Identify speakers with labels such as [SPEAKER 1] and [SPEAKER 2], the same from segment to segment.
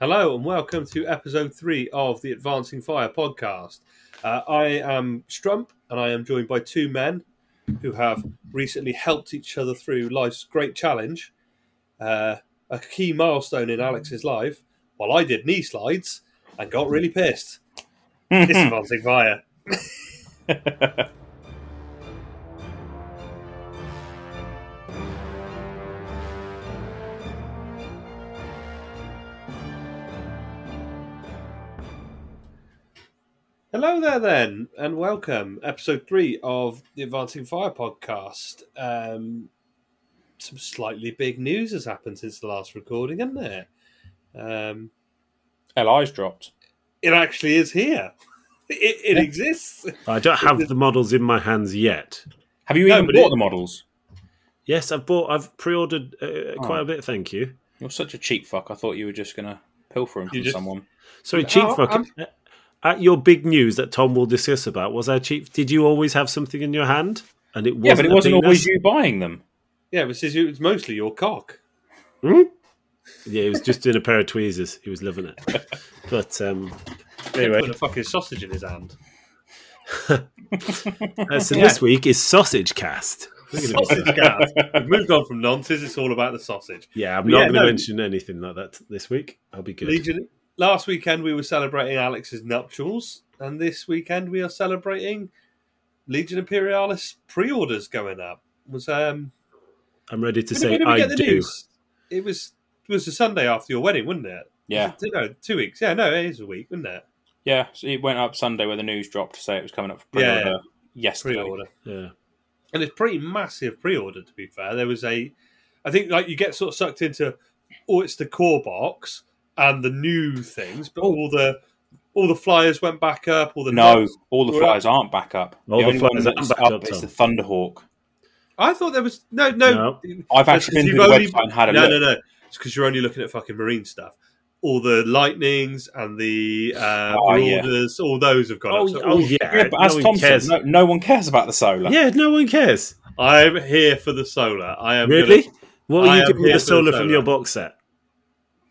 [SPEAKER 1] Hello and welcome to episode three of the Advancing Fire podcast. Uh, I am Strump and I am joined by two men who have recently helped each other through life's great challenge, uh, a key milestone in Alex's life, while I did knee slides and got really pissed. It's Advancing Fire. Hello there, then, and welcome. Episode three of the Advancing Fire podcast. Um, some slightly big news has happened since the last recording, isn't there? Um,
[SPEAKER 2] LI's dropped.
[SPEAKER 1] it actually is here. It, it exists.
[SPEAKER 3] I don't have the models in my hands yet.
[SPEAKER 2] Have you
[SPEAKER 1] No,
[SPEAKER 2] even
[SPEAKER 1] but
[SPEAKER 2] bought
[SPEAKER 1] it-
[SPEAKER 2] the models?
[SPEAKER 3] Yes, I've bought. I've pre-ordered uh, quite a bit. Thank you.
[SPEAKER 2] You're such a cheap fuck. I thought you were just gonna pilfer them
[SPEAKER 1] You
[SPEAKER 2] from
[SPEAKER 1] just-
[SPEAKER 2] someone.
[SPEAKER 3] Sorry, Chief.
[SPEAKER 1] Oh,
[SPEAKER 3] fuck- uh, at your big news that Tom will discuss about was our Chief. Did you always have something in your hand? And it wasn't
[SPEAKER 2] Yeah, but it
[SPEAKER 3] a
[SPEAKER 2] wasn't
[SPEAKER 3] penis?
[SPEAKER 2] always you buying them.
[SPEAKER 1] Yeah, but it's, it's mostly your cock.
[SPEAKER 3] Hmm? Yeah, it was just in a pair of tweezers. He was loving it. But um,
[SPEAKER 1] Anyway.
[SPEAKER 3] anyway,
[SPEAKER 1] Put a fucking sausage in his hand.
[SPEAKER 3] uh, so this week is sausage cast. We're gonna be-
[SPEAKER 1] Sausage gas. We've moved on from nonsense. It's all about the sausage.
[SPEAKER 3] yeah, I'm
[SPEAKER 1] Yeah,
[SPEAKER 3] not going to
[SPEAKER 1] no.
[SPEAKER 3] mention anything like that this week. I'll be good.
[SPEAKER 1] Legion, last weekend we were celebrating Alex's nuptials, and this weekend we are celebrating Legion Imperialis pre-orders going up. Was um,
[SPEAKER 3] I'm ready to
[SPEAKER 1] when-
[SPEAKER 3] say
[SPEAKER 1] when did we
[SPEAKER 3] I
[SPEAKER 1] get the
[SPEAKER 3] do.
[SPEAKER 1] news? It was it was the Sunday after your wedding, wasn't it?
[SPEAKER 2] Yeah,
[SPEAKER 1] No, two weeks. Yeah, no, it is a week, wasn't it?
[SPEAKER 2] yeah. So it went up Sunday where the news dropped to say it was coming up for
[SPEAKER 1] Yeah.
[SPEAKER 2] pre-order yesterday.
[SPEAKER 1] Pre-order.
[SPEAKER 3] Yeah.
[SPEAKER 1] and it's pretty massive pre-order to be fair there was a i think like you get sort of sucked into oh it's the core box and the new things but all the all the flyers went back up all the
[SPEAKER 2] Oh. No, all the
[SPEAKER 1] We're
[SPEAKER 2] flyers aren't back up.
[SPEAKER 3] All the
[SPEAKER 2] only
[SPEAKER 3] flyers
[SPEAKER 2] one
[SPEAKER 3] aren't
[SPEAKER 2] that's
[SPEAKER 3] back
[SPEAKER 2] up,
[SPEAKER 3] up,
[SPEAKER 2] is
[SPEAKER 3] Tom.
[SPEAKER 2] the Thunderhawk.
[SPEAKER 1] i thought there was no no,
[SPEAKER 3] No.
[SPEAKER 2] I've
[SPEAKER 1] That's
[SPEAKER 2] actually been
[SPEAKER 1] 'cause
[SPEAKER 2] to the
[SPEAKER 1] you've only-
[SPEAKER 2] website and had a
[SPEAKER 1] no no
[SPEAKER 2] look.
[SPEAKER 1] no it's because you're only looking at fucking marine stuff all the lightnings and the uh
[SPEAKER 2] Oh, yeah.
[SPEAKER 1] orders all those have gone
[SPEAKER 3] Oh,
[SPEAKER 1] up so
[SPEAKER 3] oh
[SPEAKER 1] all-
[SPEAKER 3] yeah.
[SPEAKER 2] Yeah, but as
[SPEAKER 3] no one
[SPEAKER 2] Tom
[SPEAKER 3] cares.
[SPEAKER 2] said, no, no one cares about the solar.
[SPEAKER 3] Yeah, no one cares.
[SPEAKER 1] i'm here for the solar i am gonna
[SPEAKER 3] Really? What
[SPEAKER 1] I
[SPEAKER 3] are
[SPEAKER 1] am
[SPEAKER 3] you doing
[SPEAKER 1] here
[SPEAKER 3] with the
[SPEAKER 1] for the
[SPEAKER 3] solar from
[SPEAKER 1] solar.
[SPEAKER 3] your box set?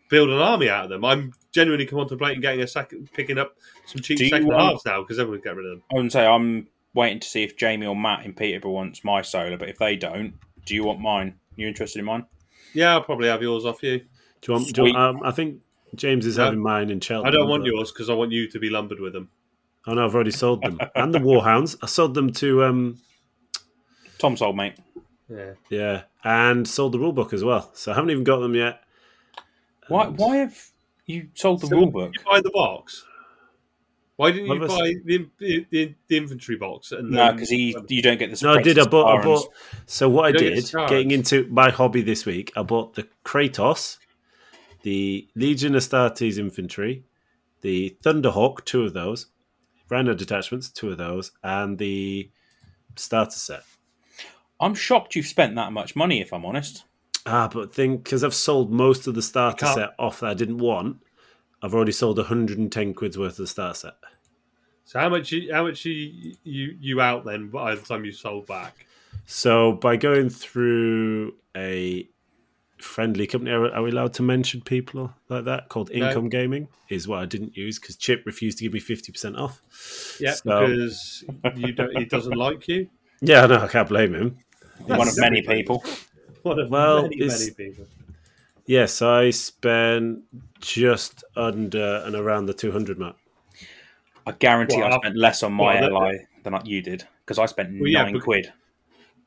[SPEAKER 1] build an army out of them i'm genuinely contemplating getting a second picking up some cheap
[SPEAKER 2] Do you
[SPEAKER 1] second
[SPEAKER 2] want-
[SPEAKER 1] halves now because everyone get rid of them
[SPEAKER 2] I would say I'm waiting to see if Jamie or Matt in Peterborough wants my solar, but if they don't, do you want mine? You interested in mine?
[SPEAKER 1] Yeah, I'll probably have yours off you.
[SPEAKER 3] Do you want? Do you want um, I think James is
[SPEAKER 1] No.
[SPEAKER 3] having mine in Cheltenham.
[SPEAKER 1] I don't want
[SPEAKER 3] but-
[SPEAKER 1] yours because I want you to be lumbered with them.
[SPEAKER 3] Oh no, I've already sold them, and the Warhounds. I sold them to um,
[SPEAKER 2] Tom sold, mate.
[SPEAKER 1] Yeah.
[SPEAKER 3] yeah, and sold the rulebook as well. So I haven't even got them yet.
[SPEAKER 2] Why? Why have you sold the
[SPEAKER 1] So
[SPEAKER 2] rule book?
[SPEAKER 1] Did you buy the box? Why didn't you
[SPEAKER 3] Well, that's-
[SPEAKER 1] buy the, the, the, the inventory box? And
[SPEAKER 2] No,
[SPEAKER 1] then-
[SPEAKER 2] because he you don't get the.
[SPEAKER 3] No, I did. I
[SPEAKER 2] spreadsheets
[SPEAKER 3] bought. I
[SPEAKER 2] firearms.
[SPEAKER 3] bought. So what I
[SPEAKER 1] You don't get
[SPEAKER 3] did,
[SPEAKER 1] to charge.
[SPEAKER 3] getting into my hobby this week, I bought the Kratos, the Legion Astartes infantry, the Thunderhawk, two of those, Rhino detachments, two of those, and the starter set.
[SPEAKER 2] I'm shocked you've spent that much money. If I'm honest,
[SPEAKER 3] Ah, but think because I've sold most of the starter
[SPEAKER 1] can't-
[SPEAKER 3] set off that I didn't want. I've already sold 110 quid's worth of the starter set.
[SPEAKER 1] So how much you, how much you, you you out then by the time you sold back?
[SPEAKER 3] So by going through a friendly company, are, are we allowed to mention people like that called
[SPEAKER 1] No.
[SPEAKER 3] Income Gaming? Is what I didn't use because Chip refused to give me 50% off.
[SPEAKER 1] Yeah,
[SPEAKER 3] So-
[SPEAKER 1] because you don't, he doesn't like you.
[SPEAKER 3] Yeah, no, I can't blame him.
[SPEAKER 2] you're one of many people.
[SPEAKER 1] One of
[SPEAKER 3] Well,
[SPEAKER 1] many,
[SPEAKER 3] it's-
[SPEAKER 1] many people.
[SPEAKER 3] Yes, I spent just under and around the 200 mark.
[SPEAKER 2] I guarantee
[SPEAKER 1] Well,
[SPEAKER 2] I spent less on my
[SPEAKER 1] well, that-
[SPEAKER 2] ally than I- you did because I spent
[SPEAKER 1] Well, yeah,
[SPEAKER 2] nine
[SPEAKER 1] but-
[SPEAKER 2] quid.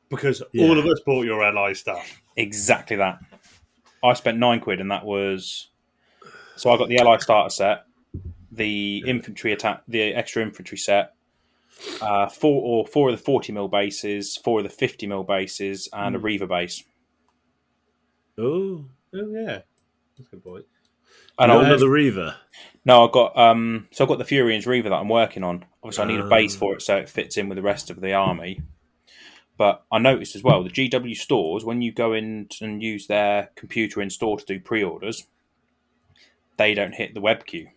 [SPEAKER 1] Because
[SPEAKER 3] Yeah.
[SPEAKER 1] all of us bought your ally stuff.
[SPEAKER 2] Exactly that. I spent nine quid, and that was so I got the ally starter set, the infantry attack, the extra infantry set, uh, four or four of the forty mil bases, four of the fifty mil bases, and
[SPEAKER 1] Hmm.
[SPEAKER 2] a reaver base.
[SPEAKER 3] Oh,
[SPEAKER 1] Oh yeah, that's a good point.
[SPEAKER 2] And
[SPEAKER 3] not
[SPEAKER 2] I
[SPEAKER 3] another Reaver.
[SPEAKER 2] No, I've got um so I've got the Furian's Reaver that I'm working on. Obviously I need a
[SPEAKER 3] Ah.
[SPEAKER 2] base for it so it fits in with the rest of the army. But I noticed as well the GW stores, when you go in and use their computer in store to do pre orders, they don't hit the web queue.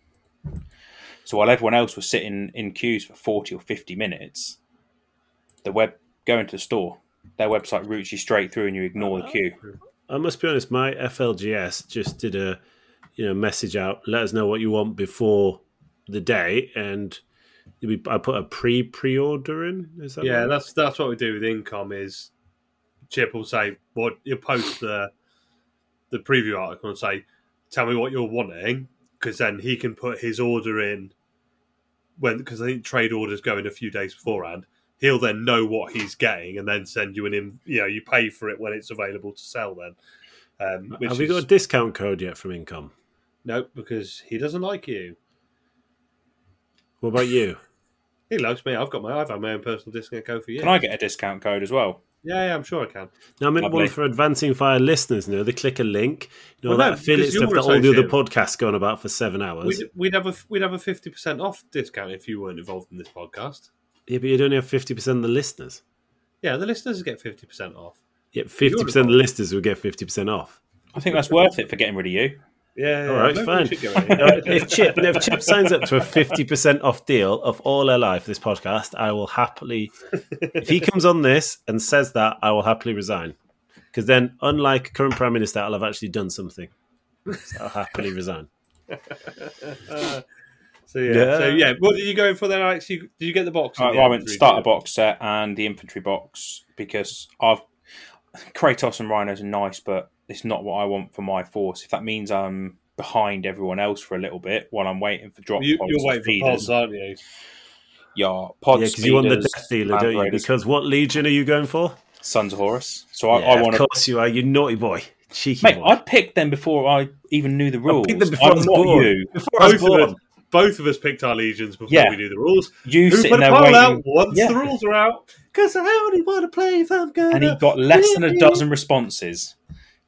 [SPEAKER 2] So while everyone else was sitting in queues for forty or fifty minutes, the web going to the store, their website routes you straight through and you ignore the queue.
[SPEAKER 3] I must be honest, my FLGS just did a you know message out. Let us know what you want before the day, and we, I put a pre pre order in. Is that
[SPEAKER 1] yeah,
[SPEAKER 3] right?
[SPEAKER 1] that's that's what we do with income. Is Chip will say what you post the the preview article and say, "Tell me what you're wanting," because then he can put his order in when because I think trade orders go in a few days beforehand. He'll then know what he's getting and then send you an in. You know, you pay for it when it's available to sell. Then, um, which
[SPEAKER 3] Have we
[SPEAKER 1] is,
[SPEAKER 3] got a discount code yet from Income?
[SPEAKER 1] no because he doesn't like you.
[SPEAKER 3] What about you?
[SPEAKER 1] He loves me. I've got my. I've had my own personal discount code for years.
[SPEAKER 2] Can I get a discount code as well?
[SPEAKER 1] Yeah, yeah, I'm sure I can.
[SPEAKER 3] Now, I meant
[SPEAKER 2] Lovely.
[SPEAKER 3] one for Advancing Fire listeners. You know, they click a link. You know,
[SPEAKER 1] Well, no,
[SPEAKER 3] that affiliate
[SPEAKER 1] because you're
[SPEAKER 3] stuff that all the other
[SPEAKER 1] associated.
[SPEAKER 3] podcasts going about for seven hours.
[SPEAKER 1] We'd, we'd have a we'd have a fifty percent off discount if you weren't involved in this podcast.
[SPEAKER 3] Yeah, but you'd only have 50% of the listeners.
[SPEAKER 1] Yeah, the listeners get fifty percent off.
[SPEAKER 3] Yet 50% of the listeners would get 50% off.
[SPEAKER 2] I think that's worth it for getting rid of you.
[SPEAKER 1] Yeah,
[SPEAKER 3] All right, fine. Now, if, Chip, now, if Chip signs up to a 50% off deal of All LI for this podcast, I will happily, if he comes on this and says that, I will happily resign. Because then, unlike current Prime Minister, I'll have actually done something. So I'll happily resign.
[SPEAKER 1] so yeah,
[SPEAKER 3] Yeah.
[SPEAKER 1] so yeah. What did you go for then, Alex? You, did you get the box? in
[SPEAKER 2] Right,
[SPEAKER 1] the
[SPEAKER 2] Uh, well, I
[SPEAKER 1] end,
[SPEAKER 2] went
[SPEAKER 1] did you?
[SPEAKER 2] starter box set and the infantry box because I've Kratos and Rhinos are nice, but it's not what I want for my force. If that means I'm behind everyone else for a little bit while I'm waiting for drop
[SPEAKER 1] You,
[SPEAKER 2] pods
[SPEAKER 1] you're
[SPEAKER 2] and
[SPEAKER 1] waiting for
[SPEAKER 2] feeders,
[SPEAKER 1] pods, aren't you?
[SPEAKER 2] yeah, pods,
[SPEAKER 3] Yeah, because you want the
[SPEAKER 2] feeders,
[SPEAKER 3] death dealer, don't you?
[SPEAKER 2] Landgraders,
[SPEAKER 3] Because what legion are you going for?
[SPEAKER 2] Sons of Horus. So I,
[SPEAKER 3] Yeah,
[SPEAKER 2] I want to
[SPEAKER 3] Of course you are, you naughty boy. Cheeky
[SPEAKER 2] Mate,
[SPEAKER 3] boy.
[SPEAKER 2] I picked them before I even knew the rules.
[SPEAKER 3] picked them before I
[SPEAKER 2] I'm
[SPEAKER 3] was
[SPEAKER 2] not
[SPEAKER 3] born.
[SPEAKER 2] you.
[SPEAKER 3] Before I was
[SPEAKER 1] Both
[SPEAKER 3] born.
[SPEAKER 1] of us, both of us picked our legions before
[SPEAKER 2] Yeah.
[SPEAKER 1] we knew the rules.
[SPEAKER 2] You
[SPEAKER 1] Who put
[SPEAKER 2] sitting
[SPEAKER 1] a
[SPEAKER 2] there
[SPEAKER 1] poll
[SPEAKER 2] waiting,
[SPEAKER 1] out once
[SPEAKER 2] Yeah.
[SPEAKER 1] the rules are out? Because I only want to play if I'm gonna.
[SPEAKER 2] and he got less than a dozen responses.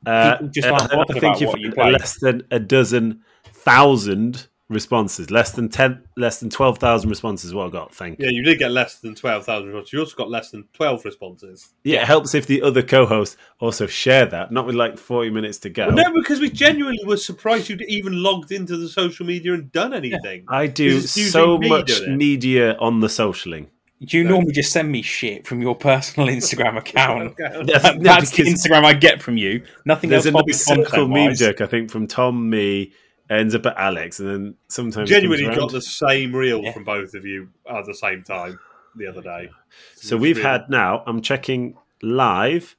[SPEAKER 3] Uh,
[SPEAKER 2] People just
[SPEAKER 3] I-
[SPEAKER 2] aren't
[SPEAKER 3] I
[SPEAKER 2] bothered
[SPEAKER 3] think
[SPEAKER 2] about
[SPEAKER 3] you've
[SPEAKER 2] what you
[SPEAKER 3] had
[SPEAKER 2] play.
[SPEAKER 3] less than a dozen thousand responses, less than ten, less than twelve thousand responses. is What I got, thank you.
[SPEAKER 1] yeah, you did get less than twelve thousand responses. You also got less than twelve responses.
[SPEAKER 3] Yeah, it helps if the other co-hosts also share that, not with like forty minutes to go.
[SPEAKER 1] No, because we genuinely were surprised you'd even logged into the social media and done anything.
[SPEAKER 3] I do
[SPEAKER 1] It's usually
[SPEAKER 3] so
[SPEAKER 1] me
[SPEAKER 3] much
[SPEAKER 1] doing it.
[SPEAKER 3] media on the socialing.
[SPEAKER 2] You normally just send me shit from your personal Instagram account.
[SPEAKER 1] Okay.
[SPEAKER 3] That's,
[SPEAKER 2] That- That's the Instagram I get from you. Nothing else.
[SPEAKER 3] there's a
[SPEAKER 2] probably
[SPEAKER 3] nice cynical meme
[SPEAKER 2] content-wise.
[SPEAKER 3] joke, I think, from Tom, me, ends up at Alex, and then sometimes
[SPEAKER 1] genuinely
[SPEAKER 3] comes
[SPEAKER 1] got
[SPEAKER 3] around.
[SPEAKER 1] the same reel
[SPEAKER 2] Yeah.
[SPEAKER 1] from both of you at the same time the other day.
[SPEAKER 3] So we've
[SPEAKER 1] Really-
[SPEAKER 3] had now, I'm checking live.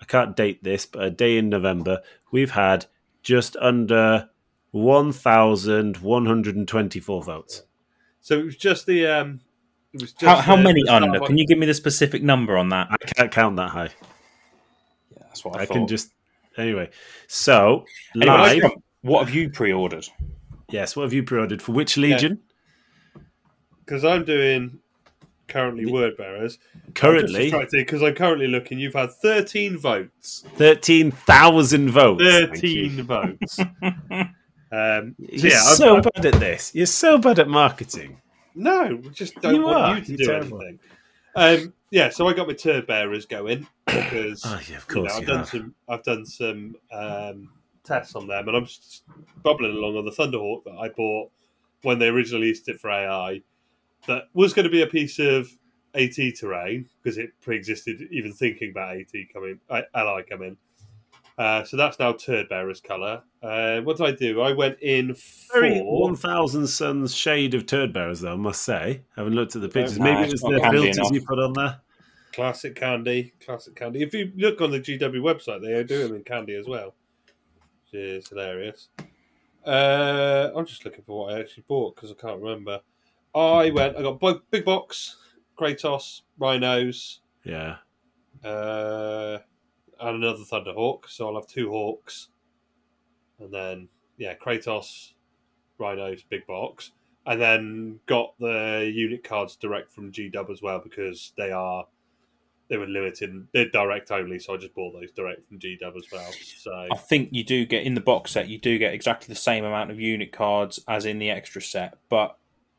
[SPEAKER 3] I can't date this, but a day in November, we've had just under 1,124 votes.
[SPEAKER 1] So it was just the. Um, it was just
[SPEAKER 2] How, how
[SPEAKER 1] the-
[SPEAKER 2] many
[SPEAKER 1] the
[SPEAKER 2] under?
[SPEAKER 1] Starbucks-
[SPEAKER 2] Can you give me the specific number on that?
[SPEAKER 3] I can't count that high.
[SPEAKER 2] That's what I,
[SPEAKER 3] I,
[SPEAKER 2] thought.
[SPEAKER 3] can just. Anyway, so
[SPEAKER 2] Anyway,
[SPEAKER 3] live.
[SPEAKER 2] Trump, what have you pre-ordered?
[SPEAKER 3] Yes, what have you pre ordered? For which Legion?
[SPEAKER 1] Because I'm doing currently word bearers
[SPEAKER 3] Currently,
[SPEAKER 1] because I'm currently looking. You've had 13 votes.
[SPEAKER 3] 13,000 votes. Thank you.
[SPEAKER 1] 13 votes. um, so
[SPEAKER 3] You're
[SPEAKER 1] yeah, I've-
[SPEAKER 3] so
[SPEAKER 1] I've-
[SPEAKER 3] bad at this. You're so bad at marketing.
[SPEAKER 1] No, we just don't
[SPEAKER 3] You
[SPEAKER 1] want
[SPEAKER 3] are.
[SPEAKER 1] you to
[SPEAKER 3] You're
[SPEAKER 1] do
[SPEAKER 3] terrible.
[SPEAKER 1] anything. Um, yeah, so I got my turd bearers going because
[SPEAKER 3] Oh, yeah, of
[SPEAKER 1] you know,
[SPEAKER 3] course.
[SPEAKER 1] I've
[SPEAKER 3] you
[SPEAKER 1] done
[SPEAKER 3] have.
[SPEAKER 1] some I've done some um, tests on them, and I'm s- bubbling along on the Thunderhawk that I bought when they originally released it for AI. That was going to be a piece of AT terrain because it pre-existed even thinking about AT coming, uh, Ally coming. Uh, so that's now turd bearers color. Uh, what did I do? I went in for
[SPEAKER 3] very 1000 suns shade of turd bearers though i must say haven't looked at the pictures
[SPEAKER 2] Nah,
[SPEAKER 3] maybe it
[SPEAKER 2] it's
[SPEAKER 3] was
[SPEAKER 2] not
[SPEAKER 3] the
[SPEAKER 2] handy
[SPEAKER 3] filters
[SPEAKER 2] enough.
[SPEAKER 3] you put on there
[SPEAKER 1] Classic candy, classic candy. If you look on the GW website, they do them in candy as well, which is hilarious. Uh, I'm just looking for what I actually bought because I can't remember. I went, I got bo- big box, Kratos, rhinos,
[SPEAKER 3] yeah
[SPEAKER 1] uh, and another Thunderhawk. So I'll have two hawks, and then yeah, Kratos, rhinos, big box, and then got the unit cards direct from GW as well because they are they were limited. They're direct only, so I just bought those direct from GW as well. So
[SPEAKER 2] I think you do get in the box set. You do get exactly the same amount of unit cards as in the extra set, but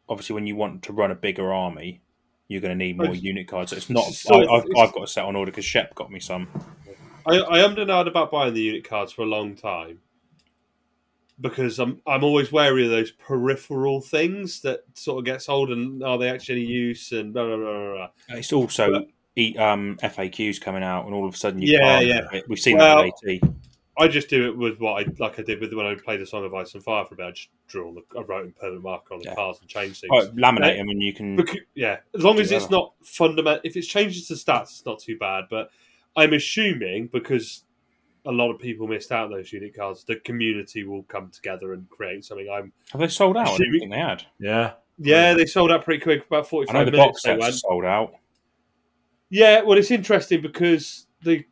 [SPEAKER 2] obviously, when you want to run a bigger army, you're going to need more
[SPEAKER 1] It's-
[SPEAKER 2] unit cards. So it's not.
[SPEAKER 1] it's sort of-
[SPEAKER 2] I, I've,
[SPEAKER 1] it's-
[SPEAKER 2] I've got a set on order because Shep got me some.
[SPEAKER 1] I, I am denied about buying the unit cards for a long time because I'm I'm always wary of those peripheral things that sort of gets old and are they actually any use and blah blah blah blah. blah.
[SPEAKER 2] It's also e um, FAQs coming out, and all of a sudden, you
[SPEAKER 1] Yeah,
[SPEAKER 2] can't.
[SPEAKER 1] yeah.
[SPEAKER 2] We've seen
[SPEAKER 1] Well-
[SPEAKER 2] that with AT.
[SPEAKER 1] I just do it with what I like. I did with when I played the Song of Ice and Fire for a bit. I just draw. on The, I wrote in permanent marker on the
[SPEAKER 2] Yeah.
[SPEAKER 1] cards and change things.
[SPEAKER 2] Oh, laminate
[SPEAKER 1] Yeah.
[SPEAKER 2] them and you can.
[SPEAKER 1] Becau- yeah, as long as it's
[SPEAKER 2] Whatever.
[SPEAKER 1] not fundamental. If it's changes to stats, it's not too bad. But I'm assuming because a lot of people missed out on those unit cards, the community will come together and create something. I'm
[SPEAKER 2] Have they sold out? I
[SPEAKER 1] Should
[SPEAKER 2] didn't
[SPEAKER 1] we-
[SPEAKER 2] think they had.
[SPEAKER 3] Yeah.
[SPEAKER 1] yeah, they sold out pretty quick, about
[SPEAKER 2] Hmm. I
[SPEAKER 1] forty-five
[SPEAKER 2] know the
[SPEAKER 1] minutes.
[SPEAKER 2] box
[SPEAKER 1] they
[SPEAKER 2] sets are
[SPEAKER 1] went.
[SPEAKER 2] sold out.
[SPEAKER 1] Yeah, well, it's interesting because the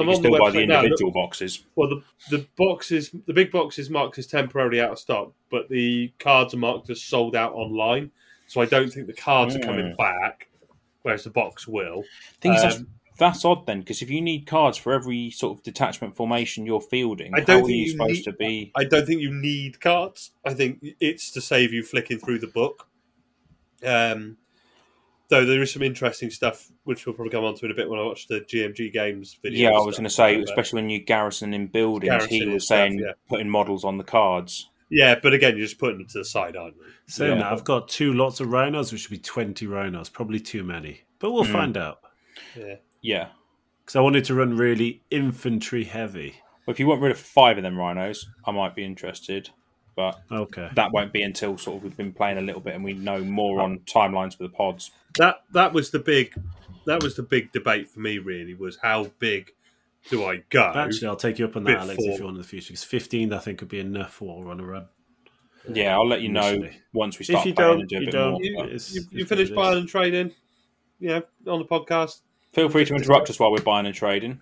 [SPEAKER 1] I'm
[SPEAKER 2] can
[SPEAKER 1] on the
[SPEAKER 2] still buy the
[SPEAKER 1] website now.
[SPEAKER 2] individual boxes.
[SPEAKER 1] Well, the the boxes, the big boxes marked as temporarily out of stock, but the cards are marked as sold out online. So I don't think the cards are
[SPEAKER 2] Hmm.
[SPEAKER 1] coming back, whereas the box will.
[SPEAKER 2] Thing is, that's,
[SPEAKER 1] Um,
[SPEAKER 2] that's odd then, because if you need cards for every sort of detachment formation you're fielding,
[SPEAKER 1] I don't
[SPEAKER 2] how are
[SPEAKER 1] think
[SPEAKER 2] you
[SPEAKER 1] you
[SPEAKER 2] supposed
[SPEAKER 1] need-
[SPEAKER 2] to be?
[SPEAKER 1] I don't think you need cards. I think it's to save you flicking through the book. Um, though there is some interesting stuff which we'll probably come on to in a bit when I watch the GMG games video.
[SPEAKER 2] Yeah, I
[SPEAKER 1] and
[SPEAKER 2] was
[SPEAKER 1] stuff.
[SPEAKER 2] going to say,
[SPEAKER 1] But-
[SPEAKER 2] especially when you garrison in buildings, he
[SPEAKER 1] Garrison and
[SPEAKER 2] was
[SPEAKER 1] stuff,
[SPEAKER 2] saying
[SPEAKER 1] yeah.
[SPEAKER 2] putting models on the cards.
[SPEAKER 1] yeah, but again, you're just putting them to the side, aren't you?
[SPEAKER 3] Saying
[SPEAKER 2] Yeah.
[SPEAKER 3] that, I've got two lots of rhinos, which should be 20 rhinos. Probably too many. But we'll
[SPEAKER 2] Hmm.
[SPEAKER 3] find out.
[SPEAKER 1] Yeah.
[SPEAKER 2] Yeah.
[SPEAKER 3] Because I wanted to run really infantry heavy.
[SPEAKER 2] Well, if you want rid of five of them rhinos, I might be interested. But
[SPEAKER 3] Okay.
[SPEAKER 2] that won't be until sort of we've been playing a little bit and we know more
[SPEAKER 1] Uh,
[SPEAKER 2] on timelines for the pods.
[SPEAKER 1] that that was the big that was the big debate for me really was how big do I go?
[SPEAKER 3] Actually, I'll take you up on
[SPEAKER 1] Bit
[SPEAKER 3] that, Alex, if
[SPEAKER 1] full.
[SPEAKER 3] you want in the future. Because 15, I think, would be enough for what we're on a run.
[SPEAKER 2] Yeah, I'll let you know
[SPEAKER 3] Initially.
[SPEAKER 2] once we start
[SPEAKER 3] you
[SPEAKER 2] playing
[SPEAKER 3] don't,
[SPEAKER 2] and do a
[SPEAKER 3] you
[SPEAKER 2] bit
[SPEAKER 3] don't.
[SPEAKER 2] more.
[SPEAKER 1] you,
[SPEAKER 2] But
[SPEAKER 3] It's-
[SPEAKER 1] you,
[SPEAKER 3] it's
[SPEAKER 1] you
[SPEAKER 3] what
[SPEAKER 1] finished
[SPEAKER 3] it is.
[SPEAKER 1] buying and trading, yeah, on the podcast.
[SPEAKER 2] Feel free to interrupt us while we're buying and trading.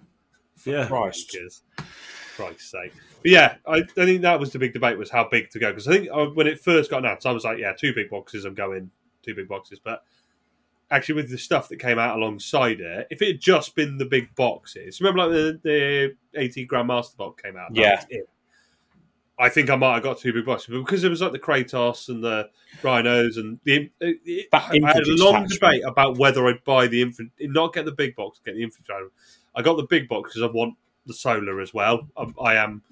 [SPEAKER 3] Yeah.
[SPEAKER 2] Christ.
[SPEAKER 1] Because, Christ's sake, but yeah, I, I think that was the big debate was how big to go because I think uh, when it first got announced, I was like, yeah, two big boxes, I'm going two big boxes, but. Actually, with the stuff that came out alongside it, if it had just been the big boxes, remember like the, the 80 grand master box came out? That
[SPEAKER 2] Yeah.
[SPEAKER 1] was it. I think I might have got two big boxes, but because it was like the Kratos and the Rhinos and the, it, it-
[SPEAKER 2] That
[SPEAKER 1] I had a
[SPEAKER 2] infantry
[SPEAKER 1] long
[SPEAKER 2] detachment.
[SPEAKER 1] debate about whether I'd buy the infant, not get the big box, get the infantry. I got the big box because I want the solar as well. I'm, I am,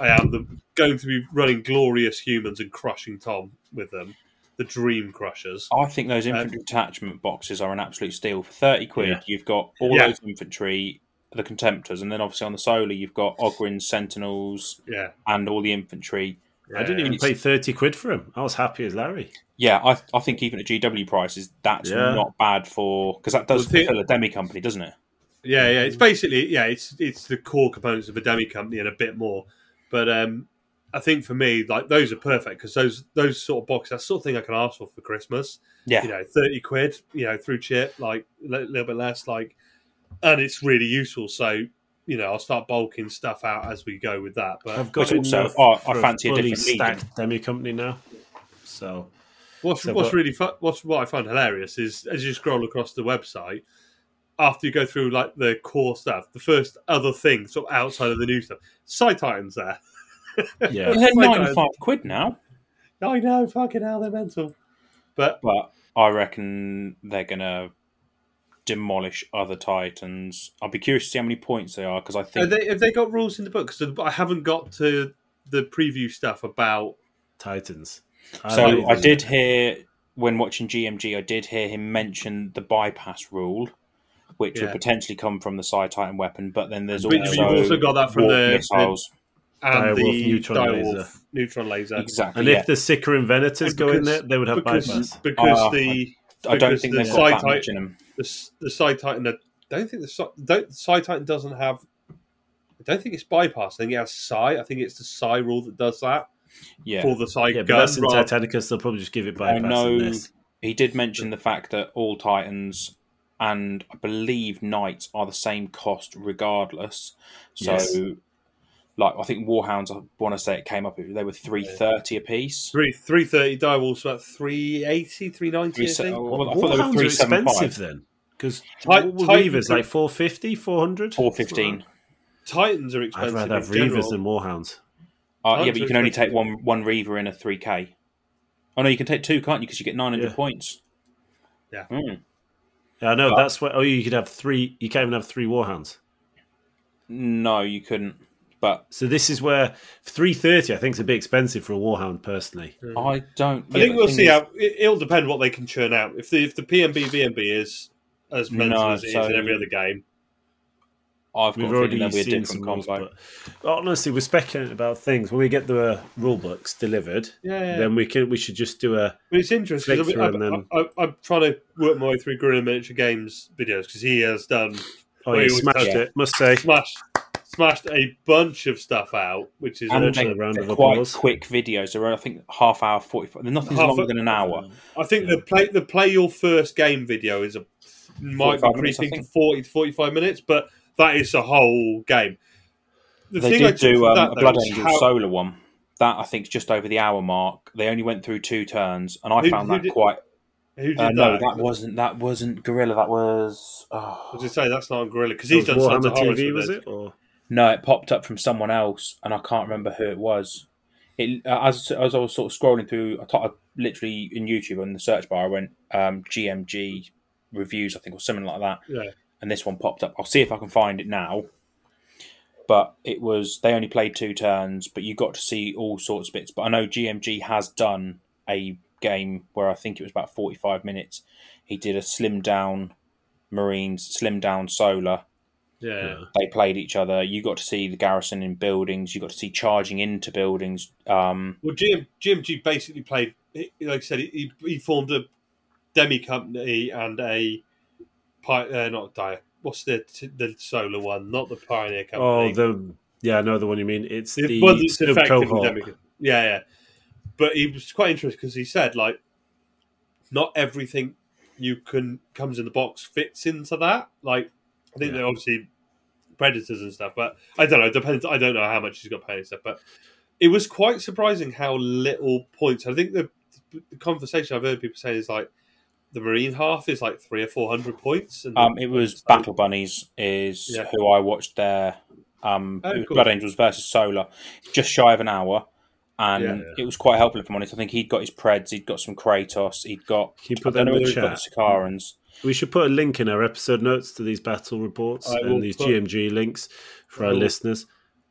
[SPEAKER 1] I am the, going to be running glorious humans and crushing Tom with them, the Dream Crushers.
[SPEAKER 2] I think those infantry detachment boxes are an absolute steal. For 30 quid,
[SPEAKER 3] Yeah.
[SPEAKER 2] you've got
[SPEAKER 1] Um,
[SPEAKER 2] all
[SPEAKER 1] Yeah.
[SPEAKER 2] those infantry, the Contemptors, and then obviously on the Solar, you've got Ogrin's Sentinels
[SPEAKER 1] Yeah,
[SPEAKER 2] and all the infantry.
[SPEAKER 3] I didn't even pay 30 quid for him. I was happy as Larry.
[SPEAKER 2] Yeah, I, I think even at GW prices, that's
[SPEAKER 3] Yeah.
[SPEAKER 2] not bad for. Because that does
[SPEAKER 1] Well, the-
[SPEAKER 2] fulfill a demi company, doesn't it?
[SPEAKER 1] Yeah, yeah. It's basically yeah, it's it's the core components of a dummy company and a bit more. But um I think for me, like those are perfect because those those sort of boxes, that sort of thing I can ask for for Christmas.
[SPEAKER 2] Yeah.
[SPEAKER 1] You know, thirty quid. You know, through chip, like a li- little bit less, like, and it's really useful. So you know, I'll start bulking stuff out as we go with that. But
[SPEAKER 3] I've got
[SPEAKER 2] Which also,
[SPEAKER 3] enough
[SPEAKER 2] oh, I
[SPEAKER 3] for
[SPEAKER 2] fancy a
[SPEAKER 3] fully
[SPEAKER 2] different league.
[SPEAKER 3] stacked demi company now. So
[SPEAKER 1] What's
[SPEAKER 3] So
[SPEAKER 1] what's
[SPEAKER 3] what-
[SPEAKER 1] really fu- what's what I find hilarious is as you scroll across the website, after you go through like the core stuff, the first other thing sort of outside of the new stuff, site items there.
[SPEAKER 3] yeah,
[SPEAKER 2] Well, they're
[SPEAKER 1] Like, uh,
[SPEAKER 2] 95 quid now,
[SPEAKER 1] I know, fucking hell, they're mental. But
[SPEAKER 2] but I reckon they're going to demolish other Titans. I'll be curious to see how many points they are because I
[SPEAKER 1] have
[SPEAKER 2] think
[SPEAKER 1] they, have they got rules in the book? Because I haven't got to the preview stuff about.
[SPEAKER 3] Titans.
[SPEAKER 2] So
[SPEAKER 3] like
[SPEAKER 2] I
[SPEAKER 3] them.
[SPEAKER 2] did hear when watching GMG, I did hear him mention the bypass rule, which
[SPEAKER 1] Yeah.
[SPEAKER 2] would potentially come from the Sci Titan weapon. But then there's
[SPEAKER 1] But
[SPEAKER 2] also,
[SPEAKER 1] you've also got that from
[SPEAKER 2] warp
[SPEAKER 1] the-
[SPEAKER 2] missiles.
[SPEAKER 1] And
[SPEAKER 3] Direwolf
[SPEAKER 1] the
[SPEAKER 3] neutron
[SPEAKER 1] direwolf
[SPEAKER 3] laser.
[SPEAKER 1] neutron laser.
[SPEAKER 2] exactly.
[SPEAKER 3] And
[SPEAKER 2] yeah.
[SPEAKER 3] if the Sicker Invenators go in
[SPEAKER 1] Because-
[SPEAKER 3] there, they would have
[SPEAKER 1] Because,
[SPEAKER 3] bypass.
[SPEAKER 1] because
[SPEAKER 2] Ah,
[SPEAKER 1] the,
[SPEAKER 2] I don't
[SPEAKER 1] because
[SPEAKER 2] think
[SPEAKER 1] the
[SPEAKER 2] they've got that
[SPEAKER 1] Sci-Titan-
[SPEAKER 2] much in them.
[SPEAKER 1] the the side titan. I don't think the Sci- don't the side titan doesn't have. I don't think it's bypass. I think it has psi. I think it's the psi rule that does that
[SPEAKER 2] Yeah,
[SPEAKER 1] for the psi
[SPEAKER 3] Yeah, but
[SPEAKER 1] gun.
[SPEAKER 3] that's in
[SPEAKER 1] rather-
[SPEAKER 3] Titanicus. They'll probably just give it
[SPEAKER 2] I
[SPEAKER 3] bypass.
[SPEAKER 2] know.
[SPEAKER 3] in this.
[SPEAKER 2] He did mention the fact that all Titans and I believe Knights are the same cost regardless. So.
[SPEAKER 3] Yes.
[SPEAKER 2] Like I think Warhounds, I want to say it came up. They were three thirty a piece.
[SPEAKER 1] Three three thirty direwolves about 380, 390,
[SPEAKER 2] Three
[SPEAKER 1] I
[SPEAKER 2] se-
[SPEAKER 1] think.
[SPEAKER 2] well, I thought they were
[SPEAKER 3] Warhounds are
[SPEAKER 2] three seven five.
[SPEAKER 3] expensive then. Because
[SPEAKER 1] Tit-
[SPEAKER 3] what were
[SPEAKER 1] Titan-
[SPEAKER 3] Reavers like 450, 400?
[SPEAKER 2] Four fifteen.
[SPEAKER 1] Titans are
[SPEAKER 3] I'd
[SPEAKER 1] expensive.
[SPEAKER 3] rather have
[SPEAKER 1] in general.
[SPEAKER 3] Reavers than Warhounds.
[SPEAKER 2] Uh, yeah,
[SPEAKER 1] Times
[SPEAKER 2] but you
[SPEAKER 1] are
[SPEAKER 2] can only take
[SPEAKER 1] expensive.
[SPEAKER 2] one one reaver in a three k. Oh no, you can take two, can't you? Because you get nine hundred
[SPEAKER 3] Yeah.
[SPEAKER 2] points.
[SPEAKER 1] Yeah.
[SPEAKER 2] Mm.
[SPEAKER 3] Yeah, I know.
[SPEAKER 2] But-
[SPEAKER 3] that's where. Oh, you could have three. You can't even have three Warhounds.
[SPEAKER 2] No, you couldn't. But
[SPEAKER 3] So this is where 330, I think, is a bit expensive for a Warhound personally.
[SPEAKER 2] I don't.
[SPEAKER 1] I
[SPEAKER 2] yeah,
[SPEAKER 1] think
[SPEAKER 2] but
[SPEAKER 1] we'll
[SPEAKER 2] the thing
[SPEAKER 1] see
[SPEAKER 2] is-
[SPEAKER 1] how it, it'll depend what they can churn out. If the if the PMB VMB is as mental
[SPEAKER 2] No,
[SPEAKER 1] as it is
[SPEAKER 2] so-
[SPEAKER 1] in every other game,
[SPEAKER 2] I've got
[SPEAKER 3] We've
[SPEAKER 2] a feeling
[SPEAKER 3] already
[SPEAKER 2] there'll be a
[SPEAKER 3] seen
[SPEAKER 2] different
[SPEAKER 3] some rules,
[SPEAKER 2] combo.
[SPEAKER 3] but honestly, we're speculating about things. When we get the uh, rule books delivered,
[SPEAKER 1] Yeah.
[SPEAKER 3] then we can we should just do a
[SPEAKER 1] But it's interesting. 'cause I mean,
[SPEAKER 3] Click through
[SPEAKER 1] I,
[SPEAKER 3] and
[SPEAKER 1] I, I, I'm trying to work my way through Grin and Miniature Games videos because he has done
[SPEAKER 3] oh
[SPEAKER 1] Well,
[SPEAKER 3] yeah,
[SPEAKER 1] you always
[SPEAKER 3] smashed
[SPEAKER 2] have-
[SPEAKER 3] it. Must say,
[SPEAKER 1] smashed smashed a bunch of stuff out, which is
[SPEAKER 2] And
[SPEAKER 3] Actually,
[SPEAKER 2] they,
[SPEAKER 3] a round
[SPEAKER 2] they're
[SPEAKER 3] of
[SPEAKER 2] quite
[SPEAKER 3] applause.
[SPEAKER 2] quick videos. They're I think half hour, forty five. Nothing's
[SPEAKER 1] Half
[SPEAKER 2] longer
[SPEAKER 1] a-
[SPEAKER 2] than an hour.
[SPEAKER 1] I think the play the play your first game video is a might be
[SPEAKER 2] 45 minutes,
[SPEAKER 1] creeping
[SPEAKER 2] I
[SPEAKER 1] to
[SPEAKER 2] think.
[SPEAKER 1] forty to forty five minutes, but that is a whole game. The
[SPEAKER 2] they did
[SPEAKER 1] took
[SPEAKER 2] do
[SPEAKER 1] from
[SPEAKER 2] um,
[SPEAKER 1] that,
[SPEAKER 2] a
[SPEAKER 1] though,
[SPEAKER 2] Blood
[SPEAKER 1] is
[SPEAKER 2] Angel
[SPEAKER 1] how-
[SPEAKER 2] solo one. That I think is just over the hour mark. They only went through two turns, and I
[SPEAKER 1] Who-
[SPEAKER 2] found
[SPEAKER 1] who
[SPEAKER 2] that
[SPEAKER 1] did-
[SPEAKER 2] quite.
[SPEAKER 1] Who did
[SPEAKER 2] Uh,
[SPEAKER 1] that?
[SPEAKER 2] no, that wasn't that wasn't Gorilla. That was. Oh.
[SPEAKER 1] I was going to say that's not on Gorilla because
[SPEAKER 3] it
[SPEAKER 1] he's
[SPEAKER 3] was
[SPEAKER 1] done Sons
[SPEAKER 3] Warhammer
[SPEAKER 1] of Horus
[SPEAKER 3] TV,
[SPEAKER 1] with
[SPEAKER 3] was
[SPEAKER 1] us.
[SPEAKER 3] it? Or
[SPEAKER 2] No, it popped up from someone else, and I can't remember who it was. It uh, as as I was sort of scrolling through, I, thought I literally in YouTube on the search bar, I went um, GMG reviews, I think, or something like that.
[SPEAKER 1] Yeah.
[SPEAKER 2] And this one popped up. I'll see if I can find it now. But it was they only played two turns, but you got to see all sorts of bits. But I know GMG has done a game where I think it was about forty five minutes. He did a slim down Marines, slim down Solar,
[SPEAKER 1] Yeah.
[SPEAKER 2] they played each other. You got to see the garrison in buildings. You got to see charging into buildings. Um,
[SPEAKER 1] Well, GM, GMG basically played, he- like I said, he, he formed a demi company and a pi, uh, not dire. What's the the solar one? Not the pioneer company.
[SPEAKER 3] oh the yeah, I know the one you mean. It's the,
[SPEAKER 1] one that's
[SPEAKER 3] sort of
[SPEAKER 1] effectively
[SPEAKER 3] cohort.
[SPEAKER 1] demi- Yeah, yeah. But he was quite interesting because he said like, not everything you can comes in the box fits into that. Like, I think
[SPEAKER 3] Yeah.
[SPEAKER 1] they're obviously predators and stuff, but I don't know. Depends. I don't know how much he's got paid and stuff, but it was quite surprising how little points. I think the, the conversation I've heard people saying is like the marine half is like three or four hundred points, and
[SPEAKER 2] um, it was Battle Bunnies is
[SPEAKER 1] Yeah.
[SPEAKER 2] who I watched there. Um,
[SPEAKER 1] Oh,
[SPEAKER 2] it was
[SPEAKER 1] cool.
[SPEAKER 2] Blood Angels versus Solar, just shy of an hour, and
[SPEAKER 1] Yeah.
[SPEAKER 2] it was quite helpful if I'm honest. I think he'd got his Preds, he'd got some Kratos, he'd got.
[SPEAKER 3] Can you
[SPEAKER 2] I
[SPEAKER 3] put
[SPEAKER 2] don't
[SPEAKER 3] that
[SPEAKER 2] know
[SPEAKER 3] in
[SPEAKER 2] whether he'd
[SPEAKER 3] the
[SPEAKER 2] got
[SPEAKER 3] chat?
[SPEAKER 2] the Sakarans.
[SPEAKER 3] We should put a link in our episode notes to these battle reports
[SPEAKER 1] I will
[SPEAKER 3] and these
[SPEAKER 1] put-
[SPEAKER 3] GMG links for
[SPEAKER 1] I
[SPEAKER 3] our
[SPEAKER 1] will-
[SPEAKER 3] listeners.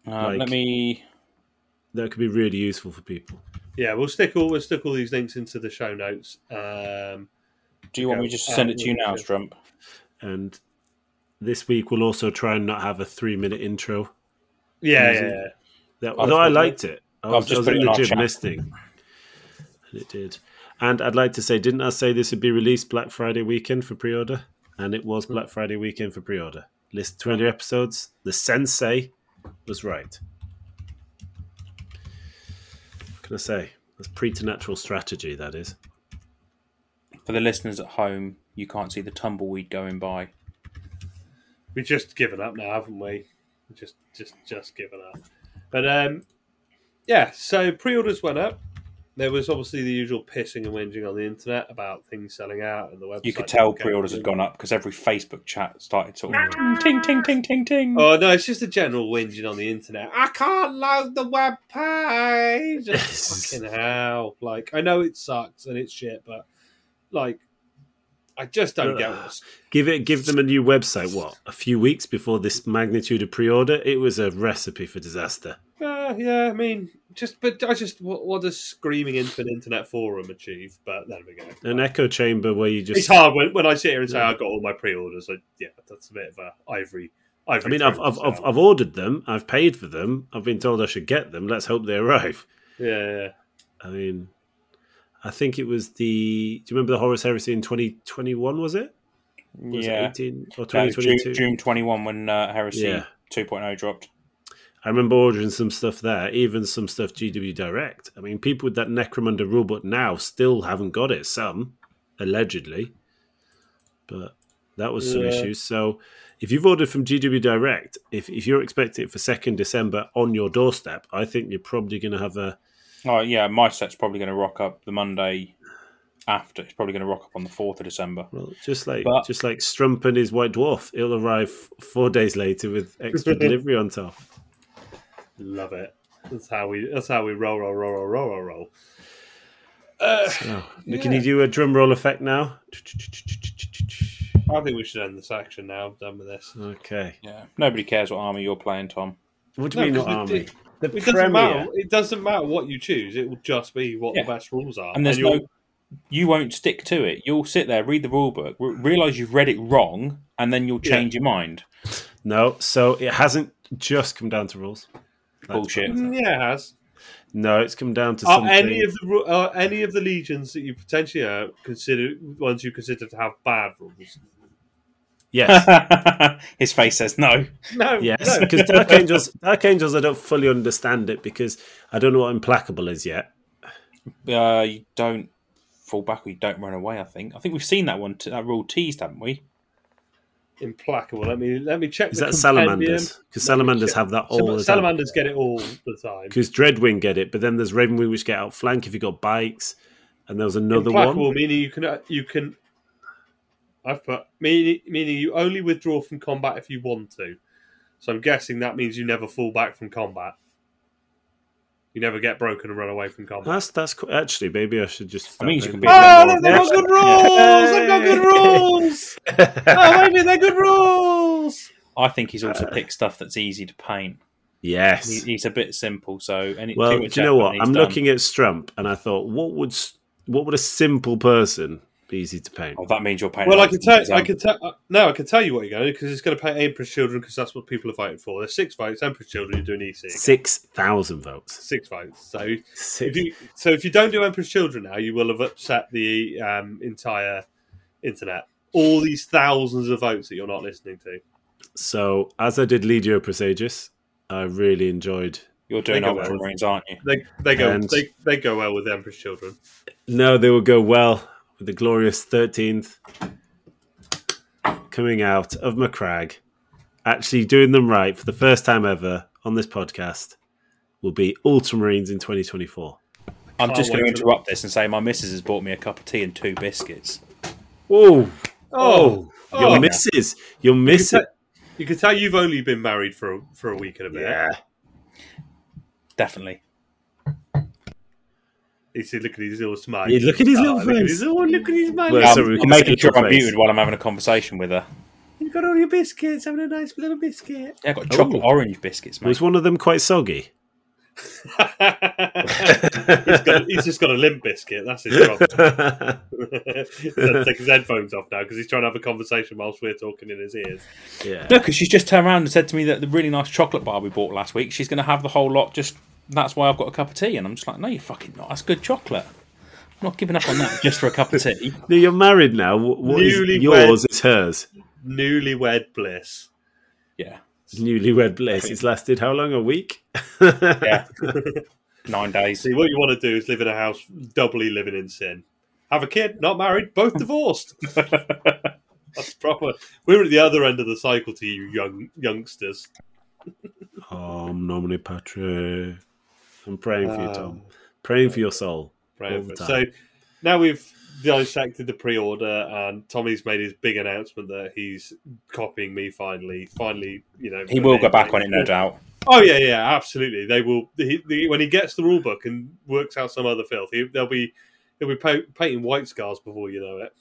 [SPEAKER 2] Uh,
[SPEAKER 3] Like-
[SPEAKER 2] Let me.
[SPEAKER 3] That could be really useful for people.
[SPEAKER 1] yeah, we'll stick all we'll stick all these links into the show notes. Um,
[SPEAKER 2] Do you want me
[SPEAKER 1] Okay,
[SPEAKER 2] just to send
[SPEAKER 1] uh,
[SPEAKER 2] it to you now, Strump?
[SPEAKER 3] And this week we'll also try and not have a three-minute intro.
[SPEAKER 1] yeah, yeah,
[SPEAKER 3] Easy.
[SPEAKER 1] yeah.
[SPEAKER 3] That,
[SPEAKER 2] was
[SPEAKER 3] although I
[SPEAKER 2] thinking-
[SPEAKER 3] liked it, I was,
[SPEAKER 2] just
[SPEAKER 3] I was
[SPEAKER 2] put it
[SPEAKER 3] in
[SPEAKER 2] in
[SPEAKER 3] the
[SPEAKER 2] our
[SPEAKER 3] gym
[SPEAKER 2] chat.
[SPEAKER 3] listening, and it did. And I'd like to say, didn't I say this would be released Black Friday weekend for pre-order? And it was Black Friday weekend for pre-order. List twenty episodes. The sensei was right. What can I say? That's preternatural strategy. That is.
[SPEAKER 2] For the listeners at home, you can't see the tumbleweed going by.
[SPEAKER 1] We've just given up now, haven't we? We've Just, just, just given up. But um, yeah. So pre-orders went up. There was obviously the usual pissing and whinging on the internet about things selling out and the website.
[SPEAKER 2] You could tell pre-orders had gone up because every Facebook chat started sort of ting ting ting ting ting.
[SPEAKER 1] Oh no, it's just a general whinging on the internet. I can't load the web page. Fucking hell! Like I know it sucks and it's shit, but like I just don't get what's
[SPEAKER 3] Give it. Give them a new website. What? A few weeks before this magnitude of pre-order, it was a recipe for disaster.
[SPEAKER 1] Uh, yeah, I mean, just but I just what, what does screaming into an internet forum achieve? But there we go.
[SPEAKER 3] An echo chamber where you just.
[SPEAKER 1] It's hard when, when I sit here and say I got all my pre-orders. I, yeah, that's a bit of a ivory. ivory
[SPEAKER 3] I mean, I've,
[SPEAKER 1] throne
[SPEAKER 3] I've, I've,
[SPEAKER 1] sound.
[SPEAKER 3] I've ordered them. I've paid for them. I've been told I should get them. Let's hope they arrive.
[SPEAKER 1] yeah, yeah.
[SPEAKER 3] I mean, I think it was the. Do you remember the Horus Heresy in 2021, was it? Was
[SPEAKER 2] yeah,
[SPEAKER 3] it 18 or
[SPEAKER 2] No, June,
[SPEAKER 3] 2022?
[SPEAKER 2] June twenty-one when uh, Heresy
[SPEAKER 3] Yeah.
[SPEAKER 2] 2.0 dropped.
[SPEAKER 3] I remember ordering some stuff there, even some stuff GW Direct. I mean, people with that Necromunda rulebook now still haven't got it, some, allegedly. But that was some
[SPEAKER 1] Yeah.
[SPEAKER 3] issues. So if you've ordered from GW Direct, if, if you're expecting it for 2nd December on your doorstep, I think you're probably going to have a.
[SPEAKER 2] Oh yeah, my set's probably going to rock up the Monday after. It's probably going to rock up on the fourth of December.
[SPEAKER 3] Well, just like
[SPEAKER 2] But-
[SPEAKER 3] just like Strump and his White Dwarf, it'll arrive f- four days later with extra delivery on top.
[SPEAKER 1] Love it. That's how we. That's how we roll, roll, roll, roll, roll, roll, roll. Uh,
[SPEAKER 3] So, Can you do a drum roll effect now?
[SPEAKER 1] I think we should end the section now. I'm done with this.
[SPEAKER 3] Okay.
[SPEAKER 2] Yeah, nobody cares what army you're playing, Tom.
[SPEAKER 3] What do
[SPEAKER 1] No,
[SPEAKER 3] you mean,
[SPEAKER 1] 'cause
[SPEAKER 3] not
[SPEAKER 1] it-
[SPEAKER 3] army?
[SPEAKER 1] it-
[SPEAKER 3] The
[SPEAKER 1] It doesn't
[SPEAKER 3] premier.
[SPEAKER 1] matter. It doesn't matter what you choose. It will just be what
[SPEAKER 2] Yeah.
[SPEAKER 1] the best rules are.
[SPEAKER 2] And there's
[SPEAKER 1] you'll-
[SPEAKER 2] no, you won't stick to it. You'll sit there, read the rule book, re- realize you've read it wrong, and then you'll
[SPEAKER 1] Yeah.
[SPEAKER 2] change your mind.
[SPEAKER 3] No, so it hasn't just come down to rules. That's
[SPEAKER 2] Bullshit.
[SPEAKER 3] what I'm saying.
[SPEAKER 1] Mm, Yeah, it has.
[SPEAKER 3] No, it's come down to
[SPEAKER 1] Are
[SPEAKER 3] something.
[SPEAKER 1] any of the ru- are any of the legions that you potentially uh, consider ones you consider to have bad rules?
[SPEAKER 3] yes,
[SPEAKER 2] His face says no.
[SPEAKER 1] No. No.
[SPEAKER 3] yes, because Dark Angels, Dark Angels, I don't fully understand it because I don't know what Implacable is yet.
[SPEAKER 2] Uh, you don't fall back or you don't run away. I think. I think we've seen that one. T- that rule teased, haven't we?
[SPEAKER 1] Implacable. Let me let me check.
[SPEAKER 3] Is
[SPEAKER 1] the
[SPEAKER 3] that
[SPEAKER 1] compendium.
[SPEAKER 3] Salamanders? Because
[SPEAKER 1] Let me
[SPEAKER 3] Salamanders
[SPEAKER 1] check.
[SPEAKER 3] have that all
[SPEAKER 1] Sal-
[SPEAKER 3] the time.
[SPEAKER 1] Salamanders get it all the time.
[SPEAKER 3] Because Dreadwing get it, but then there's Ravenwing which get outflank if you got bikes, and there was another
[SPEAKER 1] Implacable
[SPEAKER 3] one.
[SPEAKER 1] meaning you can uh, you can. I've put meaning meaning you only withdraw from combat if you want to. So I'm guessing that means you never fall back from combat. You never get broken and run away from combat.
[SPEAKER 3] That's that's co- actually maybe I should just.
[SPEAKER 2] That means you
[SPEAKER 3] start
[SPEAKER 2] can
[SPEAKER 3] doing
[SPEAKER 2] be-
[SPEAKER 3] that.
[SPEAKER 2] Oh,
[SPEAKER 3] they've got
[SPEAKER 2] good
[SPEAKER 3] rules! They've got good
[SPEAKER 1] rules. oh, maybe they're good rules.
[SPEAKER 2] I think he's also
[SPEAKER 1] Uh,
[SPEAKER 2] picked stuff that's easy to paint.
[SPEAKER 3] yes.
[SPEAKER 2] He, he's a bit simple, so any.
[SPEAKER 3] Well,
[SPEAKER 2] too
[SPEAKER 3] do
[SPEAKER 2] much
[SPEAKER 3] you
[SPEAKER 2] effort
[SPEAKER 3] know what?
[SPEAKER 2] and he's
[SPEAKER 3] I'm
[SPEAKER 2] done.
[SPEAKER 3] looking at Strump, and I thought, what would s- what would a simple person be easy to paint?
[SPEAKER 2] Oh, that means you're painting.
[SPEAKER 1] Well, I
[SPEAKER 2] can
[SPEAKER 1] can tell. I can tell. uh, No, I can tell you what you're going to because it's going to pay Emperor's Children because that's what people are voting for. There's six votes. Emperor's Children, you're doing EC. again.
[SPEAKER 3] Six thousand votes.
[SPEAKER 1] Six votes. So if
[SPEAKER 3] Six.
[SPEAKER 1] you so if you don't do Emperor's Children now, you will have upset the um, entire internet. All these thousands of votes that you're not listening to.
[SPEAKER 3] So as I did Legio Presagius, I really enjoyed.
[SPEAKER 2] You're doing
[SPEAKER 1] Think about
[SPEAKER 2] ultra
[SPEAKER 1] it.
[SPEAKER 2] marines, aren't you?
[SPEAKER 1] They they go
[SPEAKER 3] And-
[SPEAKER 1] they, they go well with Emperor's Children.
[SPEAKER 3] No, they will go well with the glorious thirteenth coming out of McCrag. Actually, doing them right for the first time ever on this podcast will be Ultramarines in 2024.
[SPEAKER 2] I'm
[SPEAKER 1] can't
[SPEAKER 2] just going to
[SPEAKER 1] wait for-
[SPEAKER 2] interrupt this and say my missus has bought me a cup of tea and two biscuits.
[SPEAKER 3] Whoa!
[SPEAKER 1] Oh,
[SPEAKER 3] your
[SPEAKER 1] oh.
[SPEAKER 3] misses, your
[SPEAKER 1] You
[SPEAKER 3] misses.
[SPEAKER 1] can, tell, you can tell you've only been married for a, for a week and a bit.
[SPEAKER 2] Definitely.
[SPEAKER 1] He said, "Look at his little smile.
[SPEAKER 3] Yeah, look at his little
[SPEAKER 1] look At
[SPEAKER 3] face.
[SPEAKER 1] his, oh, look at his man.
[SPEAKER 3] Well,
[SPEAKER 2] Um,
[SPEAKER 3] so we
[SPEAKER 2] I'm
[SPEAKER 3] can
[SPEAKER 2] making
[SPEAKER 3] see
[SPEAKER 2] sure
[SPEAKER 3] your
[SPEAKER 2] I'm
[SPEAKER 3] face.
[SPEAKER 2] muted while I'm having a conversation with her.
[SPEAKER 1] You've got all your biscuits, having a nice little biscuit.
[SPEAKER 2] Yeah, I got chocolate orange biscuits, mate.
[SPEAKER 3] Was one of them quite soggy?
[SPEAKER 1] he's, got, he's just got a limp biscuit. That's his problem.
[SPEAKER 3] yeah.
[SPEAKER 1] he's going to take his headphones off now because he's trying to have a conversation whilst we're talking in his ears.
[SPEAKER 2] No, because she's just turned around and said to me that the really nice chocolate bar we bought last week, she's going to have the whole lot. Just that's why I've got a cup of tea, and I'm just like, no, you're fucking not. That's good chocolate. I'm not giving up on that just for a cup of tea.
[SPEAKER 3] No, you're married now. Wh- What is
[SPEAKER 1] Newlywed.
[SPEAKER 3] yours is hers.
[SPEAKER 1] Newlywed bliss.
[SPEAKER 2] Yeah,
[SPEAKER 3] Newlywed bliss. It's lasted how long? A week?
[SPEAKER 2] yeah. Nine days.
[SPEAKER 1] See, what you want to do is live in a house doubly living in sin. Have a kid, not married, both divorced. That's proper. We're at the other end of the cycle to you, young youngsters.
[SPEAKER 3] Om nomine patre. I'm praying for you,
[SPEAKER 1] Ah.
[SPEAKER 3] Tom. Praying for your soul.
[SPEAKER 1] Right,
[SPEAKER 3] All the
[SPEAKER 1] but-
[SPEAKER 3] time.
[SPEAKER 1] So now we've dissected the pre-order, and Tommy's made his big announcement that he's copying me. Finally, finally, you know,
[SPEAKER 2] He will go back on it, no doubt.
[SPEAKER 1] Oh yeah, yeah, absolutely. They will. He, the, when he gets the rule book and works out some other filth, he, they'll be he'll be pa- painting white scars before you know it.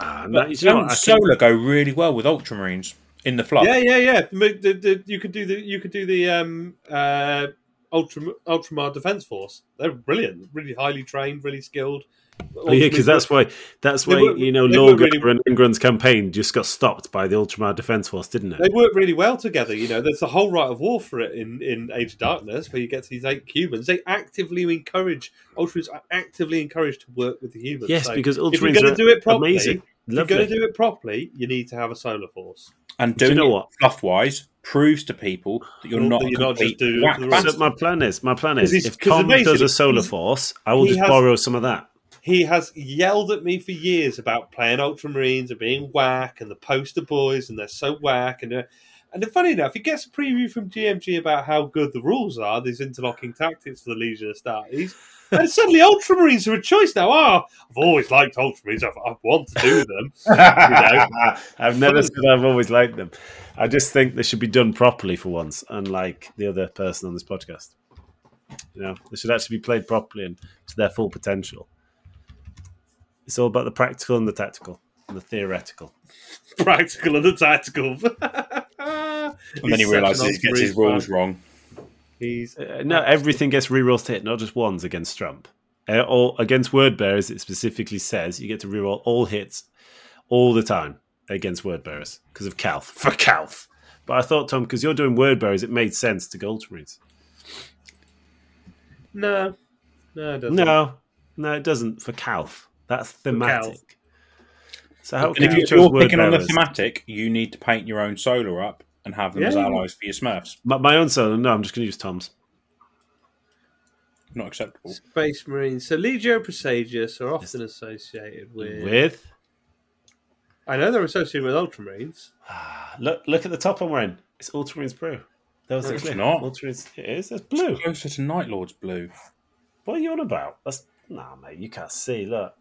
[SPEAKER 3] Ah, no,
[SPEAKER 2] But
[SPEAKER 3] you know what, I think-
[SPEAKER 2] Solar go really well with Ultramarines in the flood.
[SPEAKER 1] Yeah, yeah, yeah. M- the- the- you could do the you could do the um, uh, ultra Ultramar Defense Force. They're brilliant, really highly trained, really skilled.
[SPEAKER 3] Oh, yeah, because that's why that's
[SPEAKER 1] They
[SPEAKER 3] why
[SPEAKER 1] were-
[SPEAKER 3] you know
[SPEAKER 1] they were
[SPEAKER 3] Lorgar
[SPEAKER 1] really-
[SPEAKER 3] and Ingram's campaign just got stopped by the Ultramar Defense Force, didn't it?
[SPEAKER 1] they work really well together. You know, there's a whole right of war for it in, in Age of Darkness, where you get to these eight humans. They actively encourage Ultramans are actively encouraged to work with the humans.
[SPEAKER 3] yes,
[SPEAKER 1] So
[SPEAKER 3] because
[SPEAKER 1] if you're
[SPEAKER 3] Ultramars
[SPEAKER 1] going
[SPEAKER 3] are
[SPEAKER 1] to do it properly,
[SPEAKER 3] amazing.
[SPEAKER 1] if you're going
[SPEAKER 3] Lovely.
[SPEAKER 1] to do it properly, you need to have a solar force.
[SPEAKER 2] And
[SPEAKER 3] Do you
[SPEAKER 2] doing
[SPEAKER 3] know
[SPEAKER 2] it
[SPEAKER 3] what?
[SPEAKER 2] fluff wise proves to people that you're
[SPEAKER 1] That
[SPEAKER 2] not
[SPEAKER 1] you're
[SPEAKER 2] a
[SPEAKER 1] not just
[SPEAKER 2] complete
[SPEAKER 1] doing it
[SPEAKER 2] whack
[SPEAKER 1] for the
[SPEAKER 2] bastard.
[SPEAKER 3] So my plan is, my plan
[SPEAKER 1] 'Cause
[SPEAKER 3] is,
[SPEAKER 1] he's-
[SPEAKER 3] if
[SPEAKER 1] 'cause
[SPEAKER 3] Tom
[SPEAKER 1] amazing,
[SPEAKER 3] does a solar
[SPEAKER 1] he's-
[SPEAKER 3] force, I will
[SPEAKER 1] he
[SPEAKER 3] just
[SPEAKER 1] has-
[SPEAKER 3] borrow some of that.
[SPEAKER 1] He has yelled at me for years about playing Ultramarines and being whack and the poster boys and they're so whack and. Uh, and funny enough, he gets a preview from GMG about how good the rules are, these interlocking tactics for the Legion of Astartes. And suddenly, Ultramarines are a choice now. Ah, I've always liked Ultramarines. I've, I want to do them.
[SPEAKER 3] I've never said I've always liked them. I just think they should be done properly for once, unlike the other person on this podcast. You know, they should actually be played properly and to their full potential. It's all about the practical and the tactical, and the theoretical.
[SPEAKER 1] Practical and the tactical.
[SPEAKER 2] And then he realises he gets his rules wrong.
[SPEAKER 1] He's
[SPEAKER 3] Uh, no, everything gets rerolls to hit, not just ones against Trump. Uh, or against word bearers, it specifically says you get to reroll all hits all the time against word bearers because of Calth for Calth. But I thought, Tom, because you're doing word berries, it made sense to go Ultramarines.
[SPEAKER 1] No, no, it doesn't.
[SPEAKER 3] No, no, it doesn't for Calf. That's thematic. So how
[SPEAKER 2] And if
[SPEAKER 3] can you
[SPEAKER 2] you're,
[SPEAKER 3] chose
[SPEAKER 2] you're
[SPEAKER 3] word
[SPEAKER 2] picking on the
[SPEAKER 3] berries?
[SPEAKER 2] thematic, you need to paint your own solar up and have them as
[SPEAKER 1] Yeah.
[SPEAKER 2] allies for your Smurfs.
[SPEAKER 3] My, my own son, no, I'm just going to use Tom's.
[SPEAKER 2] Not acceptable.
[SPEAKER 1] Space Marines. So Legio Presagius are often associated with.
[SPEAKER 3] With
[SPEAKER 1] I know they're associated with Ultramarines.
[SPEAKER 3] look, look at the top I'm wearing. It's Ultramarines blue. That was
[SPEAKER 2] No,
[SPEAKER 3] the
[SPEAKER 2] it's
[SPEAKER 3] clip.
[SPEAKER 2] not.
[SPEAKER 3] Ultramarines. It is. It's blue.
[SPEAKER 2] Closer to Night Lord's blue.
[SPEAKER 3] What are you on about? That's nah, mate. You can't see. Look,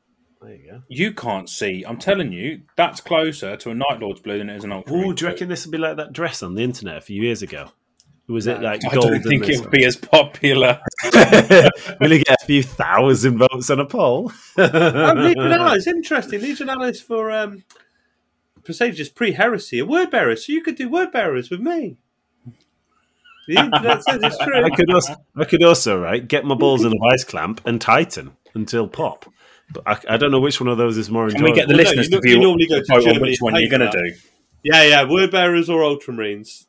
[SPEAKER 3] there you go.
[SPEAKER 2] You can't see. I'm telling you, that's closer to a Night Lord's blue than it is an Ultra.
[SPEAKER 3] Oh, do you reckon this would be like that dress on the internet a few years ago? Was it
[SPEAKER 1] No.
[SPEAKER 3] like
[SPEAKER 2] I
[SPEAKER 3] gold?
[SPEAKER 2] don't think
[SPEAKER 3] and
[SPEAKER 2] it would be as popular.
[SPEAKER 3] Will it get a few thousand votes on a poll?
[SPEAKER 1] Oh, Legionalis. Interesting. Legionalis for um, Presagius pre heresy, a word bearer. So you could do word bearers with me. The internet says it's true.
[SPEAKER 3] I could also, I could also, right, get my balls in a vice clamp and tighten until pop. But I, I don't know which one of those is more
[SPEAKER 2] Can
[SPEAKER 3] enjoyable.
[SPEAKER 2] we get the
[SPEAKER 1] Well, no,
[SPEAKER 2] listeners
[SPEAKER 1] you
[SPEAKER 2] to
[SPEAKER 1] nor- you
[SPEAKER 2] view
[SPEAKER 1] normally go to
[SPEAKER 2] vote on
[SPEAKER 1] Germany
[SPEAKER 2] which
[SPEAKER 1] to
[SPEAKER 2] one
[SPEAKER 1] pay
[SPEAKER 2] you're
[SPEAKER 1] for
[SPEAKER 2] going to
[SPEAKER 1] that.
[SPEAKER 2] do?
[SPEAKER 1] Yeah, yeah. Word bearers or Ultramarines.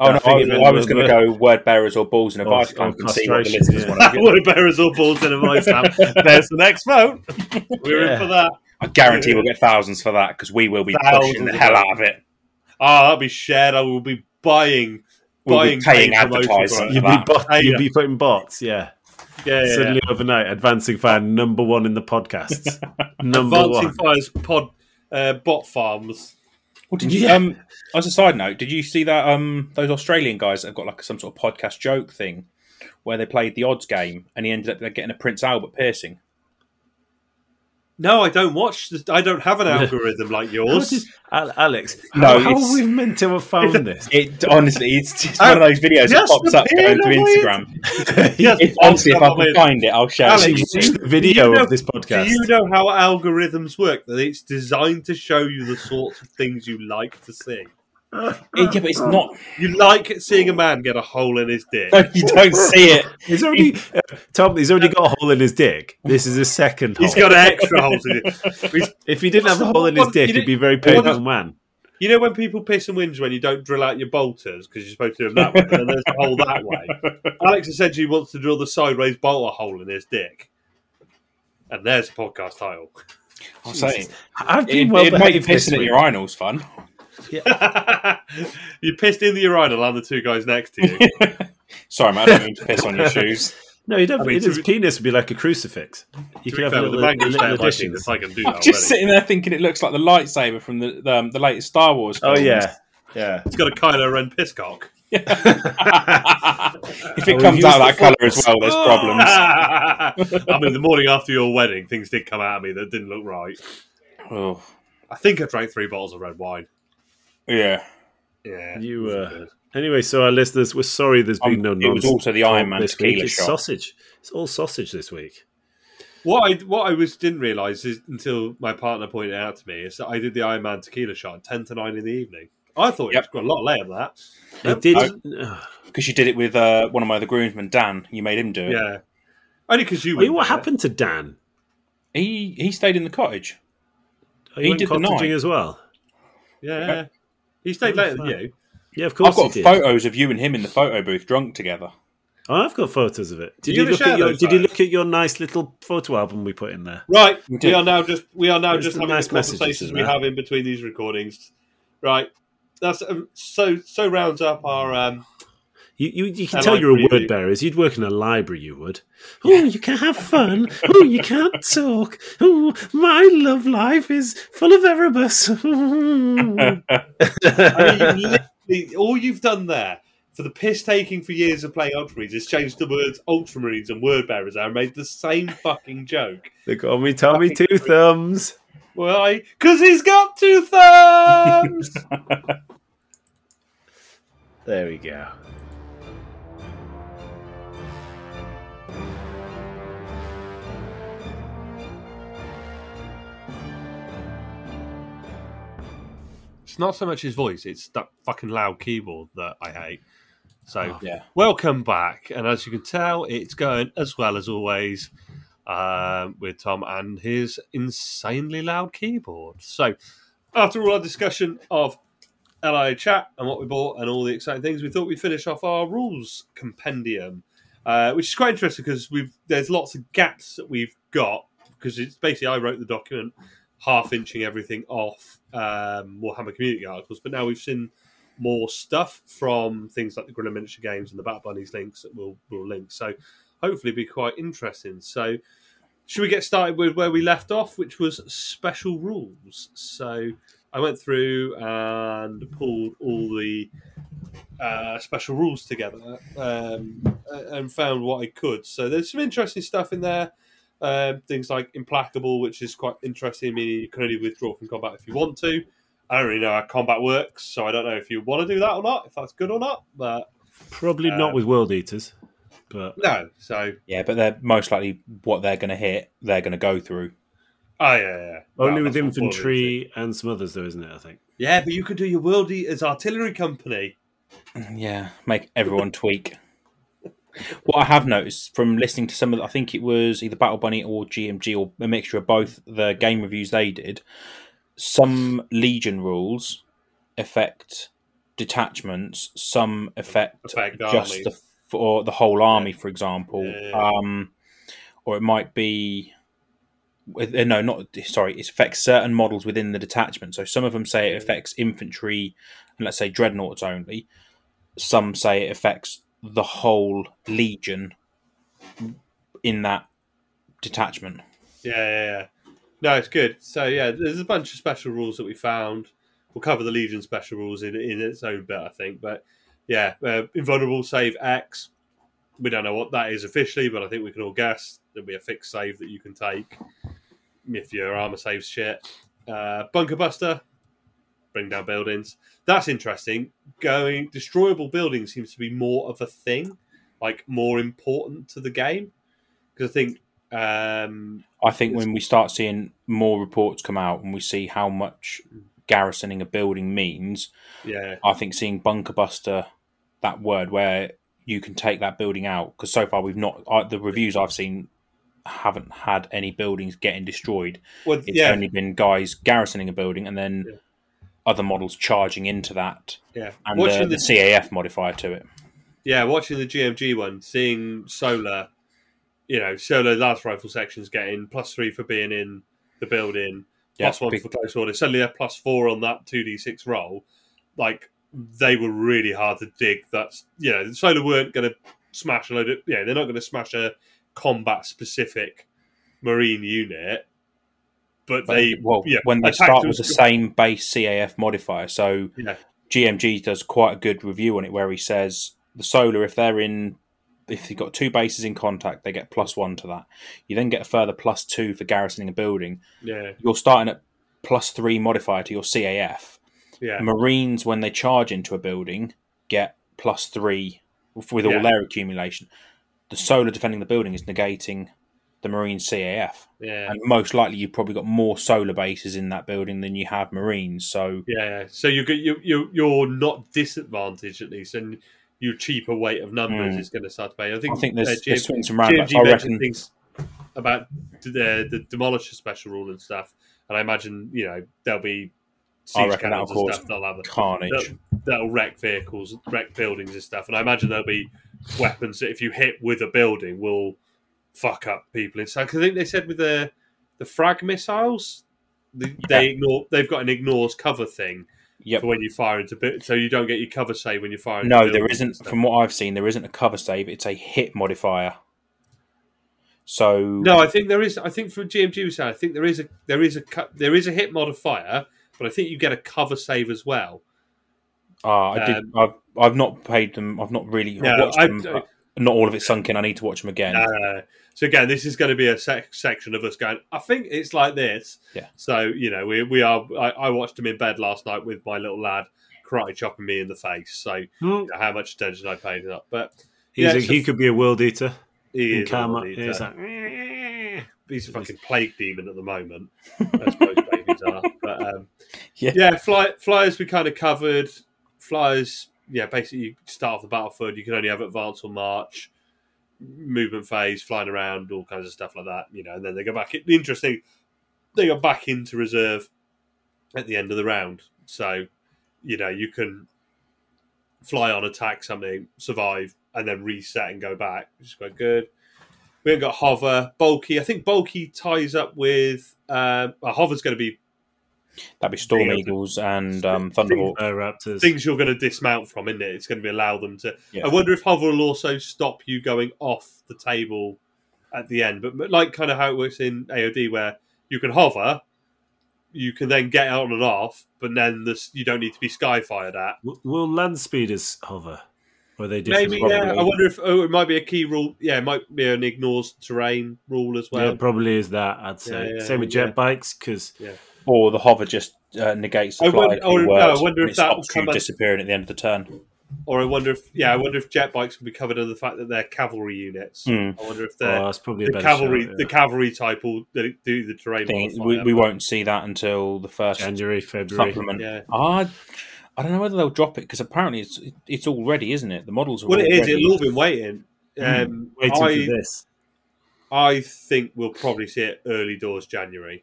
[SPEAKER 2] Oh, no,
[SPEAKER 3] I think
[SPEAKER 2] I,
[SPEAKER 3] it
[SPEAKER 2] was-
[SPEAKER 3] really
[SPEAKER 2] I was
[SPEAKER 3] was
[SPEAKER 2] going to go word bearers or balls in a
[SPEAKER 3] Or-
[SPEAKER 2] vice
[SPEAKER 3] or
[SPEAKER 2] clamp and see what the
[SPEAKER 3] castration,
[SPEAKER 2] listeners
[SPEAKER 3] yeah.
[SPEAKER 2] want to do.
[SPEAKER 1] word bearers or balls in a voice lamp. There's the next vote. We're in
[SPEAKER 3] Yeah.
[SPEAKER 1] for that.
[SPEAKER 2] I guarantee we'll get thousands for that because we will be pushing
[SPEAKER 1] Thousands
[SPEAKER 2] the
[SPEAKER 1] of
[SPEAKER 2] hell
[SPEAKER 1] them.
[SPEAKER 2] out of it.
[SPEAKER 1] Oh, that'll be shared. I will be buying.
[SPEAKER 2] We'll be
[SPEAKER 1] buying
[SPEAKER 2] paying
[SPEAKER 1] paid promotion
[SPEAKER 2] advertisers.
[SPEAKER 1] for it.
[SPEAKER 3] You'd be,
[SPEAKER 2] that.
[SPEAKER 3] bot-
[SPEAKER 1] Yeah.
[SPEAKER 3] you'd be putting bots, yeah.
[SPEAKER 1] Yeah, yeah, yeah.
[SPEAKER 3] Suddenly overnight, Advancing Fire number one in the podcasts. number
[SPEAKER 1] Advancing
[SPEAKER 3] one.
[SPEAKER 1] Fire's pod uh, bot farms.
[SPEAKER 2] Well, did you?
[SPEAKER 3] Yeah.
[SPEAKER 2] Um, as a side note, did you see that um those Australian guys that have got like some sort of podcast joke thing where they played the odds game and he ended up getting a Prince Albert piercing?
[SPEAKER 1] No, I don't watch. This. I don't have an algorithm like
[SPEAKER 3] How
[SPEAKER 1] yours.
[SPEAKER 3] did- Al- Alex,
[SPEAKER 2] No,
[SPEAKER 3] no, how
[SPEAKER 2] it's-
[SPEAKER 3] are we meant to have found this?
[SPEAKER 2] It honestly, it's, it's one of those videos that
[SPEAKER 1] just
[SPEAKER 2] pops up
[SPEAKER 1] appeared
[SPEAKER 2] going to
[SPEAKER 1] on my
[SPEAKER 2] Instagram.
[SPEAKER 1] Yes,
[SPEAKER 2] It's honestly, if
[SPEAKER 1] I'll
[SPEAKER 2] I
[SPEAKER 1] stop
[SPEAKER 2] can
[SPEAKER 1] it.
[SPEAKER 2] find it, I'll share
[SPEAKER 1] Alex,
[SPEAKER 2] it.
[SPEAKER 1] do
[SPEAKER 3] Watch
[SPEAKER 1] you-
[SPEAKER 3] the video
[SPEAKER 1] do you know-
[SPEAKER 3] of this
[SPEAKER 1] Do
[SPEAKER 3] podcast.
[SPEAKER 1] you know how algorithms work? That it's designed to show you the sorts of things you like to see.
[SPEAKER 2] Yeah, but it's not.
[SPEAKER 1] You like seeing a man get a hole in his dick.
[SPEAKER 2] You don't see it.
[SPEAKER 3] He's already uh, Tom. He's already got a hole in his dick. This is his second hole.
[SPEAKER 1] He's got extra holes in it. He's-
[SPEAKER 3] if he didn't have a
[SPEAKER 1] What's the
[SPEAKER 3] hole in his
[SPEAKER 1] one-
[SPEAKER 3] dick,
[SPEAKER 1] you
[SPEAKER 3] he'd
[SPEAKER 1] didn't-
[SPEAKER 3] be a very
[SPEAKER 1] what
[SPEAKER 3] painful
[SPEAKER 1] is-
[SPEAKER 3] man.
[SPEAKER 1] You know when people piss and whinge when you don't drill out your bolters because you're supposed to do them that way, but then there's a hole that way. Alex essentially wants to drill the sideways bolter hole in his dick, and there's a podcast title.
[SPEAKER 2] I'll say it.
[SPEAKER 3] I've been
[SPEAKER 2] It,
[SPEAKER 3] well
[SPEAKER 2] it might be
[SPEAKER 3] behaved this
[SPEAKER 2] pissing at
[SPEAKER 3] week.
[SPEAKER 2] your urinals fun.
[SPEAKER 1] you pissed in the urinal and the two guys next to you.
[SPEAKER 2] Sorry, mate, I don't mean to piss on your shoes.
[SPEAKER 3] No, he'd have,
[SPEAKER 1] I mean, to
[SPEAKER 3] his
[SPEAKER 1] be-
[SPEAKER 3] penis would be like a crucifix.
[SPEAKER 1] to
[SPEAKER 3] You could
[SPEAKER 1] be
[SPEAKER 3] have
[SPEAKER 1] fair, with the
[SPEAKER 3] little,
[SPEAKER 1] mango
[SPEAKER 3] little
[SPEAKER 1] stamp, I think
[SPEAKER 3] additions.
[SPEAKER 1] this I can do
[SPEAKER 2] I'm
[SPEAKER 1] that
[SPEAKER 2] just
[SPEAKER 1] already.
[SPEAKER 2] sitting there thinking it looks like the lightsaber from the um, the latest Star Wars.
[SPEAKER 3] Oh
[SPEAKER 2] Films.
[SPEAKER 3] yeah, yeah.
[SPEAKER 1] It's got a Kylo Ren piss cock.
[SPEAKER 2] if it
[SPEAKER 3] we've
[SPEAKER 2] comes
[SPEAKER 3] used
[SPEAKER 2] out
[SPEAKER 3] the
[SPEAKER 2] that colour as well, there's problems.
[SPEAKER 1] I mean, the morning after your wedding, things did come out of me that didn't look right.
[SPEAKER 2] Oh,
[SPEAKER 1] I think I drank three bottles of red wine.
[SPEAKER 2] yeah.
[SPEAKER 1] Yeah,
[SPEAKER 3] You,
[SPEAKER 1] that's
[SPEAKER 3] uh,
[SPEAKER 1] good.
[SPEAKER 3] Anyway, so our listeners, we're sorry there's been
[SPEAKER 2] Um,
[SPEAKER 3] no
[SPEAKER 2] it was
[SPEAKER 3] nonsense
[SPEAKER 2] also the Iron Man
[SPEAKER 3] this week.
[SPEAKER 2] tequila
[SPEAKER 3] It's
[SPEAKER 2] shot.
[SPEAKER 3] sausage. It's all sausage this week.
[SPEAKER 1] What I what I was didn't realize is until my partner pointed it out to me is that I did the Iron Man tequila shot at ten to nine in the evening. I thought
[SPEAKER 2] Yep.
[SPEAKER 1] it was a lot later than that.
[SPEAKER 3] It did. ugh.
[SPEAKER 2] Because you did it with uh, one of my other groomsmen, Dan. You made him do it.
[SPEAKER 1] Yeah, only because you.
[SPEAKER 3] Wait,
[SPEAKER 1] wouldn't
[SPEAKER 3] what
[SPEAKER 1] do it.
[SPEAKER 3] happened to Dan?
[SPEAKER 2] He he stayed in the cottage.
[SPEAKER 3] Oh,
[SPEAKER 2] He
[SPEAKER 3] he went
[SPEAKER 2] did the
[SPEAKER 3] cottaging
[SPEAKER 2] night.
[SPEAKER 3] as well.
[SPEAKER 1] Yeah, he stayed
[SPEAKER 3] What
[SPEAKER 1] later
[SPEAKER 3] the
[SPEAKER 1] than
[SPEAKER 3] fuck?
[SPEAKER 1] you.
[SPEAKER 3] Yeah, of course.
[SPEAKER 2] I've got
[SPEAKER 3] he did.
[SPEAKER 2] photos of you and him in the photo booth drunk together.
[SPEAKER 3] Oh, I've got photos of it.
[SPEAKER 1] You
[SPEAKER 3] Did you,
[SPEAKER 1] gonna
[SPEAKER 3] look
[SPEAKER 1] share
[SPEAKER 3] at your?
[SPEAKER 1] those
[SPEAKER 3] Did you
[SPEAKER 1] photos?
[SPEAKER 3] look at your nice little photo album we put in there?
[SPEAKER 1] Right, we,
[SPEAKER 2] did.
[SPEAKER 1] are now just we are now
[SPEAKER 3] There's
[SPEAKER 1] just
[SPEAKER 3] some
[SPEAKER 1] having
[SPEAKER 3] nice
[SPEAKER 1] the
[SPEAKER 3] messages
[SPEAKER 1] conversations
[SPEAKER 3] in
[SPEAKER 1] we
[SPEAKER 3] there.
[SPEAKER 1] have in between these recordings. Right, that's um, so so rounds up our. Um,
[SPEAKER 3] You you, you can
[SPEAKER 1] And
[SPEAKER 3] tell
[SPEAKER 1] like
[SPEAKER 3] you're a
[SPEAKER 1] really-
[SPEAKER 3] word bearers. You'd work in a library. You would. Oh, you can have fun. Oh, you can't talk. Oh, my love life is full of Erebus.
[SPEAKER 1] I mean, you've literally- all you've done there for the piss taking for years of playing Ultramarines is changed the words Ultramarines and word bearers and made the same fucking joke.
[SPEAKER 3] They call me Tommy Two Thumbs.
[SPEAKER 1] Why? Because he's got two thumbs!
[SPEAKER 3] There we go.
[SPEAKER 1] it's not so much his voice, it's that fucking loud keyboard that I hate. So,
[SPEAKER 3] Oh.
[SPEAKER 2] Yeah.
[SPEAKER 1] welcome back. And as you can tell, it's going as well as always um, with Tom and his insanely loud keyboard. So, after all our discussion of LI chat and what we bought and all the exciting things, we thought we'd finish off our rules compendium, uh, which is quite interesting because we've there's lots of gaps that we've got because it's basically I wrote the document half inching everything off um, Warhammer community articles, but now we've seen more stuff from things like the Gorilla Miniature Games and the Bat Bunnies links that we'll, we'll link. So hopefully be quite interesting. So should we get started with where we left off, which was special rules? So I went through and pulled all the uh, special rules together um, and found what I could. So there's some interesting stuff in there. Um things like implacable, which is quite interesting, meaning you can only withdraw from combat if you want to. I don't really know how combat works, so I don't know if you want to do that or not, if that's good or not. But
[SPEAKER 3] Probably not with World Eaters, but
[SPEAKER 1] no, so
[SPEAKER 2] Yeah, but they're most likely what they're going to hit, they're going to go through.
[SPEAKER 1] oh yeah, yeah, yeah.
[SPEAKER 3] only
[SPEAKER 1] Well,
[SPEAKER 3] with
[SPEAKER 1] that's what Paul is.
[SPEAKER 3] infantry and some others, though, isn't it? I think.
[SPEAKER 1] Yeah, but you could do your world eaters artillery company.
[SPEAKER 2] Yeah, make everyone tweak. What I have noticed from listening to some of, the, I think it was either Battle Bunny or GMG or a mixture of both the game reviews they did, some Legion rules affect detachments, some affect,
[SPEAKER 1] Affect
[SPEAKER 2] just
[SPEAKER 1] armies.
[SPEAKER 2] the or the whole army, for example,
[SPEAKER 1] Yeah, yeah,
[SPEAKER 2] um, or it might be with- uh, no, not sorry. It affects certain models within the detachment. So some of them
[SPEAKER 1] Mm.
[SPEAKER 2] say it affects infantry and let's say dreadnoughts only. Some say it affects the whole legion in that detachment.
[SPEAKER 1] Yeah, yeah, yeah. No, it's good. So yeah, there's a bunch of special rules that we found. We'll cover the Legion special rules in, in its own bit, I think. But yeah, uh, invulnerable save X. We don't know what that is officially, but I think we can all guess there'll be a fixed save that you can take if your armor saves shit. Uh, bunker buster, bring down buildings. That's interesting. Going destroyable buildings seems to be more of a thing, like more important to the game because I think um,
[SPEAKER 2] I think when we start seeing more reports come out and we see how much
[SPEAKER 1] Mm.
[SPEAKER 2] garrisoning a building means,
[SPEAKER 1] yeah.
[SPEAKER 2] I think seeing bunker buster, that word where you can take that building out because so far we've not I, the reviews I've seen haven't had any buildings getting destroyed.
[SPEAKER 1] Well,
[SPEAKER 2] It's
[SPEAKER 1] yeah,
[SPEAKER 2] only been guys garrisoning a building and then
[SPEAKER 1] Yeah.
[SPEAKER 2] other models charging into that
[SPEAKER 1] yeah.
[SPEAKER 2] and uh,
[SPEAKER 1] Watching
[SPEAKER 2] the,
[SPEAKER 1] the,
[SPEAKER 2] the CAF modifier to it.
[SPEAKER 1] yeah, watching the GMG one, seeing Solar, you know, Solar last rifle sections getting plus three for being in the building,
[SPEAKER 2] Yeah,
[SPEAKER 1] plus one
[SPEAKER 2] big-
[SPEAKER 1] for close order. Suddenly, they're plus four on that two d six roll. Like they were really hard to dig. That's you know, Solar weren't going to smash a load of yeah, they're not going to smash a combat specific marine unit. But
[SPEAKER 2] But
[SPEAKER 1] they
[SPEAKER 2] well,
[SPEAKER 1] yeah,
[SPEAKER 2] when they
[SPEAKER 1] attacked
[SPEAKER 2] start
[SPEAKER 1] them
[SPEAKER 2] with the
[SPEAKER 1] straight-
[SPEAKER 2] same base CAF modifier, so
[SPEAKER 1] Yeah.
[SPEAKER 2] GMG does quite a good review on it where he says the solar, if they're in, if you've got two bases in contact, they get plus one to that. You then get a further plus two for garrisoning a building.
[SPEAKER 1] yeah,
[SPEAKER 2] You're starting at plus three modifier to your CAF.
[SPEAKER 1] yeah,
[SPEAKER 2] Marines, when they charge into a building, get plus three with with all
[SPEAKER 1] Yeah.
[SPEAKER 2] their accumulation. The solar defending the building is negating the Marine CAF
[SPEAKER 1] yeah.
[SPEAKER 2] and most likely you've probably got more solar bases in that building than you have marines. So
[SPEAKER 1] Yeah, yeah. so you you you you're not disadvantaged at least, and your cheaper weight of numbers
[SPEAKER 2] Mm.
[SPEAKER 1] is going to start to pay. I
[SPEAKER 2] I
[SPEAKER 1] think
[SPEAKER 2] think there's,
[SPEAKER 1] uh, Jim-
[SPEAKER 2] there's swings and
[SPEAKER 1] Jim
[SPEAKER 2] roundabouts.
[SPEAKER 1] G
[SPEAKER 2] I
[SPEAKER 1] mentioned
[SPEAKER 2] reckon
[SPEAKER 1] things about the the demolisher special rule and stuff, and I imagine you know there'll be
[SPEAKER 2] I
[SPEAKER 1] siege
[SPEAKER 2] reckon
[SPEAKER 1] cannons
[SPEAKER 2] that'll
[SPEAKER 1] and
[SPEAKER 2] cause
[SPEAKER 1] stuff. They'll have
[SPEAKER 2] carnage.
[SPEAKER 1] that'll, that'll wreck vehicles, wreck buildings and stuff, and I imagine there'll be weapons that if you hit with a building will fuck up people inside. 'Cause I think they said with the the frag missiles. They, they ignore. They've got an ignores cover thing,
[SPEAKER 2] Yep.
[SPEAKER 1] for when you fire into bit, so you don't get your cover save when you fire. Into
[SPEAKER 2] No, there
[SPEAKER 1] buildings and
[SPEAKER 2] isn't.
[SPEAKER 1] stuff.
[SPEAKER 2] From what I've seen, there isn't a cover save. It's a hit modifier. So
[SPEAKER 1] no, I think there is. I think from GMG was saying, I think there is a there is a cu- there is a hit modifier, but I think you get a cover save as well.
[SPEAKER 2] ah, I did.
[SPEAKER 1] um,
[SPEAKER 2] I've I've not paid them. I've not really
[SPEAKER 1] No,
[SPEAKER 2] I've watched
[SPEAKER 1] I-
[SPEAKER 2] them. but not all of it sunk in. I need to watch them again.
[SPEAKER 1] Uh, so again, this is going to be a sec- section of us going. I think it's like this.
[SPEAKER 2] Yeah.
[SPEAKER 1] So you know, we we are. I, I watched him in bed last night with my little lad karate chopping me in the face. So you
[SPEAKER 3] Hmm.
[SPEAKER 1] know, how much attention I paid to that, but
[SPEAKER 3] He's
[SPEAKER 1] Yeah,
[SPEAKER 3] a,
[SPEAKER 1] it's
[SPEAKER 3] he could be a world eater.
[SPEAKER 1] he
[SPEAKER 3] In
[SPEAKER 1] is a
[SPEAKER 3] karma,
[SPEAKER 1] leader.
[SPEAKER 3] he's like,
[SPEAKER 1] he's a fucking plague demon at the moment, as most babies are. But um,
[SPEAKER 2] Yeah.
[SPEAKER 1] yeah, fly, flyers we kind of covered. Flyers, yeah, basically you start off the battlefield. You can only have advance or march, movement phase, flying around, all kinds of stuff like that. You know, and then they go back. The interesting, they go back into reserve at the end of the round. So you know you can fly on, attack something, survive, and then reset and go back, which is quite good. We haven't got hover, bulky. I think bulky ties up with um, well, hover's going to be
[SPEAKER 2] That'd be Storm
[SPEAKER 1] Yeah.
[SPEAKER 2] Eagles and um, Thunderhawk.
[SPEAKER 3] Uh, raptors.
[SPEAKER 1] things you're going to dismount from, isn't it? It's going to be allow them to.
[SPEAKER 2] Yeah.
[SPEAKER 1] I wonder if hover will also stop you going off the table at the end, but but like kind of how it works in AOD, where you can hover, you can then get on and off, but then this you don't need to be sky fired at.
[SPEAKER 3] W- will land speeders hover? Or are they different?
[SPEAKER 1] Maybe
[SPEAKER 2] probably.
[SPEAKER 1] yeah. I wonder if oh, it might be a key rule. Yeah, it might be an ignores terrain rule as
[SPEAKER 3] Yeah,
[SPEAKER 1] well.
[SPEAKER 3] it probably is that. I'd say
[SPEAKER 1] Yeah, yeah,
[SPEAKER 3] same with
[SPEAKER 1] yeah.
[SPEAKER 3] jet bikes because
[SPEAKER 2] Or the hover just uh, negates the
[SPEAKER 1] I
[SPEAKER 2] fly
[SPEAKER 1] wonder- I wonder-
[SPEAKER 2] keywords
[SPEAKER 1] I wonder
[SPEAKER 2] and
[SPEAKER 1] if
[SPEAKER 2] it
[SPEAKER 1] that
[SPEAKER 2] stops
[SPEAKER 1] will
[SPEAKER 2] you
[SPEAKER 1] come as-
[SPEAKER 2] disappearing at the end of the turn.
[SPEAKER 1] Or I wonder if yeah, I wonder if jet bikes can be covered under the fact that they're cavalry units.
[SPEAKER 2] Hmm.
[SPEAKER 1] I wonder if they're
[SPEAKER 3] oh, that's probably a
[SPEAKER 1] the
[SPEAKER 3] better
[SPEAKER 1] cavalry,
[SPEAKER 3] shout,
[SPEAKER 1] the
[SPEAKER 3] yeah.
[SPEAKER 1] cavalry type will do do the terrain.
[SPEAKER 2] Thing- we,
[SPEAKER 1] modifier.
[SPEAKER 2] we won't see that until the first
[SPEAKER 3] January, February.
[SPEAKER 2] supplement.
[SPEAKER 1] Yeah.
[SPEAKER 2] I, I don't know whether they'll drop it because apparently it's it's all ready, isn't it? The models are
[SPEAKER 1] Well, it
[SPEAKER 2] all
[SPEAKER 1] is.
[SPEAKER 2] ready.
[SPEAKER 1] It'll all been waiting.
[SPEAKER 2] Mm.
[SPEAKER 1] Um,
[SPEAKER 3] Hmm. Waiting
[SPEAKER 1] I,
[SPEAKER 3] for this
[SPEAKER 1] I think we'll probably see it early doors January